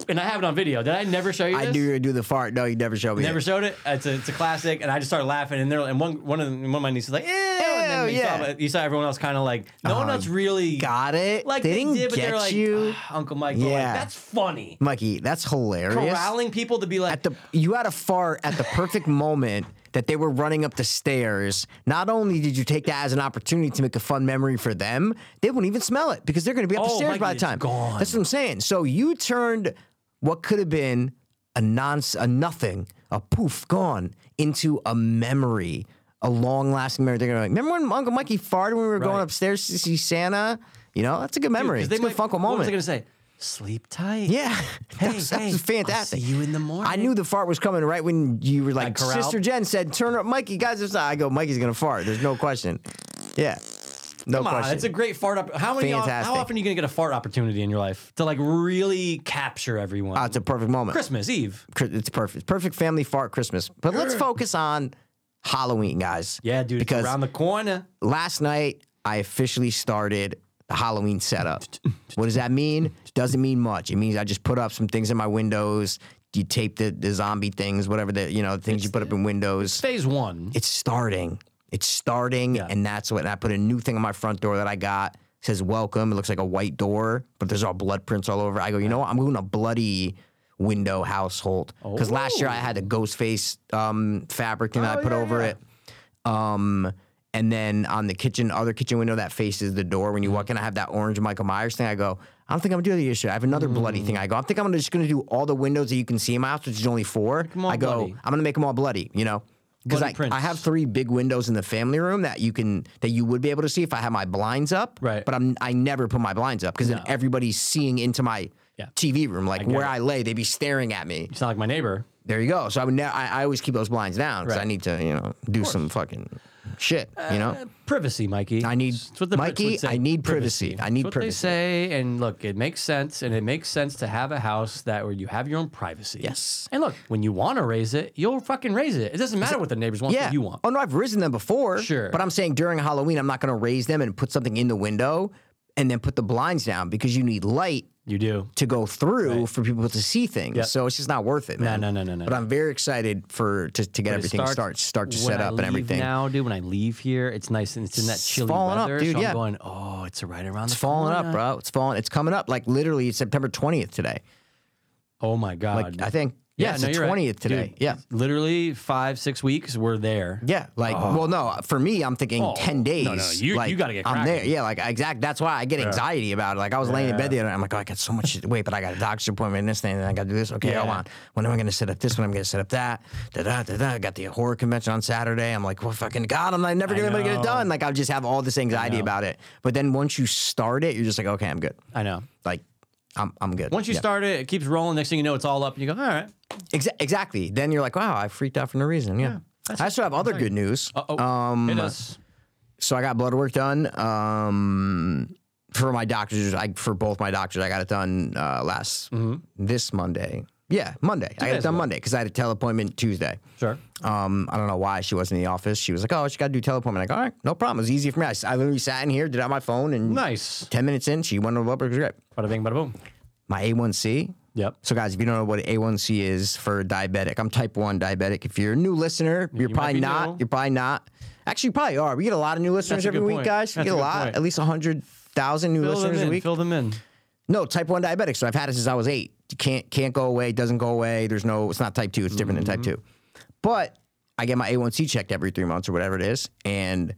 And I have it on video. Did I never show you this? I do do the fart. No, you never showed me. Never it. showed it. It's a, it's a classic, and I just started laughing. And there, and one one of them, one of my nieces was like, "Ew!" And then Ew, you, yeah. saw, you saw everyone else kind of like, no one else really Got it. Like they, didn't did, but get they were like, you, "Ah, Uncle Mike. Yeah, Yeah. like, that's funny. Mikey. That's hilarious. Corralling people to be like, At the you had a fart at the perfect moment that they were running up the stairs. Not only did you take that as an opportunity to make a fun memory for them, they won't even smell it because they're going to be up the Oh, stairs Mikey, by the it's time. gone. That's what I'm saying. So you turned what could have been a non a nothing, a poof gone into a memory. A long lasting memory. They're gonna be like, remember when Uncle Mikey farted when we were going Right. upstairs to see Santa? You know, that's a good memory. 'cause It's a good might- Funko What was moment. I gonna say? Sleep tight. Yeah, Hey, that's, hey, that's I'll fantastic. see you in the I morning. knew the fart was coming right when you were like, corralled. Sister Jen said, "Turn up, Mikey, guys." It's not. I go, Mikey's gonna fart. There's no question. Yeah, no Come on, question. it's a great fart up. How many? Fantastic. How often are you gonna get a fart opportunity in your life to like really capture everyone? Oh, it's a perfect moment. Christmas Eve. Cri- It's perfect. Perfect family fart Christmas. But let's focus on Halloween, guys. Yeah, dude. Because Because around the corner. last night I officially started the Halloween setup. what does that mean? Doesn't mean much. It means I just put up some things in my windows. You tape the, the zombie things, whatever the you know things you put up in windows. Phase one. it's starting. It's starting, Yeah. and that's what. And I put a new thing on my front door that I got. It says welcome. It looks like a white door, but there's all blood prints all over. I go, you know what? I'm doing a bloody window household because last year I had a ghost face um, fabric and I put yeah, over Oh. yeah. it. Um, and then on the kitchen, other kitchen window that faces the door, Mm-hmm. when you walk in, I have that orange Michael Myers thing. I go, I don't think I'm gonna do the issue. I have another bloody Mm. thing. I go, I think I'm gonna- just gonna do all the windows that you can see in my house, which is only four. all I go, bloody. I'm gonna make them all bloody, you know, because Bloody I, prints. I have three big windows in the family room that you can that you would be able to see if I had my blinds up. Right. But I'm I never put my blinds up because then everybody's seeing into my Yeah. TV room, like where it. I lay, they'd be staring at me. It's not like my neighbor. There you go. So I would ne- I, I always keep those blinds down because I Right. Uh, need to you know do some fucking shit. You know, privacy, Mikey. I need- That's what the Brits Mikey, would say. I need privacy. I need That's what privacy. They say, and look, it makes sense, and it makes sense to have a house that where you have your own privacy. Yes. And look, when you want to raise it, you'll fucking raise it. It doesn't matter what the neighbors want. yeah. What you want. Oh no, I've risen them before. Sure. but I'm saying during Halloween, I'm not going to raise them and put something in the window and then put the blinds down because you need light You do. to go through for people to see things. Yep. So it's just not worth it, man. no, no, no, no, But no. I'm very excited for to, to get But it everything starts start start to when set I up and leave everything. Now, dude, when I leave here, it's nice and it's in that chilly falling up, weather. dude, so yeah. I'm going, oh, it's right around It's the falling corner. up, bro. It's falling. It's coming up. Like literally, it's September 20th today. Oh my god. Like I think. Yeah, it's no, the you're right. 20th today. Dude, yeah. Literally five, six weeks, we're there. Yeah, like well, no, for me, I'm thinking Oh, ten days. no, no, you- like, you gotta get I'm there. cracking. Yeah, like exact. That's why I get anxiety about it. Like I was laying in bed the other night. I'm like, oh, I got so much. to- Wait, but I got a doctor's appointment and this thing, and I got to do this. Okay, hold Yeah. on. When am I going to set up this? When am I going to set up that? Da da da da. I got the horror convention on Saturday. I'm like, well, fucking god, I'm not, never going to get it know. done. Like I just have all this anxiety about it. But then once you start it, you're just like, okay, I'm good. I know. Like. I'm, I'm good. Once you Yeah. start it, it keeps rolling. Next thing you know, it's all up, and you go, all right. Exa- exactly. Then you're like, wow, I freaked out for no reason. Yeah. I also have other good news. Uh-oh. Um, Hit us. so I got blood work done um, for my doctors. I for both my doctors, I got it done uh, last this Monday. Yeah, Monday. I got it days done ago. Monday because I had a teleappointment Tuesday. Sure. Um, I don't know why she wasn't in the office. She was like, "Oh, she got to do teleappointment." Like, all right, no problem. It was easy for me. I, s- I literally sat in here, did it on my phone, and Nice. ten minutes in, she went on blood work. It was great. Bada bing, bada boom. My A1C. Yep. So, guys, if you don't know what A1C is for diabetic, I'm type 1 diabetic. If you're a new listener, you're might probably be not. new. You're probably not. Actually, you probably are. We get a lot of new listeners a every good week, point. guys. We That's get a a good lot, point. at least 100,000 new Fill them listeners a in. week. Fill them in. No, type 1 diabetic. So, I've had it since I was eight. You can't, can't go away, doesn't go away. There's no, it's not type 2, it's different than type 2. Mm-hmm. But I get my A1C checked every three months or whatever it is. And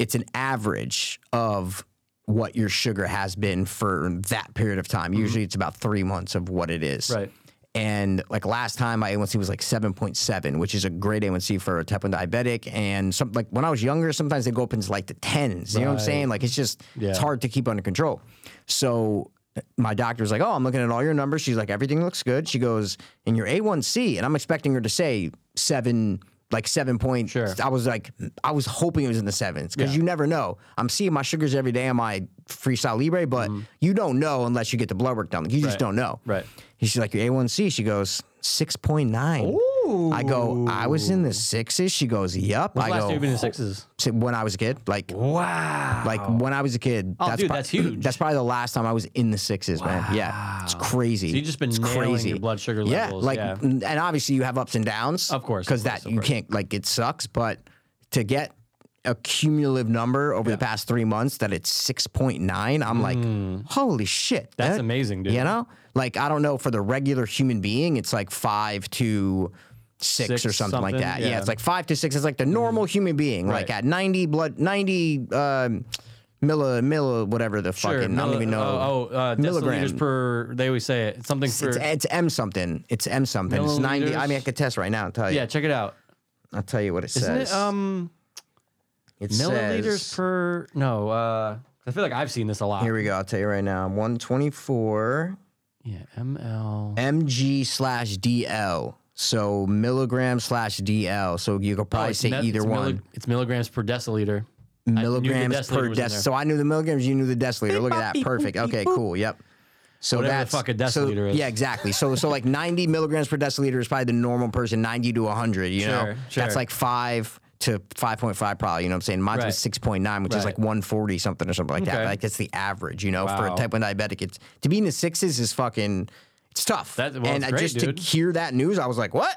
it's an average of what your sugar has been for that period of time. Usually it's about three months of what it is. Mm-hmm. Right. And like last time, my A1C was like 7.7, which is a great A1C for a type 1 diabetic. And some, like when I was younger, sometimes they go up into like the tens. You know what I'm Right. saying? Like it's just, it's Yeah. hard to keep under control. So my doctor was like, Oh, I'm looking at all your numbers. She's like, Everything looks good. She goes, And your A1C. And I'm expecting her to say seven, like seven point. Sure. I was like, I was hoping it was in the sevens because Yeah. you never know. I'm seeing my sugars every day on my freestyle libre, but you don't know unless you get the blood work done. Like, you just Mm-hmm. don't Right. know. Right. She's like, Your A1C. She goes, 6.9. Ooh. I go, I was in the sixes. She goes, Yup. I Last go, "Oh, year, you've been in sixes. "Ho-" when I was a kid, like, Wow. like when I was a kid. Oh, dude, that's huge. That's probably the last time I was in the sixes, man. Yeah, it's crazy. So you've just been it's nailing crazy. your blood sugar yeah, levels, like, yeah. n- and obviously you have ups and downs, Of course, of because course, that of you course. can't like it sucks. But to get a cumulative number over the past three months that it's six point nine, I'm like, holy shit, Mm. That's that- amazing, dude. You know, like I don't know for the regular human being, it's like five to. Six, Six or something, like something, that. Yeah. yeah. Mm-hmm. it's like five to six. It's like the normal human being, like Right. at ninety blood, ninety um, milli, milli, whatever the Sure, fucking. I don't milli- even know. Oh, oh uh, Milligram. deciliters per. They always say it. Something for. It's, it's M something. It's M something. It's ninety. I mean, I Milliliters? could test right now and tell you. yeah, check it out. I'll tell you what it Isn't says. it um it milliliters says, per? No. Uh, I feel like I've seen this a lot. Here we go. I'll tell you right now. One twenty four yeah, ml. mg slash dl. So milligram slash dl. So you could probably Oh, it's say me- either it's milli- one. it's milligrams per deciliter. I knew the milligrams deciliter per was in dec. there. So I knew the milligrams. You knew the deciliter. Look at that. Perfect. Okay. Cool. Yep. So Whatever the that's fuck a so- deciliter is. Yeah, exactly. So so like 90 milligrams per deciliter is probably the normal person, 90 to 100. You know, Sure, sure. that's like five to 5.5 probably. You know what I'm saying? Mine was Right. 6.9, which is like Right. 140 something or something like that. Okay. Like that's the average. You know, for a Wow. type one diabetic, it's to be in the sixes is fucking. It's tough. That- well, and it's I great, just dude. to hear that news, I was like, what?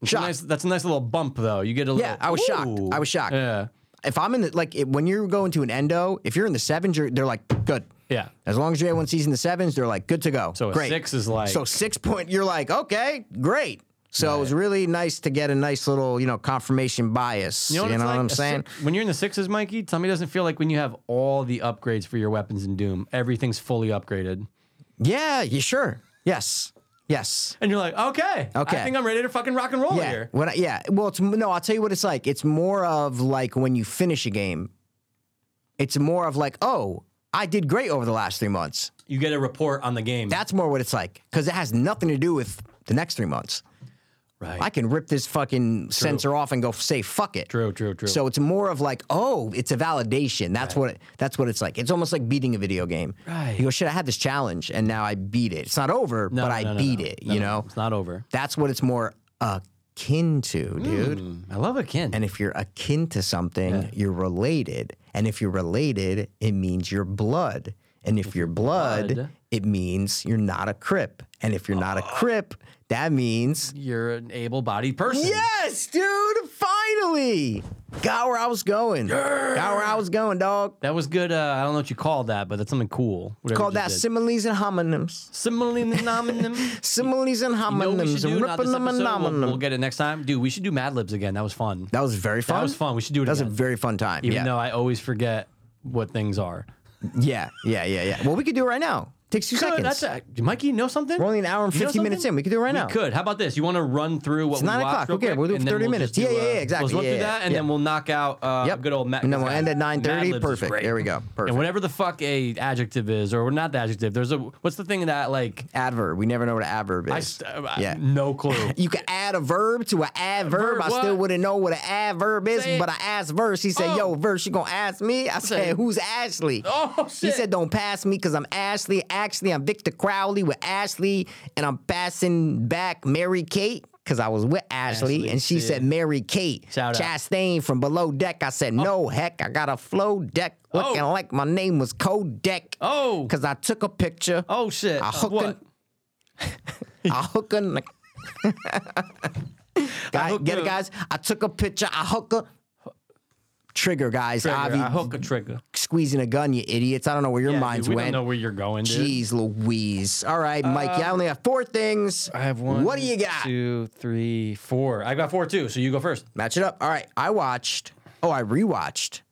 It's a Shocked. nice- that's a nice little bump, though. You get a little. Yeah, I was shocked. I was shocked. Yeah, If I'm in the like it, when you're going to an endo, if you're in the sevens, you're, they're like good. yeah. As long as your A1C's in the sevens, they're like good to go. So a great. six is like- so six point. You're like okay, great. So it was really nice to get a nice little you know confirmation bias. You know what, it's like? I'm A si- saying? when you're in the sixes, Mikey, tell me it doesn't feel like when you have all the upgrades for your weapons in Doom, everything's fully upgraded, Yeah, you sure? Yes, yes. and you're like, okay, Okay. I think I'm ready to fucking rock and roll Yeah. here. When I, yeah. Well, it's no. I'll tell you what it's like. It's more of like when you finish a game. It's more of like oh. I did great over the last three months. You get a report on the game. That's more what it's like because it has nothing to do with the next three months. Right. I can rip this fucking sensor off and go say fuck it. True, true, true. So it's more of like, oh, it's a validation. That's what that's what it's like. It's almost like beating a video game. Right. You go, shit, I had this challenge and now I beat it. It's not over, No, but no, I no, no, beat no. it. No, you no, know, it's not over. that's what it's more akin Hmm. to, dude. I love a kid. And if you're akin to something, you're related. And if you're related, it means you're blood. And if you're blood, blood- it means you're not a crip. And if you're not a crip, that means You're an able-bodied person. yes, dude. Finally, got where I was going. Got where I was going, dog. That was good. Uh, I don't know what you called that, but that's something cool. whatever Called you that did. similes and homonyms. Similarly nominum. Similes and know what we homonyms. should do? Not ripping this them and episode. We'll, nomming we'll them. get it next time, dude. We should do Mad Libs again. That was fun. That was very fun. That was fun. We should do it That was a again. very fun time. Even yeah. though I always forget what things are. yeah, yeah, yeah, yeah. Well, we could do it right now. Takes two Good, seconds. that's a, Mikey. You know something? We're only an hour and You know 50 minutes something? in. We could do it right We now. could. How about this? You want to run through what It's we nine watched o'clock. real Okay, quick, we'll do and then 30 we'll minutes. just Yeah, do, yeah, uh, yeah, exactly. Let's Yeah, do yeah, that, and yeah. then we'll knock out uh, Yep. good old Matt. And then we'll end at Mad 9:30. Libs is Perfect. great. There we go. Perfect. And whatever the fuck a adjective is, or not the adjective. There's a what's the thing that like adverb. We never know what an adverb is. I st- uh, I- Yeah. no clue. you could add a verb to an adverb. Verb, I still what? wouldn't know what an adverb is, Say it. but I asked Verse. He said, Oh. Yo, Verse, you gonna ask me? I Say said, it. Who's Ashley? Oh, He shit. said, Don't pass me because I'm Ashley. Actually, I'm Victor Crowley with Ashley, and I'm passing back Mary Kate. Because I was with Ashley, Ashley, and she yeah. said, Mary Kate. Shout out. Chastain from below deck. I said, No, heck, I got a flow deck. Looking Oh. like my name was Kodak. Oh. Because I took a picture. Oh shit. I Uh, hook what? an- I hook her. in the- Guy- hook get it, her. guys? I took a picture. I hook her. Trigger, guys. Trigger. Avi, I hook a trigger. squeezing a gun, you idiots. I don't know where your Yeah, dude, minds we went. don't know where you're going, dude. Jeez Louise. All right, Mike, I only have four things. Uh, I have one. What do you got? Two, three, four. I got four too. So you go first. Match it up. All right, I watched. Oh, I rewatched.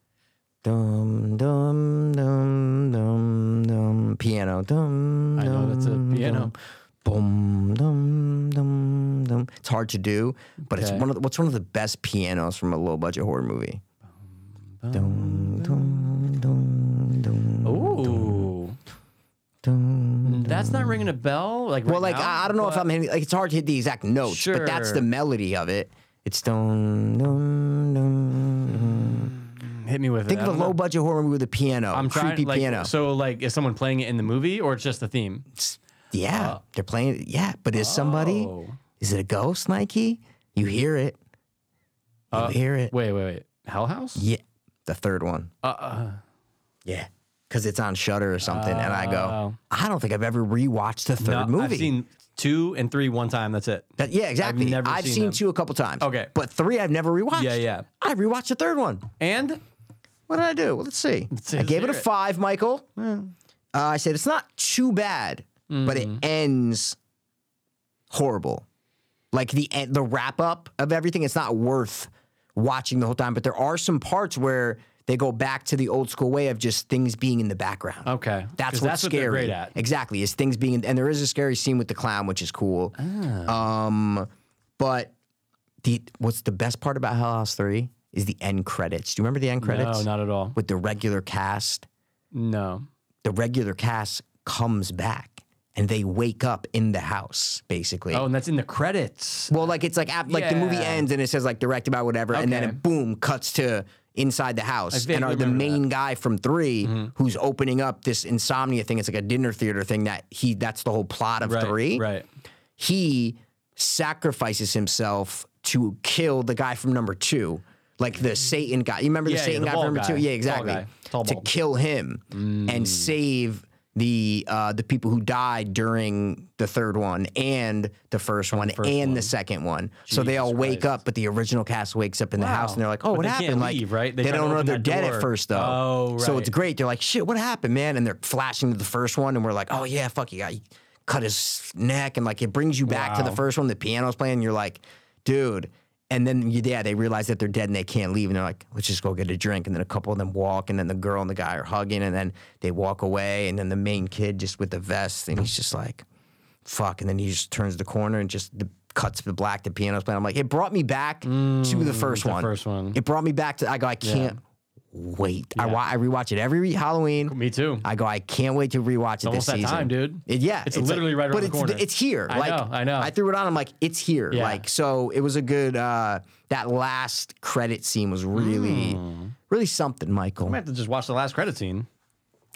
Dum, dum, dum, dum, dum. Piano. Dum, I know that's a dum, piano. Boom, dum, dum, dum. It's hard to do, but it's Okay. one of the, what's one of the best pianos from a low budget horror movie. Ooh. That's not ringing a bell. Like Well, like I, I don't know if I'm hitting, like it's hard to hit the exact notes, but that's the Sure. melody of it. It's dum, dum, dum, dum. hit me with Think it. of a low budget horror movie with a piano, I'm trying creepy like, piano. So like is someone playing it in the movie or it's just the theme? yeah, they're playing. it. Yeah, but is somebody? Uh. Oh. Is it a ghost, Mikey? You hear it? You hear it? Uh, Wait, wait, wait. Hell House? Yeah, the third one. Uh, uh, Yeah, because it's on Shutter or something, and I go, Oh. I don't think I've ever rewatched the third no, movie. I've seen two and three one time. That's it. That- yeah, exactly. I've, never seen, seen them. two a couple times. Okay. but three I've never rewatched. Yeah, yeah. I rewatched the third one. And What did I do? Well, let's see. see, I gave it a let's hear it. Hmm. five, Michael. Uh, I said it's not too bad, but Mm-hmm. it ends horrible. Like the end, the wrap up of everything, it's not worth watching the whole time. But there are some parts where they go back to the old school way of just things being in the background. Okay. that's 'Cause what's that's what scary. they're great at. Exactly, is things being and there is a scary scene with the clown, which is cool. Ah. Um, but the what's the best part about Hell House Three is the end credits. Do you remember the end credits? No, not at all. with the regular cast, No. the regular cast comes back and they wake up in the house, basically. Oh, and that's in the credits. Well, like it's like ap- like the movie Yeah. ends and it says like directed by whatever, and then Okay. it boom cuts to inside the house vaguely and are the remember Mm-hmm. main guy from 3 who's opening up this insomnia thing. It's like a dinner theater thing that he that's the whole plot of Right, three. Right. he sacrifices himself to kill the guy from number two, like the Satan guy. You remember the Yeah, yeah, Satan the guy from bald number guy. two? Yeah, Tall exactly. guy. Tall to bald. Mm. kill him and save the uh, the people who died during the third one and the first one first and one. the second one. so they Jesus all wake Christ. up, but the original cast wakes up in the house Wow. and they're like, "Oh, But what they happened?" can't like leave, right? they, They try to don't know open they're that dead at door. first though. Oh, So it's right. great. They're like, shit, what happened, man? And they're flashing to the first one, and we're like, oh yeah, fuck, he got he cut his neck, and like it brings you back to the Wow. first one. The piano's playing, and you're like, dude. And then you- yeah, they realize that they're dead and they can't leave, and they're like, let's just go get a drink. And then a couple of them walk, and then the girl and the guy are hugging, and then they walk away, and then the main kid just with the vest, and he's just like, fuck. And then he just turns the corner and just. The, Cuts to black, the piano's playing. I'm like, it brought me back to the first Mm, the one. first one. It brought me back to. I go, I can't wait. I, wa- I rewatch it every Halloween. Me too. I go, I can't wait to rewatch it this almost that season. time, dude. It- yeah, It's literally right around but the it's, corner. It's here. I like, know, I know. I threw it on. I'm like, it's here. Yeah. Like, so it was a good. uh That last credit scene was really, Mm. really something, Michael. I have to just watch the last credit scene.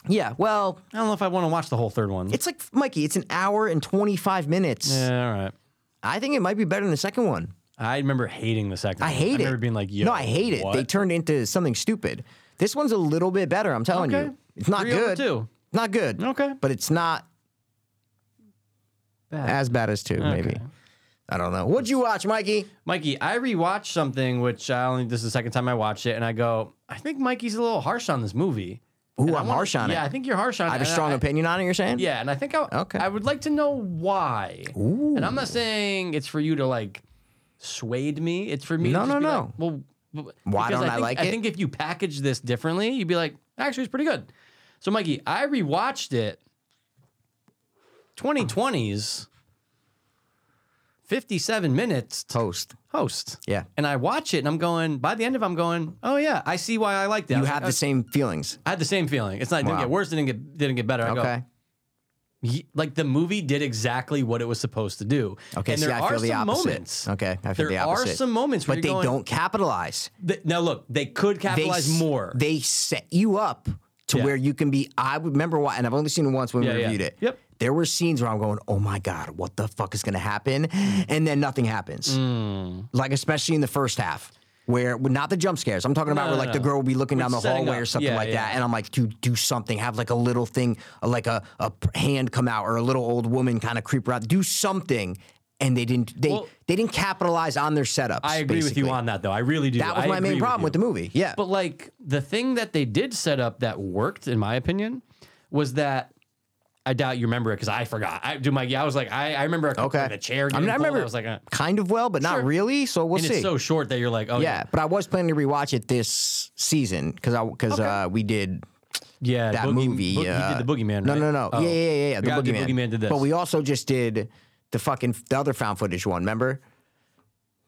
Yeah. Well, I don't know if I want to watch the whole third one. it's like Mikey. It's an hour and 25 minutes. yeah, all right. I think it might be better than the second one. I remember hating the second. I hate it. I remember being like, Yo, no, I hate it. They what? turned into something stupid. This one's a little bit better. I'm telling Okay. you, it's not Three over good. two. Not good. Okay. but it's not Bad. as bad as two. Maybe. I don't know. What'd you watch, Mikey? Mikey, I rewatched something which I only this is the second time I watched it, and I go, I think Mikey's a little harsh on this movie. Ooh, And I I'm wanna- harsh on Yeah, I it. think you're harsh on I have it. a and strong I- opinion on it. You're saying? Yeah, and I think I Okay. I would like to know why. And I'm not saying it's for you to like swayed me. It's for me. No, to just no, no. be Like, well, w- Why because don't I think- like I it? think if you package this differently, you'd be like, actually, it's pretty good. So, Mikey, I rewatched it. 2020s, 57 minutes to Host. host. Yeah. And I watch it, and I'm going. By the end of, it, I'm going. Oh yeah, I see why I liked that. I You was like, have "Oh, the same feelings. I had the same feeling. It's not it didn't Wow. get worse, it didn't get didn't get better. I Okay. go, "Ye- like the movie did exactly what it was supposed to do. Okay. and see, there I are feel some the opposite. moments. Okay. I feel there the are opposite. some moments where but they you're going, don't capitalize. They, now look, they could They capitalize s- more. They set you up to Yeah. where you can be. I remember why, and I've only seen it once when Yeah, we yeah. reviewed it. Yep. There were scenes where I'm going, "Oh my god, what the fuck is going to happen?" Mm. And then nothing happens. Like especially in the first half. Where well, not the jump scares. I'm talking about No, where no, like no. the girl will be looking We're down the setting hallway up. or something Yeah, like yeah. that, and I'm like, dude, do something. Have like a little thing, uh, like a, a p- hand come out or a little old woman kind of creep around. Do something, and they didn't. They Well- they didn't capitalize on their setups. I agree with basically. you on that though. I really do. That was I my agree main with problem you. with, the movie. Yeah. But like the thing that they did set up that worked, in my opinion, was that I doubt you remember it because I forgot. I do my. I was like, I, I remember a, Okay. the chair. I mean, getting I pulled. remember was like, uh, kind of well, but not Sure. really. So we'll and see. it's so short that you're like, oh yeah, but I was planning to rewatch it this season because I because uh, we did yeah. that Boogie- movie. Boog- uh, you did the boogeyman. No, right? no, no. Oh. Yeah, yeah, yeah, yeah. The Forgot boogeyman. did this. But we also just did the fucking the other found footage one. Remember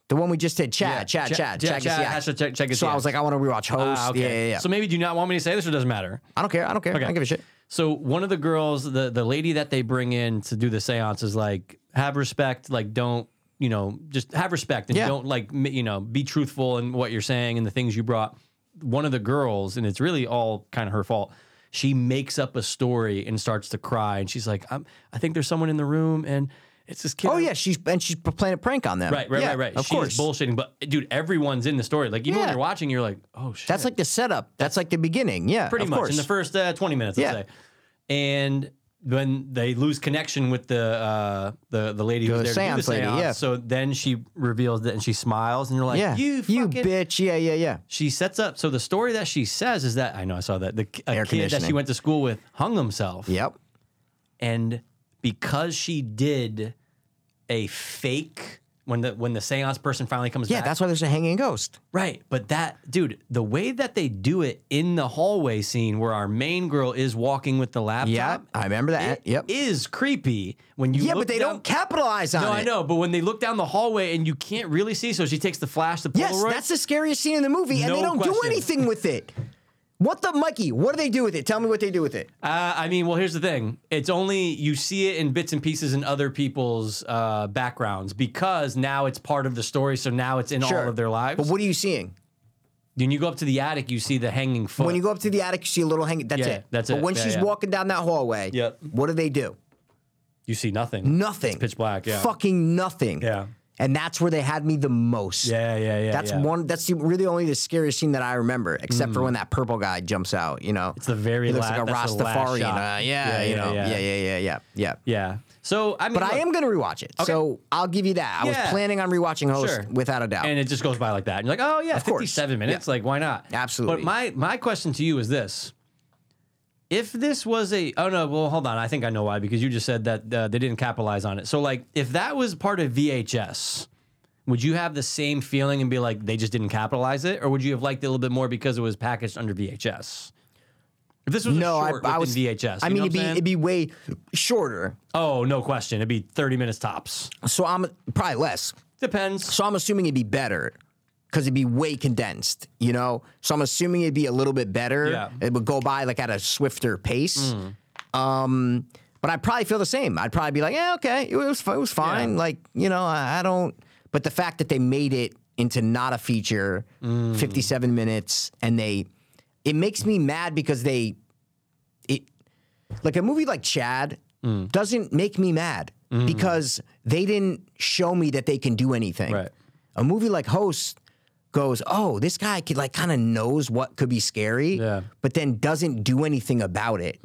the one we just did? Yeah, Chad, Chad, Chad, Chad, Chad, hashtag check- check is So the I was like, I want to rewatch Host. Ah, Yeah, yeah, yeah. So maybe do you not want me to say this or doesn't matter? I don't care. I don't care. I don't give a shit. So one of the girls, the the lady that they bring in to do the seance is like, have respect, like don't, you know, just have respect and Yeah. don't like, m- you know, be truthful in what you're saying and the things you brought. One of the girls, and it's really all kind of her fault. She makes up a story and starts to cry, and she's like, I'm, "I think there's someone in the room, and it's this kid." Oh I- yeah, she's and she's playing a prank on them. right, right, Yeah, right, right. Of She's course, bullshitting, but dude, everyone's in the story. Like even when Yeah. you're watching, you're like, "Oh shit." that's like the setup. That's like the beginning. Yeah, pretty of much course. in the first uh, 20 minutes, let's Yeah. say. And when they lose connection with the uh, the the lady who's The there to do the seance lady, seance, yeah. so then she reveals that and she smiles, and you're like, yeah, you, fucking-" bitch. Yeah, yeah, yeah. She sets up. So the story that she says is that I know I saw that the k- a Air kid that she conditioning. went to school with hung himself, Yep. and because she did a fake. When the when the seance person finally comes Yeah, back, that's why there's a hanging ghost. Right, but that dude, the way that they do it in the hallway scene where our main girl is walking with the laptop, Yeah, I remember that. it Yep. is creepy when you yeah, look but they down- don't capitalize on No, it. I know, but when they look down the hallway and you can't really see, so she takes the flash, the Polaroid. Yes, that's the scariest scene in the movie, and No they don't do question. anything with it. What the Mikey? What do they do with it? Tell me what they do with it. Uh, I mean, well, here's the thing. It's only you see it in bits and pieces in other people's uh, backgrounds because now it's part of the story. So now it's in Sure. all of their lives. But what are you seeing? when you go up to the attic, you see the hanging foot. When you go up to the attic, you see a little hanging. That's Yeah, it. that's But it. when Yeah, she's yeah. walking down that hallway, Yep. what do they do? You see nothing. Nothing. pitch black, yeah. Fucking nothing. Yeah. And that's where they had me the most. Yeah, yeah, yeah. That's yeah. Mm. one. That's the- really only the scariest scene that I remember, except for when that purple guy jumps out. You know, it's the very he looks la- like a that's the last Rastafarian. shot. Uh, yeah, Yeah, you yeah, know, yeah. yeah, yeah, yeah, yeah, yeah. Yeah. So I mean, But I look, am gonna rewatch it, so I'll give you that. I Yeah. was planning on rewatching Host Sure. without a doubt. and it just goes by like that. And you're like, oh yeah, Of course. fifty-seven minutes. Like, why not? Absolutely. But my my question to you is this: If this was a oh no, well hold on, I think I know why because you just said that uh, they didn't capitalize on it. So like, if that was part of VHS. Would you have the same feeling and be like they just didn't capitalize it, or would you have liked it a little bit more because it was packaged under VHS? If this was a no, I, short I within was VHS, I you mean, it'd know what be I'm saying? it'd be way shorter, oh no question, it'd be thirty minutes tops. so I'm probably less. Depends. So I'm assuming it'd be better. because it'd be way condensed, you know. So I'm assuming it'd be a little bit better. Yeah. It would go by like at a swifter pace. Um, but I probably feel the same. I'd probably be like, yeah, okay, it was it was fine. Like you know, I, I don't. But the fact that they made it into not a feature, 57 minutes, and they, it makes me mad because they, it, like a movie like Chad doesn't make me mad Mm-hmm. because they didn't show me that they can do anything. Right. A movie like Host goes, oh, this guy could like kind of knows what could be scary, Yeah. Mm. but then doesn't do anything about it.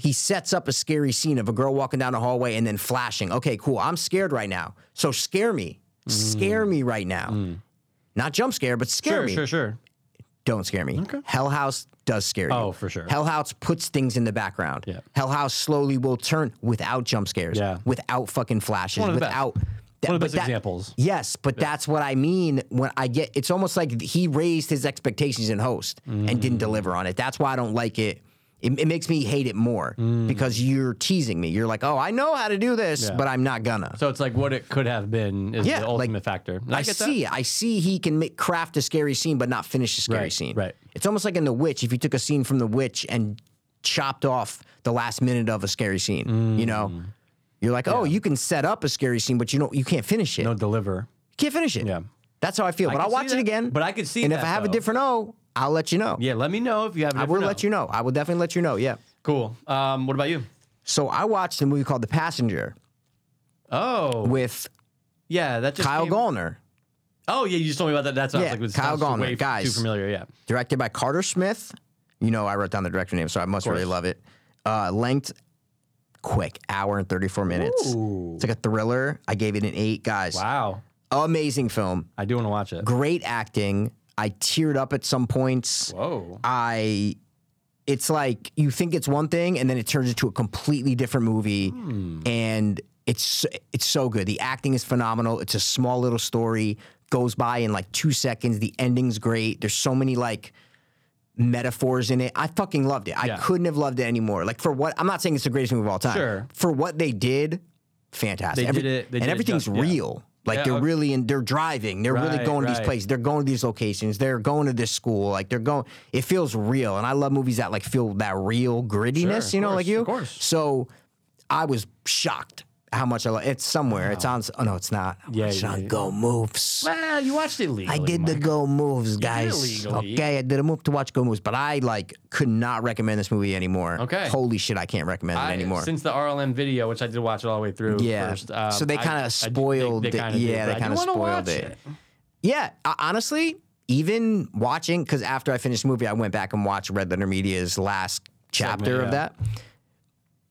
He sets up a scary scene of a girl walking down a hallway and then flashing. Okay, cool. I'm scared right now. So scare me. Mm. Scare me right now. Not jump scare, but scare Sure, me sure, sure. don't scare me. Hell House does scare you. Oh, for sure. Hell House puts things in the background. Yeah. Hell House slowly will turn without jump scares, Yeah. without fucking flashes, One of the best. without. One of the but best examples. Yes, but that's what I mean when I get. It's almost like he raised his expectations in host and Mm. didn't deliver on it. That's why I don't like it. It, it makes me hate it more because you're teasing me. You're like, oh, I know how to do this, Mm. Yeah. but I'm not gonna. So it's like what it could have been is Yeah, the like, ultimate factor. And I, get that. see. I see he can make, craft a scary scene, but not finish the scary Right, scene. right. It's almost like in The Witch. If you took a scene from The Witch and chopped off the last minute of a scary scene, you Mm. know, you're like, oh, you can set up a scary scene, but you don't. You can't finish it. No you deliver. can't finish it. Yeah. That's how I feel. but can I'll see watch that, it again. but I could see And if that, I have though. a different O, I'll let you know. Yeah, let me know if you have. I will let you know. I will definitely let you know. Yeah. Cool. Um, what about you? So I watched a movie called The Passenger Oh, with yeah, that just Kyle came- Gallner, Oh yeah, you just told me about that. That's what Yeah, I was like, Kyle sounds Gallner, way guys. too familiar. Yeah, directed by Carter Smith. You know, I wrote down the director name, so I must really love it. Uh, length, quick, hour and 34 minutes. It's like a thriller. I gave it an eight, guys. wow, Amazing film. I do want to watch it. Great acting. I teared up at some points. Whoa, I it's like you think it's one thing and then it turns into a completely different movie Hmm. and it's it's so good. The acting is phenomenal. It's a small little story goes by in like 2 seconds. The ending's great. There's so many like metaphors in it. I fucking loved it. I Yeah. couldn't have loved it anymore. Like for what I'm not saying it's the greatest movie of all time. Sure. For what they did, fantastic. They did it- they and did it everything's just- yeah. real. Like Yeah, uh, they're okay. really in they're driving. They're really Right, going to these right. places. They're going to these locations. They're going to this school. Like they're going. It feels real, and I love movies that like feel that real grittiness. Sure, you know, of like course, you. of course. So, I was shocked how much I love. It's somewhere. It's on. Oh no, it's not. Yeah, it's yeah, on yeah. Go Moves. well, you watched it legally. I did the Mike. Go Moves, guys. illegally. Okay, I did a move to watch Go Moves, but I like could not recommend this movie anymore. Okay. holy shit, I can't recommend it I- anymore. Since the RLM video, which I did watch it all the way through. Yeah. first, um, So they I- kinda I did- spoiled it. kinda did, Yeah, they but I do kinda wanna spoiled watch it. Yeah, uh, honestly, even watching because after I finished the movie, I went back and watched Red Letter Media's last chapter of yeah. that.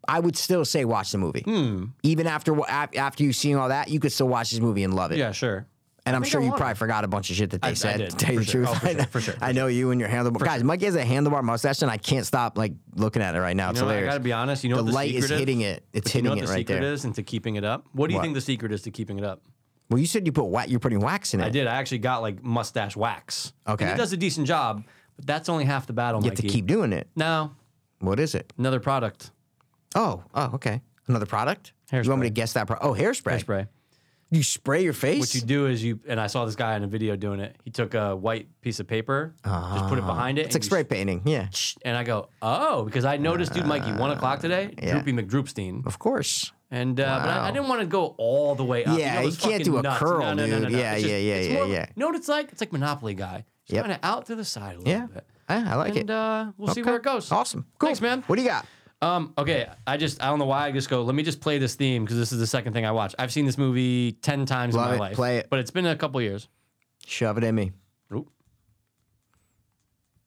I would still say watch the movie, Hmm. even after wa- af- after you seeing all that, you could still watch this movie and love it. Yeah, sure. and I'm think sure I you wanna. probably forgot a bunch of shit that they I said. did, to tell you for the sure. truth, Oh, for I, sure, for sure, for I know you and your handlebar guys. Mike has a handlebar mustache, and I can't stop like looking at it right now. You it's know, what, I hilarious. gotta be honest. You know, the, what the light is secret hitting it. It's You hitting know what it the right secret there. is into keeping it up. What do you What? think the secret is to keeping it up? Well, you said you put wax. You're putting wax in it. I did. I actually got like mustache wax. Okay. and it does a decent job, but that's only half the battle. You have to keep doing it. No, What is it? another product Oh, oh, okay. Another product? You want me to Hairspray. guess that? Pro- oh, hairspray. hairspray. You spray your face? What you do is you and I saw this guy in a video doing it. He took a white piece of paper, just put it behind it. Ah. It's like and you spray painting. Yeah. sh- And I go, oh, because I noticed, dude, Mikey, one o'clock today, yeah. Droopy McDroopstein, Of course. and uh, but I, I didn't want to go all the way up. Yeah, know, you it's can't fucking do a nuts. curl, no, no, No, no, dude. no. Yeah, It's yeah, just- yeah, it's yeah, more- yeah. You know what it's like? It's like Monopoly guy. Just Yep. kind of out to the side a little Yeah. bit. Yeah, I like And it. uh, we'll see Okay. where it goes. Awesome. Cool. Thanks, man. What do you got? Um, okay, I just I don't know why I just go. Let me just play this theme because this is the second thing I watch. I've seen this movie ten times Love in my it. life. Play it. but it's been a couple years. Shove it at me. Oop.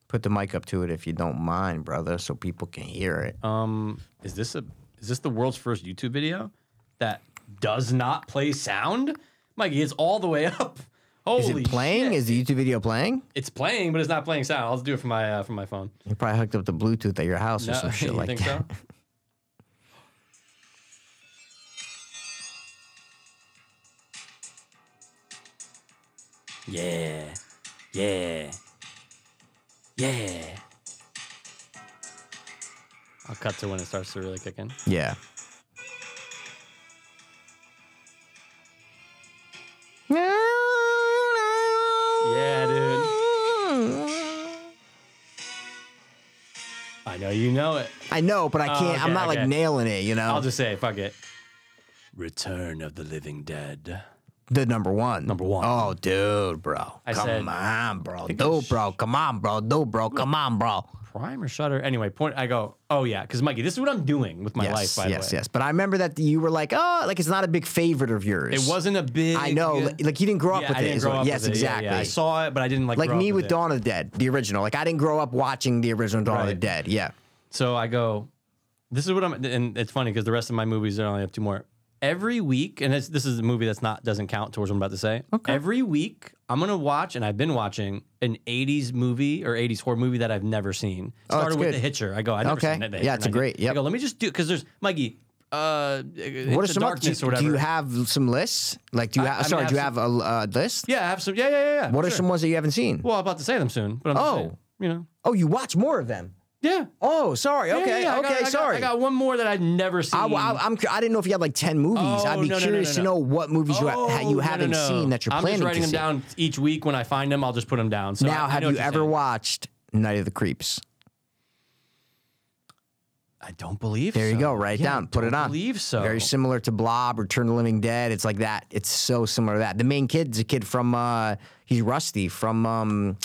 Put the mic up to it if you don't mind, brother, so people can hear it. Um, is this a is this the world's first YouTube video that does not play sound? Mikey, it's all the way up. Holy Is it playing? shit. Is the YouTube video playing? It's playing, but it's not playing sound. I'll just do it from my uh, from my phone. You probably hooked up the Bluetooth at your house or No, some shit you like think that. so? yeah, yeah, yeah. I'll cut to when it starts to really kick in. Yeah. Yeah, dude. I know you know it. I know, but I Oh, can't. I'm okay, not okay. like nailing it. You know, I'll just say, fuck it. Return of the Living Dead. the number one. Number one. Oh, dude, bro. I come said- on, bro. Dude, bro. Come on, bro. Dude, bro. Come on, bro. Prime or Shutter? Anyway, point. I go, oh yeah, because Mikey, this is what I'm doing with my life. yes, By yes, the way, yes. But I remember that you were like, oh, like it's not a big favorite of yours. it wasn't a big. I know. Yeah, Like, like you didn't grow up Yeah, with I it. didn't is grow what- up yes, with it. Yeah, yeah. exactly. I saw it, but I didn't like. like grow me up with it. Dawn of the Dead, the original. Like I didn't grow up watching the original Dawn of the Right. Dead. Yeah. So I go, this is what I'm, and it's funny because the rest of my movies are only have two more. Every week, and it's, this is a movie that's not doesn't count towards what I'm about to say. Okay. Every week, I'm gonna watch, and I've been watching an '80s movie or '80s horror movie that I've never seen. Oh, that's Started with good. The Hitcher. I go, I've never Okay. seen that. The Yeah, Hitcher, it's a and I go- great- yep. I go, let me just do because there's Mikey. Uh, What Into are some other- darkness do, or whatever? do you have some lists? Like do you I- have I mean, sorry, I do you have have a uh, list? yeah, I have some. Yeah, yeah, yeah. yeah, What are sure. some ones that you haven't seen? Well, I'm about to say them soon, but I'm just Oh. saying, you know, oh, you watch more of them. yeah. Oh, sorry. Yeah, Okay. yeah, yeah, I okay. got- I got- sorry. I got one more that I've never seen. I, I, I'm, cu- I didn't know if you had like 10 movies. I'd Oh, be no, no, no, curious no, to no. know what movies you, ha- Oh, you no, haven't no, no. seen that you're I'm planning just writing to them see. down each week when I find them. I'll just put them down. So now, I, I have know what you you're ever saying. watched Night of the Creeps? I don't believe. There you so. go. Write it Yeah, I down. Put it don't on. Believe so. Very similar to Blob, Return of the Living Dead. It's like that. It's so similar to that. The main kid's a kid from, uh, he's Rusty from um,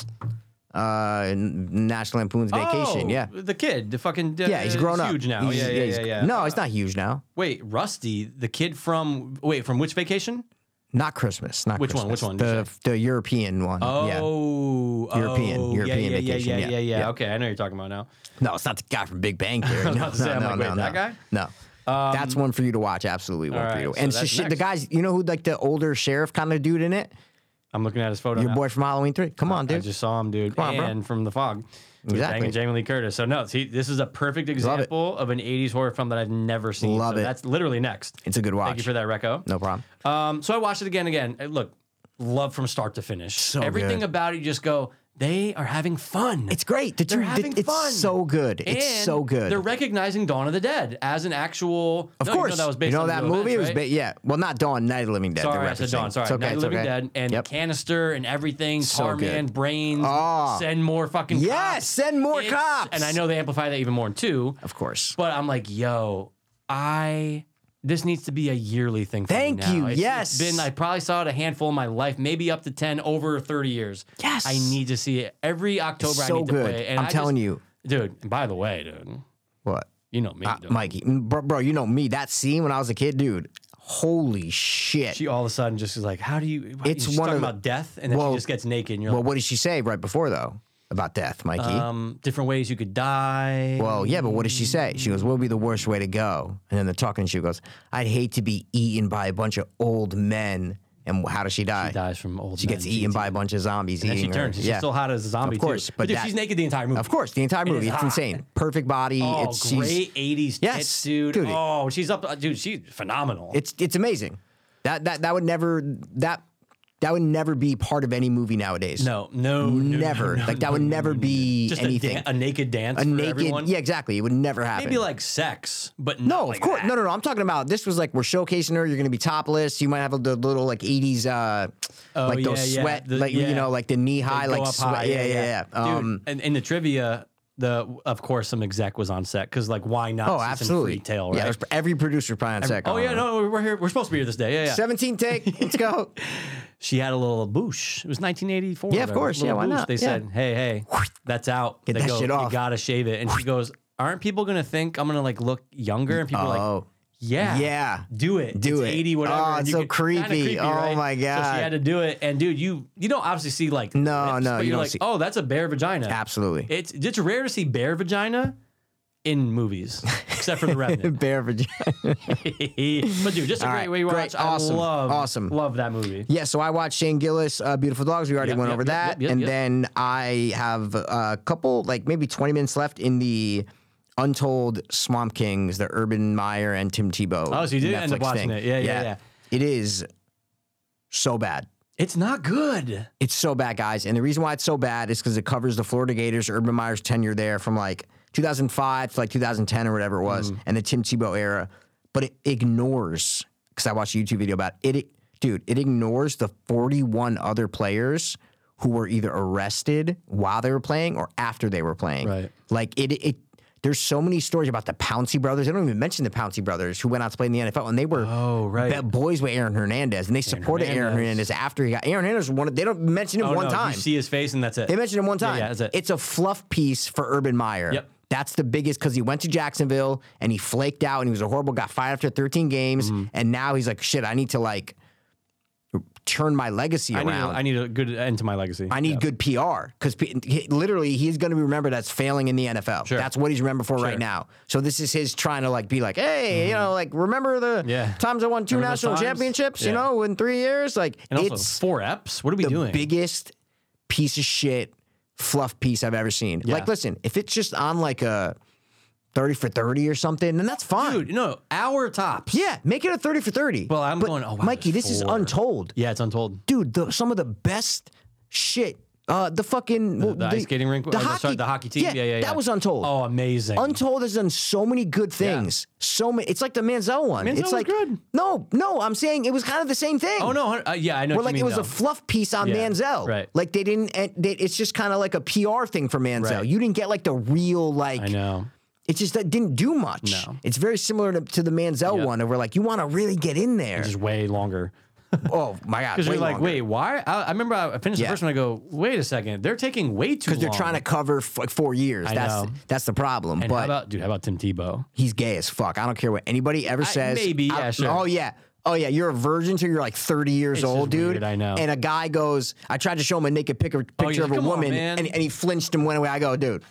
uh, N- National Lampoon's Vacation. Oh, Yeah. the kid, the fucking Yeah, he's grown up. Huge now. He's- yeah, yeah, yeah, he's- yeah. No, he's not huge now. Wait, Rusty, the kid from wait from which vacation? Not Christmas. Not Which one? Christmas. Which one? The, the European one. Yeah. Oh, European- oh, European yeah, yeah, vacation, Yeah, yeah, yeah, yeah, yeah, yeah. Okay, I know what you're talking about now. No, it's not the guy from Big Bang Theory. No, about to say, no, I'm no, like, no, wait, no. that guy? No. that's one for you to watch. Absolutely one All for you. right, to And so so that's she, the next. guys, you know who like the older sheriff kind of dude in it? I'm looking at his photo. Your now. boy from Halloween three. Come on, Oh, I dude. just saw him, dude, on, bro. and from the fog. With Exactly. banging Jamie Lee Curtis. So no, see, this is a perfect example of an '80s horror film that I've never seen. Love so it. That's literally next. it's a good Thank watch. you for that, Reco. No problem. Um, so I watched it again, again. Uh, Look, love from start to finish. So everything good. about it, you just go. They are having fun. It's great. Did They're you? having did- it's fun. so good. it's And so good. They're recognizing Dawn of the Dead as an actual. of No, course, you know that was based on real movie. it events, was ba- right? yeah. Well, not Dawn. Night of the Living Dead. they're Sorry, I said referencing. Dawn. Sorry, It's okay, Night of it's the Living okay. Dead and Yep. Canister and everything. So Tar Man, good. Brains. Oh. Send more fucking. Yes, cops. send more It's- cops. And I know they amplify that even more in two. Of course. But I'm like, yo, I this needs to be a yearly thing. For Thank me now. you. It's- Yes. it's been I probably saw it a handful in my life, maybe up to ten over thirty years. Yes. I need to see it every October. I so need to good. play. it. And I'm I telling just- you. dude. and By the way, dude, What? you know me, Uh, dude. Mikey, bro, bro, you know me. That scene when I was a kid, dude. Holy shit. She all of a sudden just is like, how do you? why- It's she's one talking of the- about death, and then Well, she just gets naked, and you're Well, what did she say right before though about death, Mikey? like, um, different ways you could die. well, yeah, but what did she say? She goes, "What would be the worst way to go?" And then they're talking, and she goes, "I'd hate to be eaten by a bunch of old men." And how does she die? She, dies from old. gets men. eaten by a bunch of zombies. And then eating she turns. Her. She's yeah, still hot as a zombie. Of course, too. but dude, that- she's naked the entire movie. of course, the entire is movie. It's hot. insane. Perfect body. Oh, it's she's- great '80s Yes, tits, dude. dude. Oh, she's up, uh, dude. She's phenomenal. It's it's amazing. That that that would never that that would never be part of any movie nowadays. no, no, no, never. no, no, like that no, would no, never no, no. be just anything. A, dan- a naked dance. A for naked, everyone. yeah, exactly. It would never happen. Maybe like sex, but No, not of like course. that. No, no, no. I'm talking about this was like we're showcasing her. You're going to be topless. You might have the little like 80s, uh, Oh, like those yeah, yeah. sweat, The- like yeah. you know, like the knee high, Go like up sweat. high, yeah, yeah, yeah. Um, Dude, and in the trivia, the of course some exec was on set because like why not? oh, see some absolutely. Free tail, Yeah, right? there's- every producer probably on set. oh going yeah, on. no, we're here. We're supposed to be here this day. Yeah, yeah. 17 take. Let's go. She had a little boosh. It was 1984. Yeah, of whatever, course. little Yeah, why boosh. not? They Yeah. said, hey, hey, that's out. Get they that go, shit You off. gotta shave it. And she goes, aren't people gonna think I'm gonna like look younger? And people are like, Oh, yeah, yeah. do it, Do It's it. 80 whatever. Oh, and it's you so get- creepy. kinda creepy. Oh, right? my So God. she had to do it, and dude, you you don't obviously see like No, lips, no, but you you're don't like, see- oh, that's a bare vagina. Absolutely. It's it's rare to see bare vagina in movies, except for the Revenant. Bare vagina. but dude, just a All great right, way to great, watch. awesome, I love, awesome. love that movie. Yeah, so I watched Shane Gillis, uh, Beautiful Dogs. We already Yep, went yep, over yep, that. yep, yep, and yep. then I have a couple, like maybe 20 minutes left in the Untold Swamp Kings, the Urban Meyer and Tim Tebow. Oh, so you did end up Netflix watching thing. it. Yeah, yeah, yeah. It is so bad. It's not good. It's so bad, guys. And the reason why it's so bad is because it covers the Florida Gators, Urban Meyer's tenure there from like 2005 to like 2010 or whatever it was, Mm-hmm. and the Tim Tebow era. But it ignores, because I watched a YouTube video about it, it. Dude, it ignores the 41 other players who were either arrested while they were playing or after they were playing. Right. Like it, it. There's so many stories about the Pouncy brothers. They don't even mention the Pouncy brothers who went out to play in the NFL, and they were Oh, right. be- boys with Aaron Hernandez, and they supported Aaron Hernandez. Hernandez after he got Aaron Hernandez. One, they don't mention him Oh, one no, time. You see his face and that's it. They mentioned him one Yeah, time. yeah, that's it. It's a fluff piece for Urban Meyer. Yep. That's the biggest because he went to Jacksonville and he flaked out and he was a horrible. Got fired after 13 games, Mm-hmm. and now he's like, shit. I need to like turn my legacy I need, a, around. I need a good end to my legacy. I need good PR because P- he- literally he's going to be remembered as failing in the NFL. Sure. That's what he's remembered for Sure. Mm-hmm. right now. So this is his trying to like be like, hey, you know, like remember the Yeah. times I won two Remember those national times? championships, you Yeah. know, in three years. Like And also, it's four eps. What are we the doing? biggest piece of shit fluff piece I've ever seen. Yeah. Like, listen, if it's just on like a thirty for thirty or something, then that's fine. Dude, no, hour tops. Yeah, make it a thirty for thirty. Well, I'm But, going, oh, wow, Mikey, there's this is four. untold, Yeah, it's untold. dude. The, some of the best shit. Uh, the fucking well, the ice skating rink- the oh, no, hockey, sorry, the hockey team. Yeah, yeah, yeah. That was untold. Oh, amazing. Untold has done so many good things. So many. It's like the Manziel one. Manziel was it's like good. no, no. I'm saying it was kind of the same thing. oh, no. hun- Uh, yeah, I know Well, what you like mean, it was though. a fluff piece on Yeah, Manziel. right. Like they didn't. and They, it's just kind of like a PR thing for Manziel. Right. You didn't get like the real like. I know. It just that didn't do much. No. It's very similar to, to the Manziel Yep. one, where like you want to really get in there. Just way longer. oh my god! Because way you're like, longer. wait, why? I, I remember I finished Yeah. the first one. I go, wait a second. They're taking way too Because long. they're trying to cover f- like four years. I that's know. that's the problem. And how but about, dude, how about Tim Tebow? he's gay as fuck. I don't care what anybody ever says. maybe, I- yeah, sure. Oh yeah. Oh yeah, you're a virgin till you're like 30 years It's just old, dude. weird, I know. And a guy goes, I tried to show him a naked pic- picture you're of like, a "Come on, woman, man." and, and he flinched and went away. I go, dude,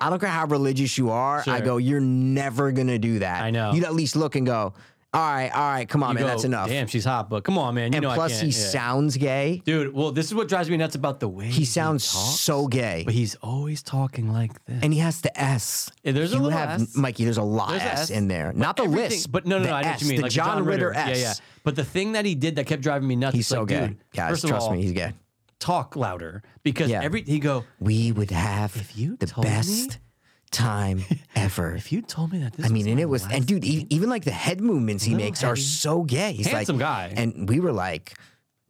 I don't care how religious you are. I Sure. go, you're never gonna do that. I know. You'd at least look and go, all right, all right, come on, You man, go, that's enough. Damn, she's hot, but come on, man. You and know I plus, can't. he yeah. sounds gay. Dude, well, this is what drives me nuts about the way He sounds talks, so gay, But he's always talking like this. and he has the S. Yeah, there's a You little have- S. Mikey. There's a lot There's a S, S, in there, not the Everything- list, But no, no, the no I know S, what you mean. The like the John, Ritter, S. Yeah, yeah. But the thing that he did that kept driving me nuts. He's is so like, gay, dude, guys. first of Trust all, me, he's gay. Talk louder because Yeah. every he go. We would have you the told me- best time ever. If you told me that this, I mean, was and my it was, last and dude, e- even like the head movements he Little makes are head- so gay. He's Handsome like, guy. and we were like,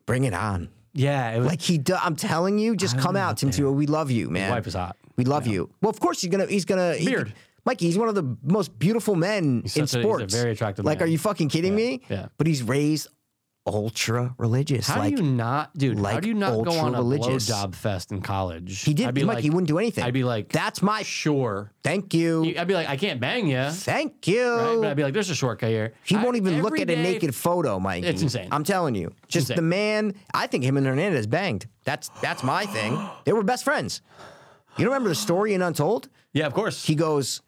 bring it on. yeah, it was Like he, do, I'm telling you, just come out, Tim Tebow. We love you, man. wife is hot. We love you. Well, of course he's gonna. He's gonna. he- Beard. Mikey, he's one of the most beautiful men in such a- he's a sports. very attractive Like, man. are you fucking kidding me? yeah. But he's raised ultra religious. How like do you not, dude? how like do you not go on a ultra-religious. blowjob fest in college? he did, I'd be Mikey. like, he wouldn't do anything. I'd be like, That's my. sure. thank you. I'd be like, I can't bang you. Right? Thank you. But I'd be like, there's a shortcut here. He I- won't even look every at a day- naked photo, Mike. It's insane. I'm telling you. Just insane. the man. I think him and Hernandez banged. That's that's my thing. They were best friends. You don't remember the story in Untold? Yeah, of course. He goes,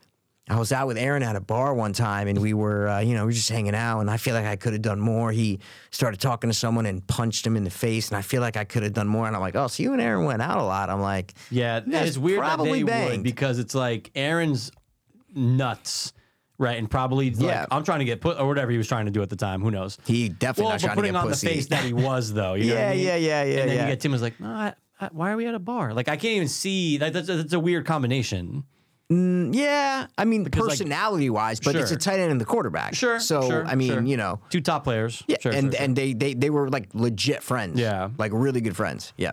I was out with Aaron at a bar one time, and we were, uh, you know, we were just hanging out, and I feel like I could have done more. He started talking to someone and punched him in the face, and I feel like I could have done more. And I'm like, oh, so you and Aaron went out a lot. I'm like, Yeah, You guys it's weird that probably they would banged. because it's like Aaron's nuts, right? And probably like, Yeah. I'm trying to get put or whatever he was trying to do at the time. Who knows? He definitely well, not but trying to putting get on pussy. the face that he was though. You know what Yeah, I mean? yeah, yeah, yeah, And then yeah. you get Tim was like, no, I, I, why are we at a bar? Like I can't even see. Like that's, that's a weird combination. yeah, I mean, like- personality wise, but it's a Sure. tight end and the quarterback. Sure. So, sure, I mean, sure. you know. two top players. Yeah, Sure, and sure, and they, they they were like legit friends. Yeah. like really good friends. Yeah. sure.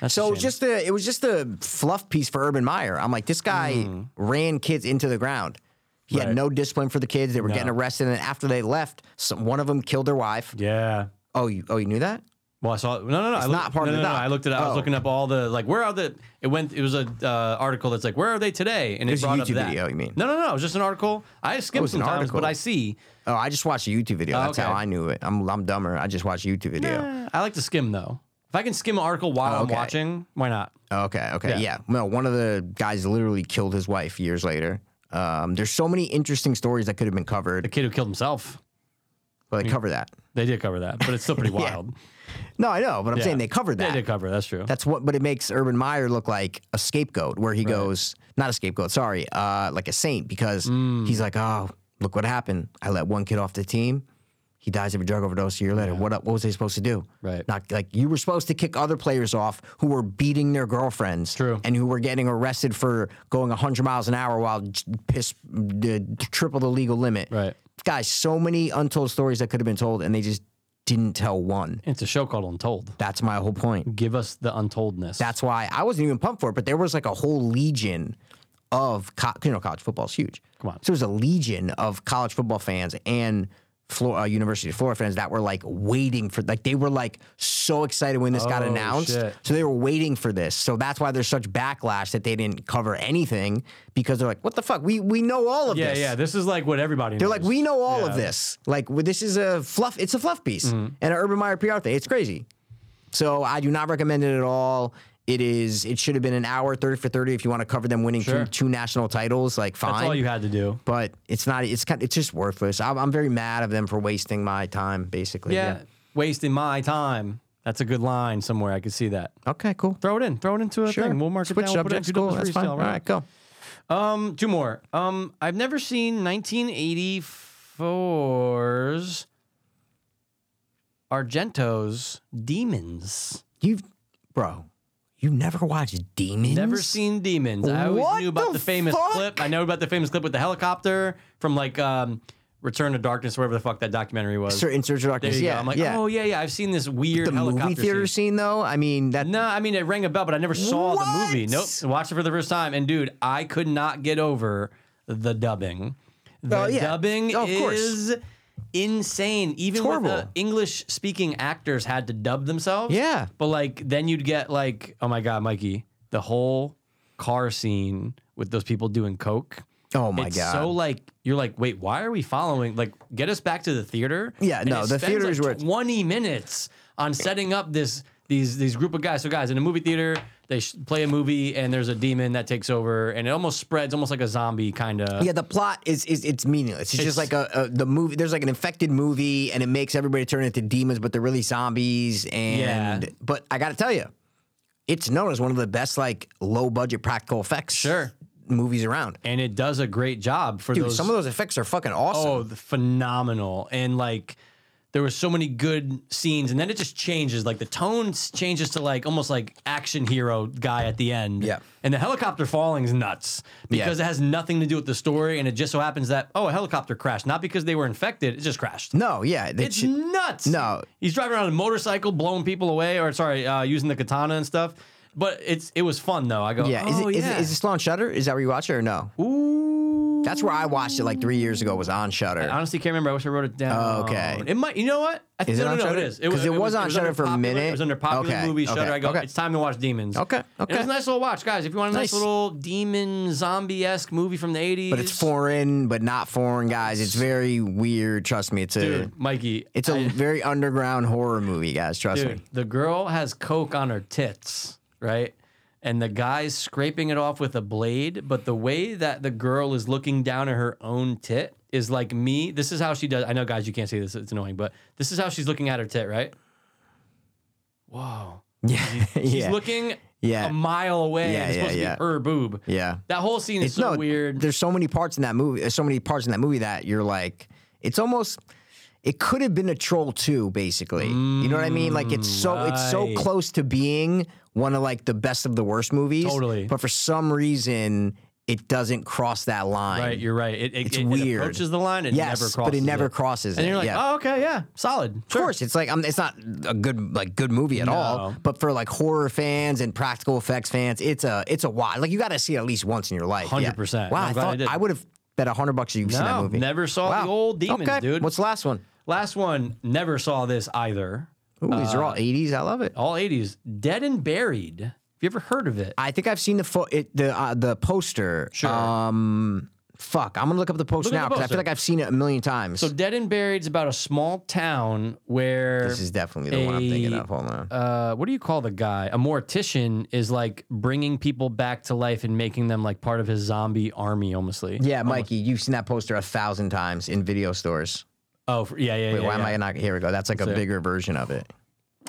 That's a So shame. just the it was just the fluff piece for Urban Meyer. I'm like, this guy ran kids into the ground. He Hmm. Right. had no discipline for the kids. They were No. getting arrested, and after they left, some, one of them killed their wife. yeah. Oh, you oh you knew that? Well, I saw no, no, no. It's I not part no, of no, the no, doc. I looked it up. I was Oh. looking up all the like. Where are the? It went. It was a uh, article that's like, where are they today? And There's it a brought YouTube up that. video, you mean? No, no, no. It was just an article. I skip Oh, it's an sometimes, article. but I see. Oh, I just watched a YouTube video. Oh, That's how okay. I knew it. I'm I'm dumber. I just watched a YouTube video. Eh, I like to skim though. If I can skim an article while Oh, okay. I'm watching, why not? Okay, okay, Yeah. yeah. No, one of the guys literally killed his wife years later. Um, there's so many interesting stories that could have been The covered, kid who killed himself. but Mm-hmm. they cover that. They did cover that, but it's still pretty wild. No, I know, but I'm Yeah. saying they covered that. They did cover. it, That's true. That's what, but it makes Urban Meyer look like a scapegoat, where he goes, not a scapegoat, sorry, uh, like a saint, because Mm. he's like, oh, look what happened. I let one kid off the team. He dies of a drug overdose a year later. What what was they supposed to do? Right. Not like you were supposed to kick other players off who were beating their girlfriends, True. and who were getting arrested for going 100 miles an hour while j- piss d- triple the legal limit. Right. Guys, so many untold stories that could have been told, and they just didn't tell one. It's a show called Untold. That's my whole point. Give us the untoldness. That's why I wasn't even pumped for it, but there was like a whole legion of co- you know college football's huge. Come on. so there was a legion of college football fans and Florida, uh, University of Florida fans that were like waiting for like they were like so excited when this got Oh, announced. shit. So they were waiting for this. So that's why there's such backlash that they didn't cover anything because they're like, what the fuck? We we know all of yeah, this. yeah. This is like what everybody. They're like, we know all of Yeah. Mm. this. Like, well, this is a fluff. It's a fluff piece and an Urban Meyer PR thing. It's crazy. So I do not recommend it at all. It is. It should have been an hour thirty for thirty if you want to cover them winning Sure. two, two national titles. Like, fine. That's all you had to do. but it's not. It's kind. It's just worthless. I'm, I'm very mad of them for wasting my time. Basically. Yeah. Wasting my time. That's a good line somewhere. I could see that. Okay. Cool. Throw it in. Throw it into a Sure. thing. We'll mark Switch it down. We'll put it in subjects. Two Cool. Doubles That's Freestyle, fine. All right? right. Go. Um, two more. Um, I've never seen 1984's Argento's Demons. You've, bro. You never watched Demons. Never seen Demons. I always What knew about the the, famous fuck? clip. I know about the famous clip with the helicopter from like um, Return to Darkness, wherever the fuck that documentary was. Certain Search of there Darkness. you Yeah. go. I'm like, yeah. oh yeah, yeah. I've seen this weird the helicopter movie theater scene. scene, though. I mean, that No, I mean it rang a bell, but I never saw the movie. What? Nope, watched it for the first time, and dude, I could not get over the dubbing. The Oh, yeah. dubbing Oh, of course. is insane. Even It's when the horrible. English speaking actors had to dub themselves. Yeah. but like then you'd get like, oh my god, Mikey, the whole car scene with those people doing coke. Oh my it's god! So like you're like, wait, why are we following? Like, get us back to the theater. Yeah, no, the theater theater's is where it's- twenty minutes on setting up this these these group of guys. So guys in a movie theater, they sh- play a movie, and there's a demon that takes over, and it almost spreads, almost like a zombie kind of. yeah, the plot is is it's meaningless. It's, It's- just like a, a the movie. There's like an infected movie, and it makes everybody turn into demons, but they're really zombies. And Yeah. but I got to tell you, it's known as one of the best like low budget practical effects Sure. movies around. and it does a great job for Dude, those. some of those effects are fucking awesome. Oh, the phenomenal. And like there were so many good scenes and then it just changes like the tone s- changes to like almost like action hero guy at the end. Yeah. And the helicopter falling is nuts because Yeah. it has nothing to do with the story and it just so happens that oh, a helicopter crashed not because they were infected, it just crashed. No, yeah, they It's should- nuts. No. he's driving around on a motorcycle, blowing people away, or sorry, uh, using the katana and stuff. But it's it was fun though. I go, yeah. Is, oh, it, is, yeah. it, is it still on Shutter? Is that where you watch it or no? Ooh. That's where I watched it like three years ago. Was on Shutter. I honestly can't remember. I wish I wrote it down. Oh, Okay. It might. You know what? I think Is it no, on no, no, Shudder? it is. 'Cause it was on under Shudder for a popular- minute. It was under popular Okay, movie Shutter. okay, I go. okay. It's time to watch Demons. Okay, And it okay. was a nice little watch, guys. If you want a Nice. nice, little demon zombie esque movie from the eighties, but it's foreign, but not foreign, guys. It's very weird. Trust me, it's a Dude, Mikey. It's a I- very underground horror movie, guys. Trust dude. me. The girl has coke on her tits, right? And the guy's scraping it off with a blade. But the way that the girl is looking down at her own tit is like me. This is how she does. I know, guys, you can't see this. It's annoying, but this is how she's looking at her tit, right? Whoa. Yeah, She's yeah, looking Yeah. a mile away. Yeah, and it's yeah, supposed yeah. to be her boob. yeah. That whole scene is It's so no weird. There's so many parts in that movie. There's so many parts in that movie that you're like, it's almost. It could have been a troll too, basically. you know what I mean? Like it's so it's so Mm, right. close to being one of like the best of the worst movies. Totally. But for some reason, it doesn't cross that line. Right, you're right. It, it, It's it- it weird. approaches the line. It yes, never crosses but it never it. crosses. And it. you're like, yeah. oh, okay, yeah, solid. Of course, it's like um, it's not a good like good movie at all. No. But for like horror fans and practical effects fans, it's a it's a watch. Like you got to see it at least once in your life. Yeah. 100%. Wow, I'm I glad I thought did. I, would have bet a hundred bucks you've seen that No, movie. never saw Wow. the old demons, okay. dude. What's the last one? Last one, never saw this either. Ooh, these are all Uh, eighties. I love it. All 80s. Dead and Buried. Have you ever heard of it? I think I've seen the fo- it, the uh, the poster. Sure. Um, fuck, I'm gonna look up the post Look at now the because I poster. feel like I've seen it a million times. so Dead and Buried is about a small town where this is definitely the one I'm thinking a- of. Hold on. uh, what do you call the guy? A mortician is like bringing people back to life and making them like part of his zombie army, almostly. yeah, Mikey, you've seen that poster a thousand times in video stores. Oh, f- yeah, yeah, Wait, yeah. why yeah. am I not? Here we go. That's like a it. bigger version of it.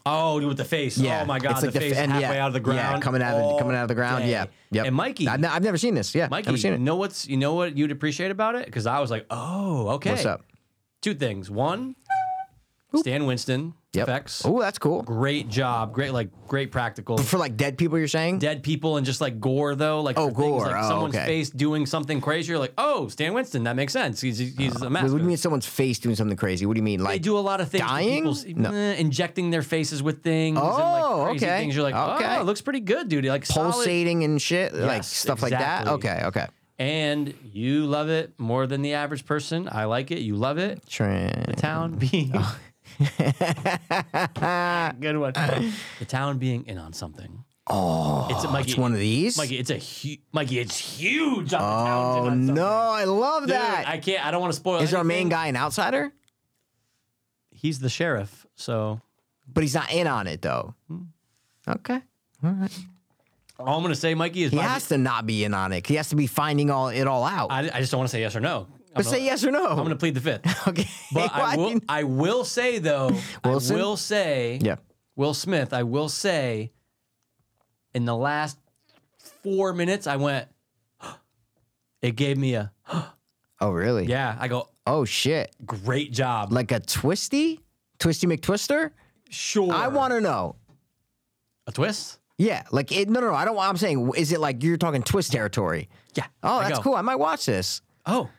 Oh, with the face. Yeah. Oh my God, It's like the, the f- face and yeah, halfway out of the ground. yeah, coming out of the- all coming out of the ground, day. yeah, yep. And Mikey, I've, ne- I've never seen this. Yeah, Mikey, never seen you it. know what's you know what you'd appreciate about it? Because I was like, oh, okay. What's up? Two things. One, Stan Winston Yep. effects. Oh, that's cool. Great job. Great like great practical. For like dead people, you're saying? Dead people and just like gore though, like Oh, for things gore. like Oh, someone's okay. face doing something crazy. You're like, oh, Stan Winston, that makes sense. He's he's a Wait, master. what do you mean someone's face doing something crazy? What do you mean? they Like, do a lot of things. with dying? people's- No. eh, injecting their faces with things. and Oh, like crazy okay. Things. You're like, Okay. oh, it looks pretty good, dude. Like solid- pulsating and shit? like Yes, stuff like exactly. that? Okay, okay. and you love it more than the average person. I like it. You love it. The Trent. town being Oh. good one. The town being in on something. Oh, it's, Mikey, It's one of these? Mikey, it's a hu- Mikey. It's huge. On the town's in oh, on something. no. I love Dude, that. Is I can't. I don't want to spoil. our main anything. guy an outsider? He's the sheriff. So But he's not in on it, though. Hmm. Okay. all I'm gonna say, Mikey, is Oh. He my- has to not be in on it. He has to be finding all it all out. I, I just don't want to say yes or no. I'm but say gonna- yes or no. I'm gonna plead the fifth. okay. But I Why? will, I will say though, Wilson? I will say, Yeah. Will Smith. I will say, in the last four minutes, I went. It gave me a Oh, really? yeah. I go Oh, shit. great job. Like a twisty? Twisty McTwister? sure, I want to know. a twist. Yeah, like it. No, no, no. I don't. I'm saying, is it like you're talking twist territory? Yeah. Oh, I that's go, cool. I might watch this. Oh,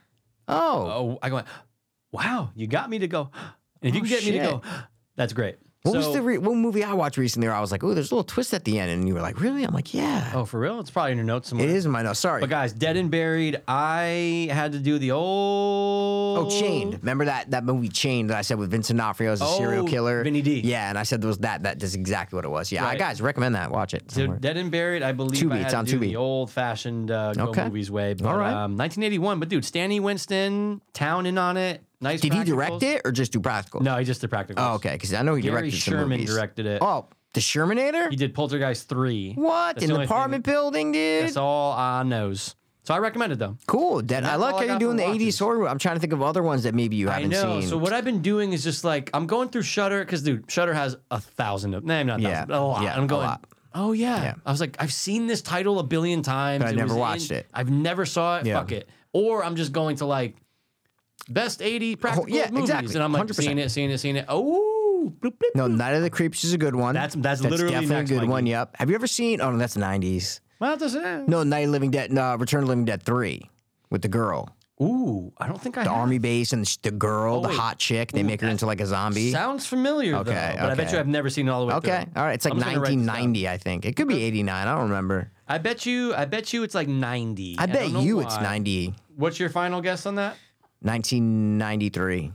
Oh, oh. I go. Wow, you got me to go. And if you Oh, can get me to shit. go, that's great. what so, was the re- what movie I watched recently? Where I was like, oh, there's a little twist at the end, and you were like, really? I'm like, yeah, oh for real? It's probably in your notes somewhere. it is in my notes. Sorry. But guys, dead and buried. I had to do the old Oh, Chained. Remember that that movie Chained that I said with Vincent D'Onofrio as a serial Oh, killer? Vinny D. Yeah, and I said there was that. That is exactly what it was. Yeah, I Right. guys recommend that. Watch it. So somewhere. Dead and Buried, I believe Tubi, I it's had on to do Tubi. the old-fashioned uh, go Okay. movies way. But, All right. um, 1981. But dude, Stanley Winston, town in on it. Nice. Did he direct practicals. it or just do practical? No, he just did practicals. Oh, okay, because I know he Gary directed some Sherman movies. directed it. Oh, the Shermanator. He did Poltergeist three. What That's in the only thing- apartment building, dude? That's all I knows. So I recommend it though. Cool, Dad. I that's like all how I you're got doing for the watches. '80s horror. I'm trying to think of other ones that maybe you I haven't know. seen. So what I've been doing is just like I'm going through Shutter because dude, Shutter has a thousand of nah, not a Yeah. thousand, but a lot. Yeah, I'm a going. lot. Oh yeah. Yeah. I was like, I've seen this title a billion times. But I It was never watched it. I've never saw it. Yeah. Fuck it. Or I'm just going to like best 80 practical Oh, yeah, movies, exactly. and I'm like 100%. seeing it, seeing it, seeing it. Oh, bloop, bloop. no, Night of the Creeps is a good one. That's- that's literally definitely next, a good Mikey. one. Yep. Have you ever seen? Oh no, that's '90s. Well, it doesn't. No, Night of Living Dead. No, Return of the Living Dead three with the girl, Ooh, I don't think I. the have. army base, and the girl, the Uh-huh. Oh, wait. hot chick. They make her into like a zombie. sounds familiar. though, Okay, but I bet okay. you I've never seen it all the way. Okay, through. all right. It's like I'm just gonna write this down. 1990, I think. It could be 89. I don't remember. I bet you. I bet you it's like 90. I bet don't know you it's why. 90, What's your final guess on that? 1993,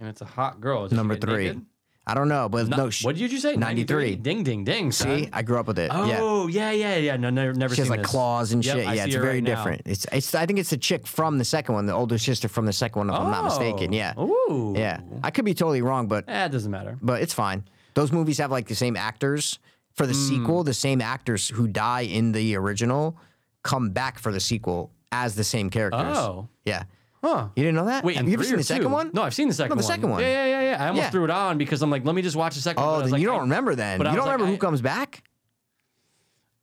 And it's a hot girl. Did she number get three. naked? I don't know, but No, no. sh- what did you say? 93. Ding, ding, ding. son. See, I grew up with it. yeah. Oh, yeah, yeah, yeah. No, never, never She has seen like this. claws and Yep, shit. I yeah, see it's her very right now. different. It's it's I think it's the chick from the second one, the older sister from the second one, if I'm not mistaken. Yeah. Oh. Ooh. Yeah. I could be totally wrong, but Eh, it doesn't matter. but it's fine. Those movies have like the same actors for the Hmm. sequel, the same actors who die in the original come back for the sequel as the same characters. Oh. Yeah. Huh. You didn't know that? Wait, have and you ever three seen or the second two? one? No, I've seen the second No, one. the second one. Yeah, yeah, yeah. yeah. I almost Yeah. threw it on because I'm like, let me just watch the second one. Oh, I was then like, you don't I- remember then. You but I don't was like, remember who I- comes back?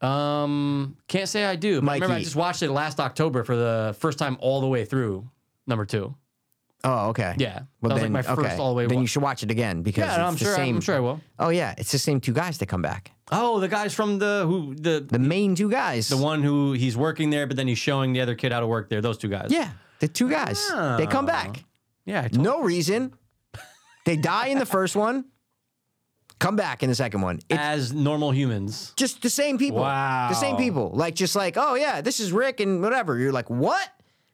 Um, can't say I do. But I remember I Mikey. just watched it last October for the first time all the way through number two. Oh, okay. Yeah. Well, that was then, like my first okay. all the way. Then wa- you should watch it again because yeah, it's I'm the sure. same. I'm sure I will. Oh yeah, it's the same two guys that come back. Oh, the guys from the who the The main two guys. The one who he's working there, but then he's showing the other kid how to work there. Those two guys. Yeah, the two guys. They Ah. come back. Yeah. I told No reason. They die in the first one. Come back in the second one. It's as normal humans. just the same people. Wow. The same people. Like just like, oh yeah, this is Rick and whatever. You're like, what?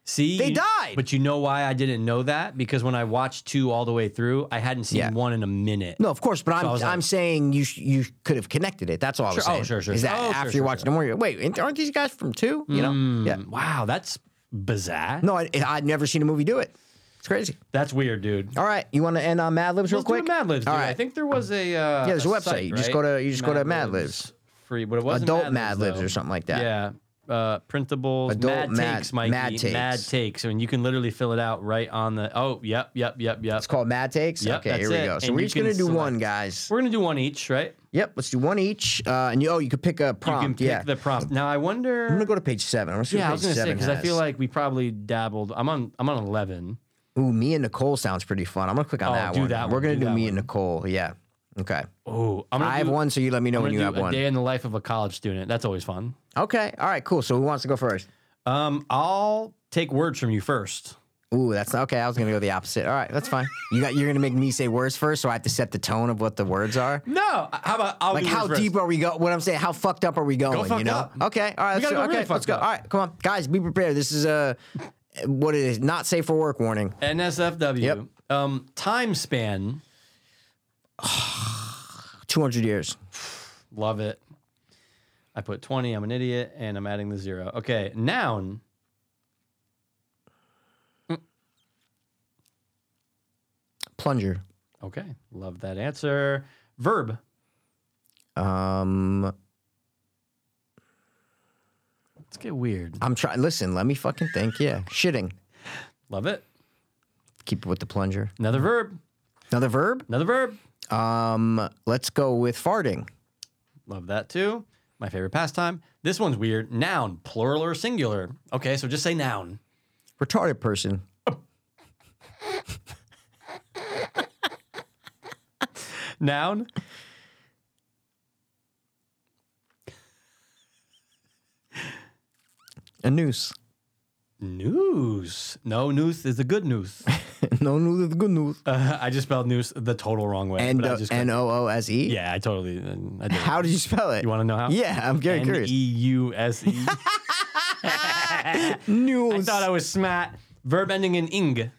See, They you- died! But you know why I didn't know that? Because when I watched two all the way through, I hadn't seen Yeah. one in a minute. No, of course, but I'm I was like- I'm saying you sh- you could have connected it. That's all I was Sure. Oh, saying. sure, sure, Is that sure. Oh, after sure, you're sure, watching, I'm worried, wait, aren't these guys from two? You know? Yeah. Mm, Wow, that's bizarre. No, I, I'd never seen a movie do it. It's crazy. that's weird, dude. All right, you want to end on Mad Libs real Let's quick? do Mad Libs. All dude. right. I think there was a uh, yeah. there's a website. You just go to- you just go to Mad Libs. Free, but it was Adult Mad Libs or something like that. Yeah. Uh, printables, Adult mad, Mad- takes, Mikey, Mad Takes. mad takes, and you can literally fill it out right on the. Oh, yep, yep, yep, yep. It's called Mad Takes. Yep, okay, that's here we it. go. So And we're you each gonna can do select- one, guys. We're gonna do one each, right? Yep, let's do one each. Uh, and you, oh, you could pick a prompt. you can pick yeah, the prompt. Now I wonder. I'm gonna go to page seven. I'm gonna see yeah, I what was page gonna say seven because I feel has. like we probably dabbled. I'm on. I'm on eleven. Ooh, me and Nicole sounds pretty fun. I'm gonna click on Oh, that do one. that We're one, gonna do do, that me one. and Nicole. Yeah. Okay. Oh, I'm gonna I have do- one, so you let me know I'm when gonna you do have a one. day in the life of a college student. That's always fun. Okay. All right. Cool. So who wants to go first? Um, I'll take words from you first. Ooh, that's okay. I was gonna go the opposite. All right, that's fine. You got you're gonna make me say words first, so I have to set the tone of what the words are. No, how about I'll Like do how words first. deep are we go? What I'm saying, how fucked up are we going? fucked you know? up. Okay, all right, let's We gotta do- go really okay, let's fucked go. up. All right, come on, guys, be prepared. This is a what it is not safe for work warning. NSFW. Yep. Um, time span. Two hundred years. Love it. I put 20. I'm an idiot, and I'm adding the zero. Okay, noun. Plunger. Okay, love that answer. Verb. Um, Let's get weird. I'm trying. Listen, let me fucking think. Yeah, shitting. Love it. Keep it with the plunger. Another verb. Another verb. Another verb. Um, let's go with farting. Love that too. My favorite pastime. This one's weird. Noun, plural or singular. Okay, so just say noun. Retarded person. Noun. A noose. Noose. No, noose is the good news. no noose. Good noose. Uh, I just spelled noose the total wrong way. N but I just N O O S E. yeah, I totally. uh, I did. uh, How did you spell it? you want to know how? Yeah, I'm very N curious. e u s e. I News. thought I was smart. Verb ending in ing.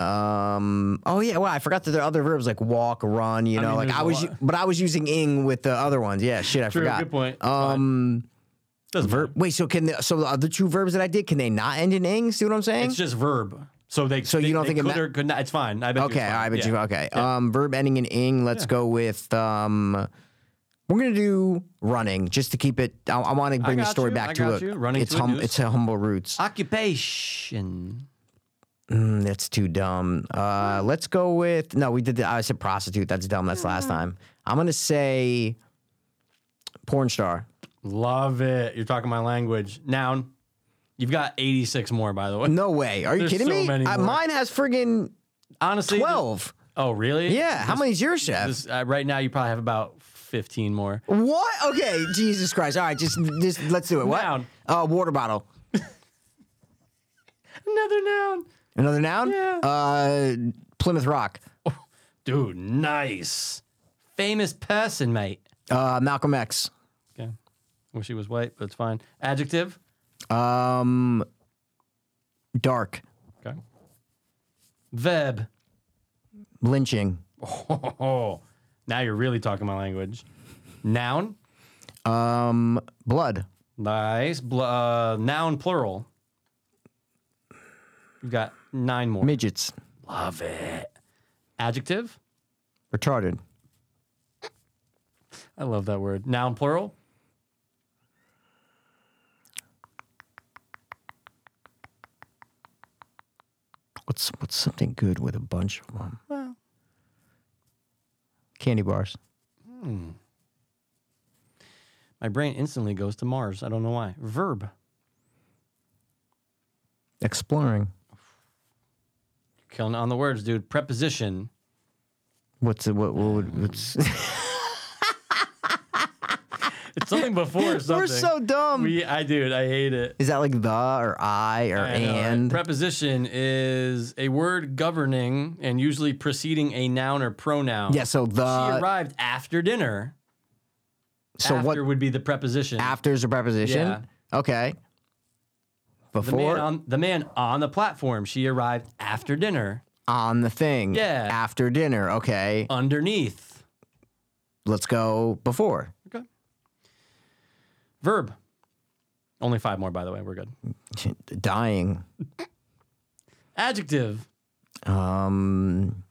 um. Oh yeah. Well, I forgot that there are other verbs like walk, run. You I know, mean, like there's I a was, lot. but I was using ing with the other ones. Yeah. Shit, I True. forgot. Good point. Um. Doesn't Verb. Wait. So can the, so the other two verbs that I did can they not end in ing? See what I'm matter. saying? It's just verb. So they. So you they- don't they think it could ma- or could not? It's fine. I bet. okay. You it's fine. I bet yeah. you. Okay. Um. Verb ending in ing. Let's go with um. We're gonna do running just to keep it. I, I want to bring the got story you, back I to got a, you. Running It's to a hum. noose. Mm. It's a humble roots. Occupation. Mm, that's too dumb. Mm. Uh, let's go with no. We did. The, I said prostitute. That's dumb. That's Mm. last time. I'm gonna say porn star. Love it. You're talking my language. Noun. You've got 86 more, by the way. No way. Are you There's kidding so me? many Uh, more. mine has friggin' Honestly, twelve. Oh, really? Yeah. How This- many's yours, chef? This, uh, right now, you probably have about 15 more. What? Okay. Jesus Christ. All right. Just just let's do it. What? Noun. Uh, water bottle. Another noun. Another noun. Yeah. Uh, Plymouth Rock. Dude, nice. Famous person, mate. Uh, Malcolm X. Okay. Wish he was white, but it's fine. Adjective. Um, dark. Okay. Verb. Lynching. Oh, now you're really talking my language. Noun. Um, blood. Nice. Bl- uh, noun plural. You've got nine more. Midgets. Love it. Adjective. Retarded. I love that word. Noun plural. What's what's something good with a bunch of them? Candy bars. My brain instantly goes to Mars. I don't know why. Verb. Exploring. Killing on the words, dude. Preposition. What's it? What, what would? What's, It's something before something. we're so dumb. We, I dude, I hate it. Is that like the or I or I know, right? and? Preposition is a word governing and usually preceding a noun or pronoun. yeah. So she the. arrived after dinner. So after what? would be the preposition? After is a preposition. Yeah. Okay. the man Before on, on the man on the platform. She arrived after dinner. the thing. Yeah. After dinner. Okay. Underneath. Let's go before. Okay. Verb. Only five more, by the way. We're good. Dying. Adjective. Um.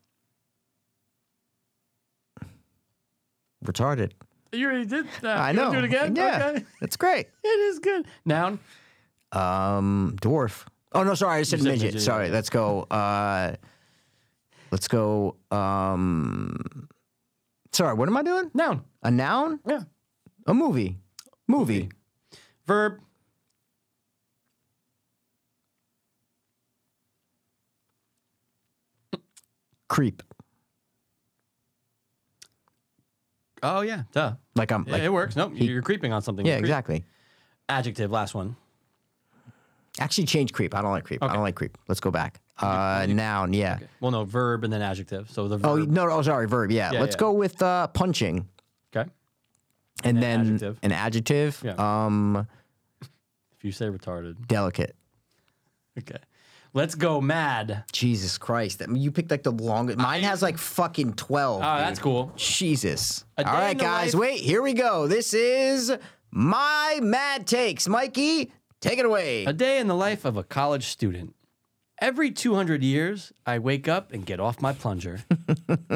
Retarded. You already did that. I You know. wanna Do it again. Yeah. Okay. That's great. It is good. Noun. Um, dwarf. Oh no, sorry, I said, You said midget. midget, Sorry, yeah. let's go. Uh, let's go. Um, sorry, what am I doing? Noun. A noun? Yeah. A movie? Movie? Verb. creep. Oh yeah, duh. Like I'm Yeah, like it works. Nope, you're creeping on something. yeah, Creep. exactly. Adjective, last one. Actually, change creep. I don't like creep. I don't like creep. Let's go back. Uh, noun. Yeah. Well, no, verb and then adjective. So the verb. Oh no! Oh, sorry. Verb. Yeah. Yeah, Let's yeah. go with uh, punching, Okay. and, And then an adjective. an adjective. Yeah. Um, If you say retarded. delicate. Okay. Let's go mad. Jesus Christ! I mean, you picked like the longest. Mine has like fucking twelve. Oh, dude. that's cool. Jesus. A All day right, in the guys, life- wait, here we go. This is my mad takes. Mikey, take it away. A day in the life of a college student. Every 200 years, I wake up and get off my plunger.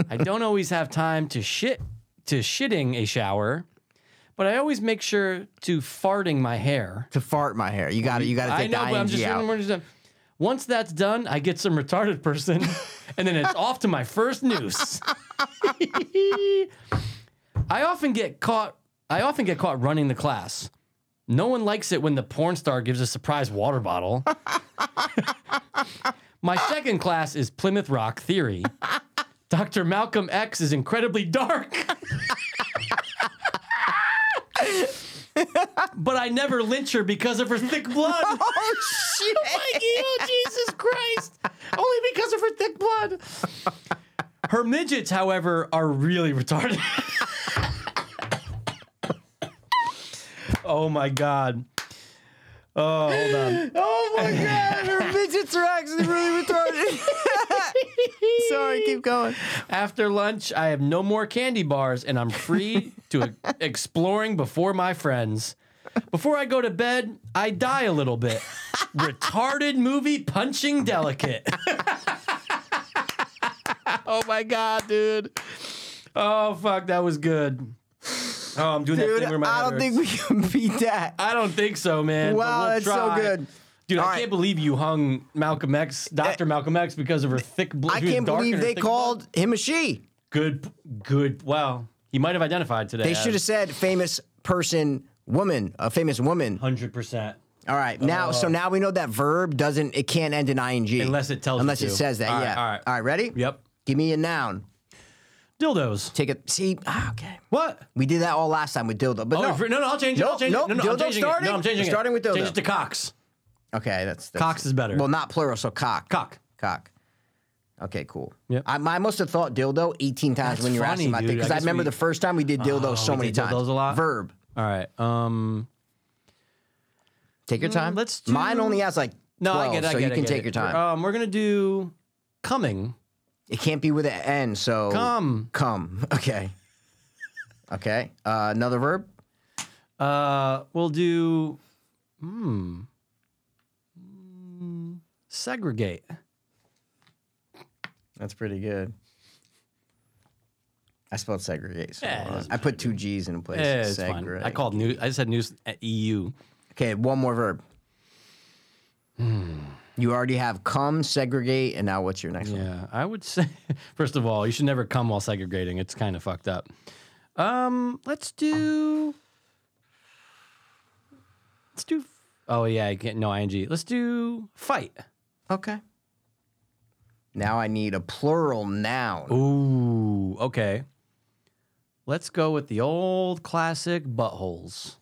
I don't always have time to shit to shitting a shower, but I always make sure to farting my hair. to fart my hair. You got it. You got to I take know, the but I'm ing just, out. we're just once that's done, I get some retarded person, and then it's off to my first noose. I often get caught. I often get caught running the class. No one likes it when the porn star gives a surprise water bottle. my second class is Plymouth Rock Theory. Dr. Malcolm X is incredibly dark. but I never lynch her because of her thick blood. Oh shit! Mikey, oh Jesus Christ! Only because of her thick blood. Her midgets, however, are really retarded. oh my god. Oh, hold on. Oh my god, her midgets are actually really retarded. Sorry, keep going. After lunch, I have no more candy bars and I'm free to e- exploring before my friends. Before I go to bed, I die a little bit. Retarded movie punching delicate. oh my god, dude. Oh fuck, that was good. Oh, I'm doing that Dude, thing where my I head don't think hurts. we can beat that. I don't think so, man. but Wow, we'll that's so try. good. Dude, All I right. Eh. can't believe you hung Malcolm X, Dr. Malcolm X, because of her thick blue. I can't believe they called him a she. Good, good. Wow, he might have identified today. They should have said famous person, woman, a famous woman. Hundred percent. All right, now so now we know that verb doesn't it can't end in ing Uh, Unless it tells you unless it to. says that. All right, yeah. all right. All right. Ready? Yep. Give me a noun. Dildos. Take it. See. Ah, okay. What? We did that all last time with dildo, but Oh, no. no, no, I'll change it. I'll Nope, change nope, it. No, no, I'm dildo changing it. starting? No, I'm changing We're it. starting with Change dildo. it to cocks. okay, that's, that's Cox is better. Well, not plural, so cock. Cock. Cock. Okay, cool. Yep. I, I must have thought dildo 18 times That's when you were funny, asking about dude. that because I I, guess remember we- the first time we did dildo Oh, so we many did times. dildos a lot? Verb. All right. Um. Take your time. Mm, let's do- Mine only has like No, 12, I get it. I so get you it, I can get take it. your time. Um, we're gonna do coming. It can't be with an N, so Come. Come. Okay. Okay. Uh, another verb. Uh, we'll do. Hmm. Mm, Segregate. That's pretty good. I spelled segregate. So Yeah, it wrong. doesn't I put two G's in place. Yeah, it's fine. Segregate. I called news. I said E news at EU. Okay, one more verb. You already have come, segregate, and now what's your next one? Yeah, I would say. First of all, you should never come while segregating. It's kind of fucked up. Um, let's do. Let's do. Oh yeah, I can't. No ing. Let's do fight. Okay. Now I need a plural noun. Ooh. Okay. Let's go with the old classic buttholes.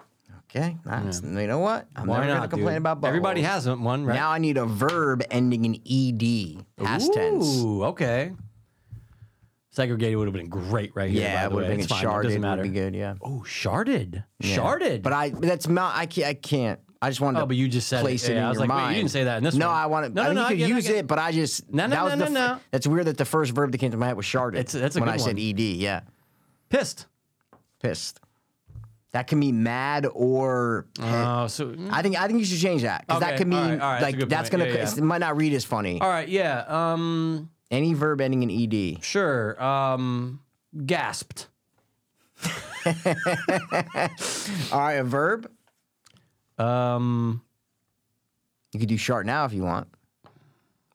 Okay. Nice. You know what? I'm Why never not gonna complain dude? about buttholes. Everybody has one, right? Now I need a verb ending in ed, past tense. Ooh, okay. Segregated would have been great right here. Yeah, by it the would way. have been It's fine. It sharded. doesn't It would matter. be good. Yeah. Oh, sharded. Sharded. But I that's not I can't I can't. I just wanted Oh, to but you just said place it. it Yeah, in I was your like, wait, you mind. didn't say that in this no, one. I wanted No, I no, mean, no, you I could get it, I use get it, it. but I just No, no, that no, was the no, no. That's weird that the first verb that came to my head was sharded. It's- that's a when good I said one. ed, yeah. Pissed. Pissed. That can mean mad or Oh, so. I think I think you should change that. Because that Okay, could mean all right, all right, that's a like good that's point. gonna Yeah, yeah. it might not read as funny. All right, yeah. Um, Any verb ending in E ed. sure. Um, gasped. All right, a verb? Um, You could do shart now if you want.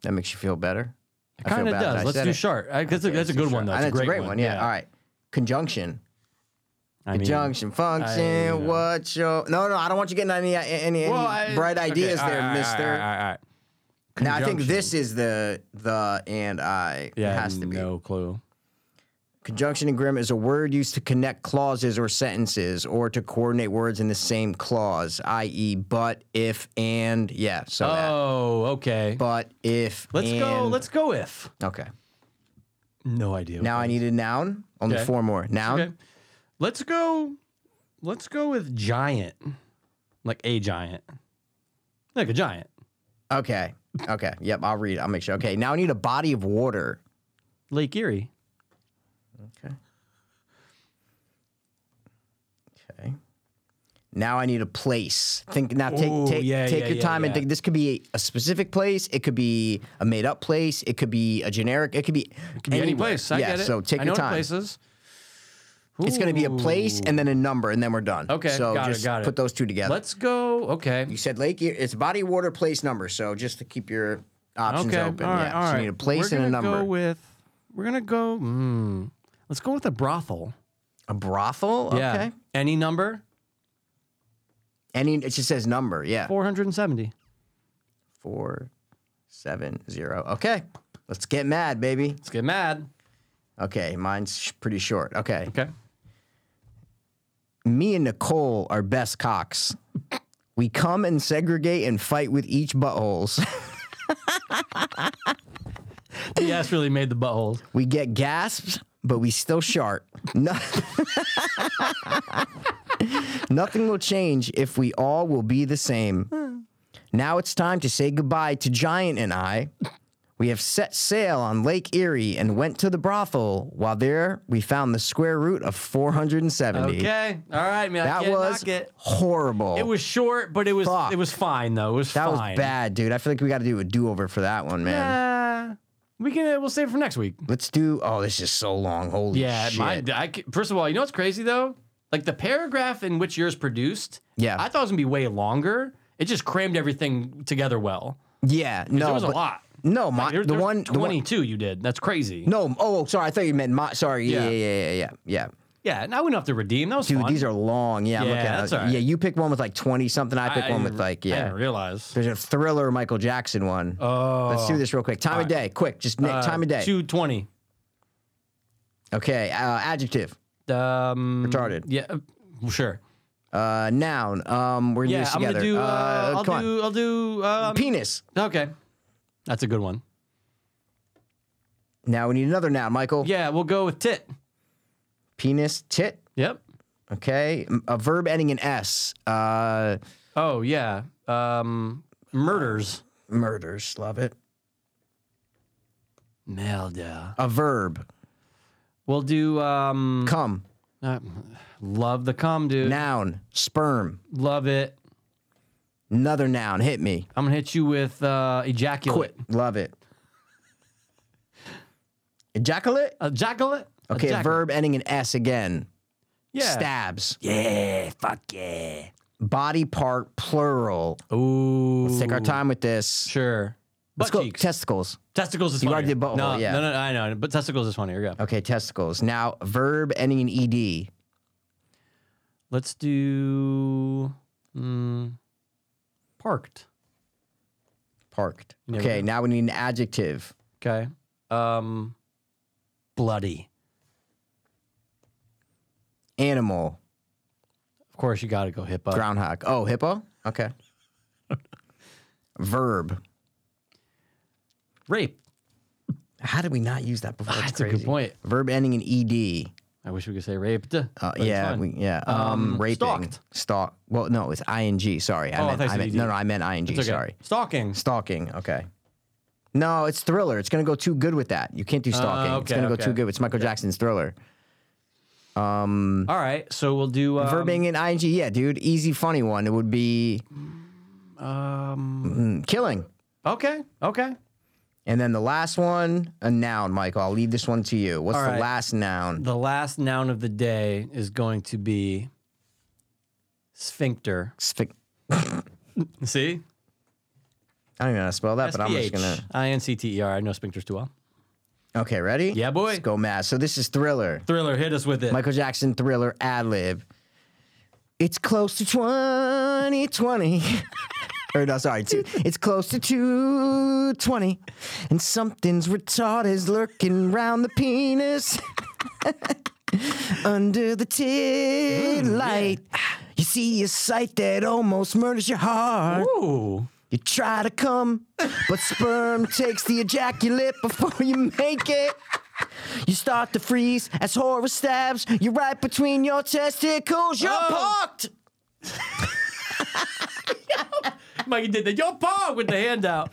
That makes you feel better. it I feel kind of bad that I does. Let's said do it. shart. I, that's, a, Okay, that's a let's do good shart. one, though. I It's know a great, one. yeah. All right. Conjunction. I mean, Junction function. I- What's your? No, no, I don't want you getting any any, any well, I- bright okay, ideas all there, right, all right, Mister. all right, all right. Now I think Conjunction. this is the the and I It Yeah, has to be. no clue. Conjunction and grim is a word used to connect clauses or sentences or to coordinate words in the same clause, i.e., but, if, and. Yeah, so that. Oh, okay. But, if, Let's go. and- Let's go. If Okay. no idea. Now I need a noun. Only Okay. four more. Noun. Okay. Let's go. Let's go with giant, like a giant, like a giant. Okay. Okay. Yep. I'll read. it. I'll make sure. Okay. Now I need a body of water. Lake Erie. Okay. Okay. Now I need a place. Think now. Take Ooh, take, yeah, take yeah, your yeah, time and yeah. think. This could be a specific place. It could be a made up place. It could be a generic. It could be. Could be any anywhere. place. I yeah. get it. So take I know your what time. Places. It's going to be a place and then a number, and then we're done. Okay, So got it, just got it. put those two together. Let's go. Okay. You said Lake. Erie- It's body, water, place, number. So just to keep your options Okay. open. all right. yeah. All so right. you need a place we're and a gonna number. Go with. We're gonna go. Mm, let's go with a brothel. a brothel. Yeah. Okay. Any number. Any. It just says number. Yeah. Four hundred and seventy. Four, seven, zero. Okay. Let's get mad, baby. Let's get mad. Okay, mine's sh- pretty short. Okay. Okay. Me and Nicole are best cocks. We come and segregate and fight with each buttholes. Yes, really made the buttholes. We get gasps, but we still shart. No- Nothing will change if we all will be the same. Now it's time to say goodbye to Giant and I. We have set sail on Lake Erie and went to the brothel. While there, we found the square root of 470. Okay. All right, man. That Can't was knock it. horrible. It was short, but it was Fuck. it was fine though. It Oh. was that fine. was bad, dude. I feel like we got to do a do-over for that one, man. Uh, we can uh, we'll save it for next week. Let's do. Oh, this is so long. Holy Yeah. shit. My, I, c- first of all, you know what's crazy though? Like the paragraph in which yours produced. Yeah. I thought it was gonna be way longer. It just crammed everything together well. yeah, no, There was a but- lot. No, my, There- the there's one the one 22 you did. That's crazy. No, oh, sorry. I thought you meant my. Sorry. Yeah, yeah, Yeah. yeah, yeah, yeah. yeah. Yeah, and I wouldn't have to redeem. That was Dude, fun. these are long. Yeah, I'm Yeah, looking at that's it. all right. Yeah, you pick one with like 20 something. I pick I- one with like, I yeah. didn't realize. There's a thriller Michael Jackson one. Oh, Let's do this real quick. Time of day, quick. Just Nick, uh, time of day. 220. Okay, uh, adjective, Um, Retarded. Yeah, uh, sure. uh, noun. Um, we're gonna do Yeah, this I'm together. gonna do. Uh, I'll, come do I'll do. on. um, Penis. Okay, that's a good one. Now we need another noun, Michael. Yeah, we'll go with tit. Penis, tit. Yep. Okay, M- a verb ending in s. Uh, Oh yeah. Um, murders. murders. Love it. Melda. A verb. We'll do. Um, Come. uh, love the cum, dude. Noun. Sperm. love it. Another noun. Hit me. I'm gonna hit you with uh, ejaculate. Quit. Love it. Ejaculate? Ejaculate. Okay, Ejaculate. a verb ending in S again. Yeah. Stabs. Yeah. Fuck yeah. Body part, plural. Ooh. Let's take our time with this. Sure. Let's Butt go. cheeks. Testicles. testicles is You funnier. already did butthole, no, yeah. no, no, I know, but testicles is funnier. Go. Okay, testicles. Now, verb ending in E ED. Let's do mm, parked. Parked. Never Okay, did. now we need an adjective. Okay. Um, bloody. Animal. Of course, you got to go hippo. Groundhog. Oh, hippo? Okay. verb. Rape. How did we not use that before? That's a good crazy. point. Verb ending in E ED. I wish we could say raped. Uh, but it's yeah, fine. we, yeah. Um, Um, raping, stalked. stalk. Well, no, it's ing. Sorry, I Oh, I meant, thought I you said meant ED. no, no, I meant ing. It's okay. Sorry, Stalking. stalking. Okay. No, it's thriller. It's gonna go too good with that. You can't do stalking. it's Uh, okay, gonna go okay. too good. It's Michael Jackson's thriller. Mm. All right. So we'll do um, Verbing and ing. Yeah, dude. Easy, funny one. It would be Um, mm, killing. okay. Okay. And then the last one, a noun, Michael. I'll leave this one to you. What's All the right. last noun? The last noun of the day is going to be sphincter. Sphic- See? I don't even know how to spell that, but I'm just gonna. S-P-H-I-N-C-T-E-R. E I know sphincters too well. Okay, ready? Yeah, boy. Let's go mad. So this is thriller. Thriller, hit us with it. Michael Jackson thriller ad lib. It's close to 2020. Or no, sorry. It's, it's close to 220, and something's retarded is lurking round the penis. Under the tit light, you see a sight that almost murders your heart. Ooh. You try to come, but sperm takes the ejaculate before you make it. You start to freeze as horror stabs you right between your testicles. You're Oh. parked. Mikey did the yo pog with the handout.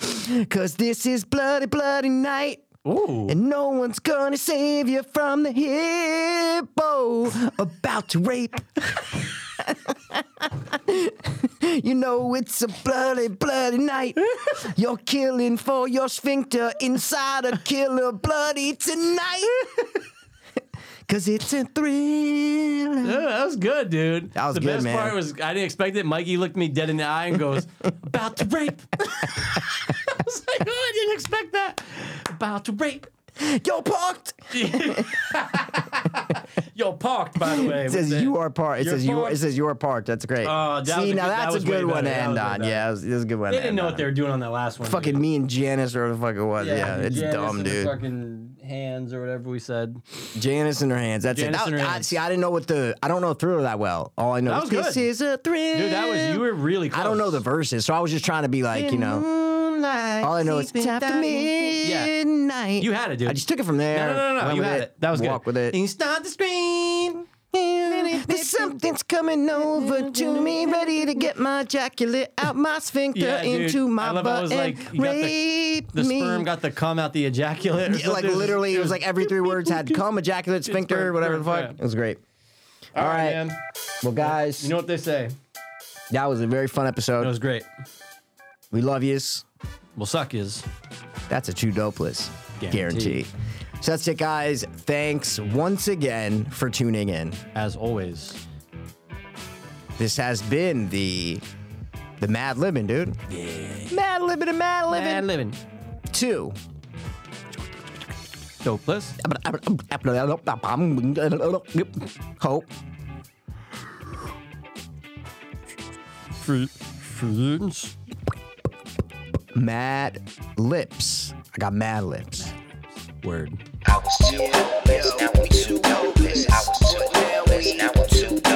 Cause this is bloody, bloody night. Ooh. And no one's gonna save you from the hippo about to rape. you know it's a bloody, bloody night. You're killing for your sphincter inside a killer bloody tonight. Cause it's a thrill. Yeah, that was good, dude. That was the good, best man. part was I didn't expect it. Mikey looked me dead in the eye and goes, "About to rape." I was like, "Oh, I didn't expect that." About to rape. Yo, parked. Yo, parked. By the way, It says you are parked. It You're says you. It parked. says you are parked. That's great. Oh, that was See, a now good- that that's was a way good one to better. That end was way on. better. Yeah, that was, that was a good one. They to didn't end know on. what they were doing on that last one. dude. Fucking me and Janice or whatever the fuck it was. Yeah, it's Janice dumb, and the dude. Fucking hands or whatever we said. Janice in her hands. That's Janice it. in her I, I, hands. see, I didn't know what the I don't know Thriller that well. All I know That is was this is good. a thrill. Dude, that was you were really. Close. I don't know the verses, so I was just trying to be like, you know, all I know is it's after Yeah. midnight. You had it, dude. I just took it from there. No, no, no, no. went You with had it. That was good. Walk with it. You start the screen. There's something's coming over to me, ready to get my ejaculate out my sphincter Yeah, dude. into my I love how it butt was and like, you got the- rape The me. sperm got the cum out the ejaculate. or Yeah, like something. literally, it was like every three words had cum, ejaculate, sphincter, perfect, whatever the fuck. yeah. It was great. All right, All right. man. Well, guys, You know what they say? that was a very fun That episode. was great. We love yous. Well, suck is. That's a true dopeless guarantee. Guaranteed. So that's it, guys. Thanks once again for tuning in. as always. This has been the the Mad Living, dude. Yeah. Mad Living and Mad Living. Bad living. Two. Dopeless. Hope. Fruit. Fruits. Mad Lips. I got Mad Lips. Word. I was too hopeless, now I'm too hopeless. I was too hopeless, now I'm too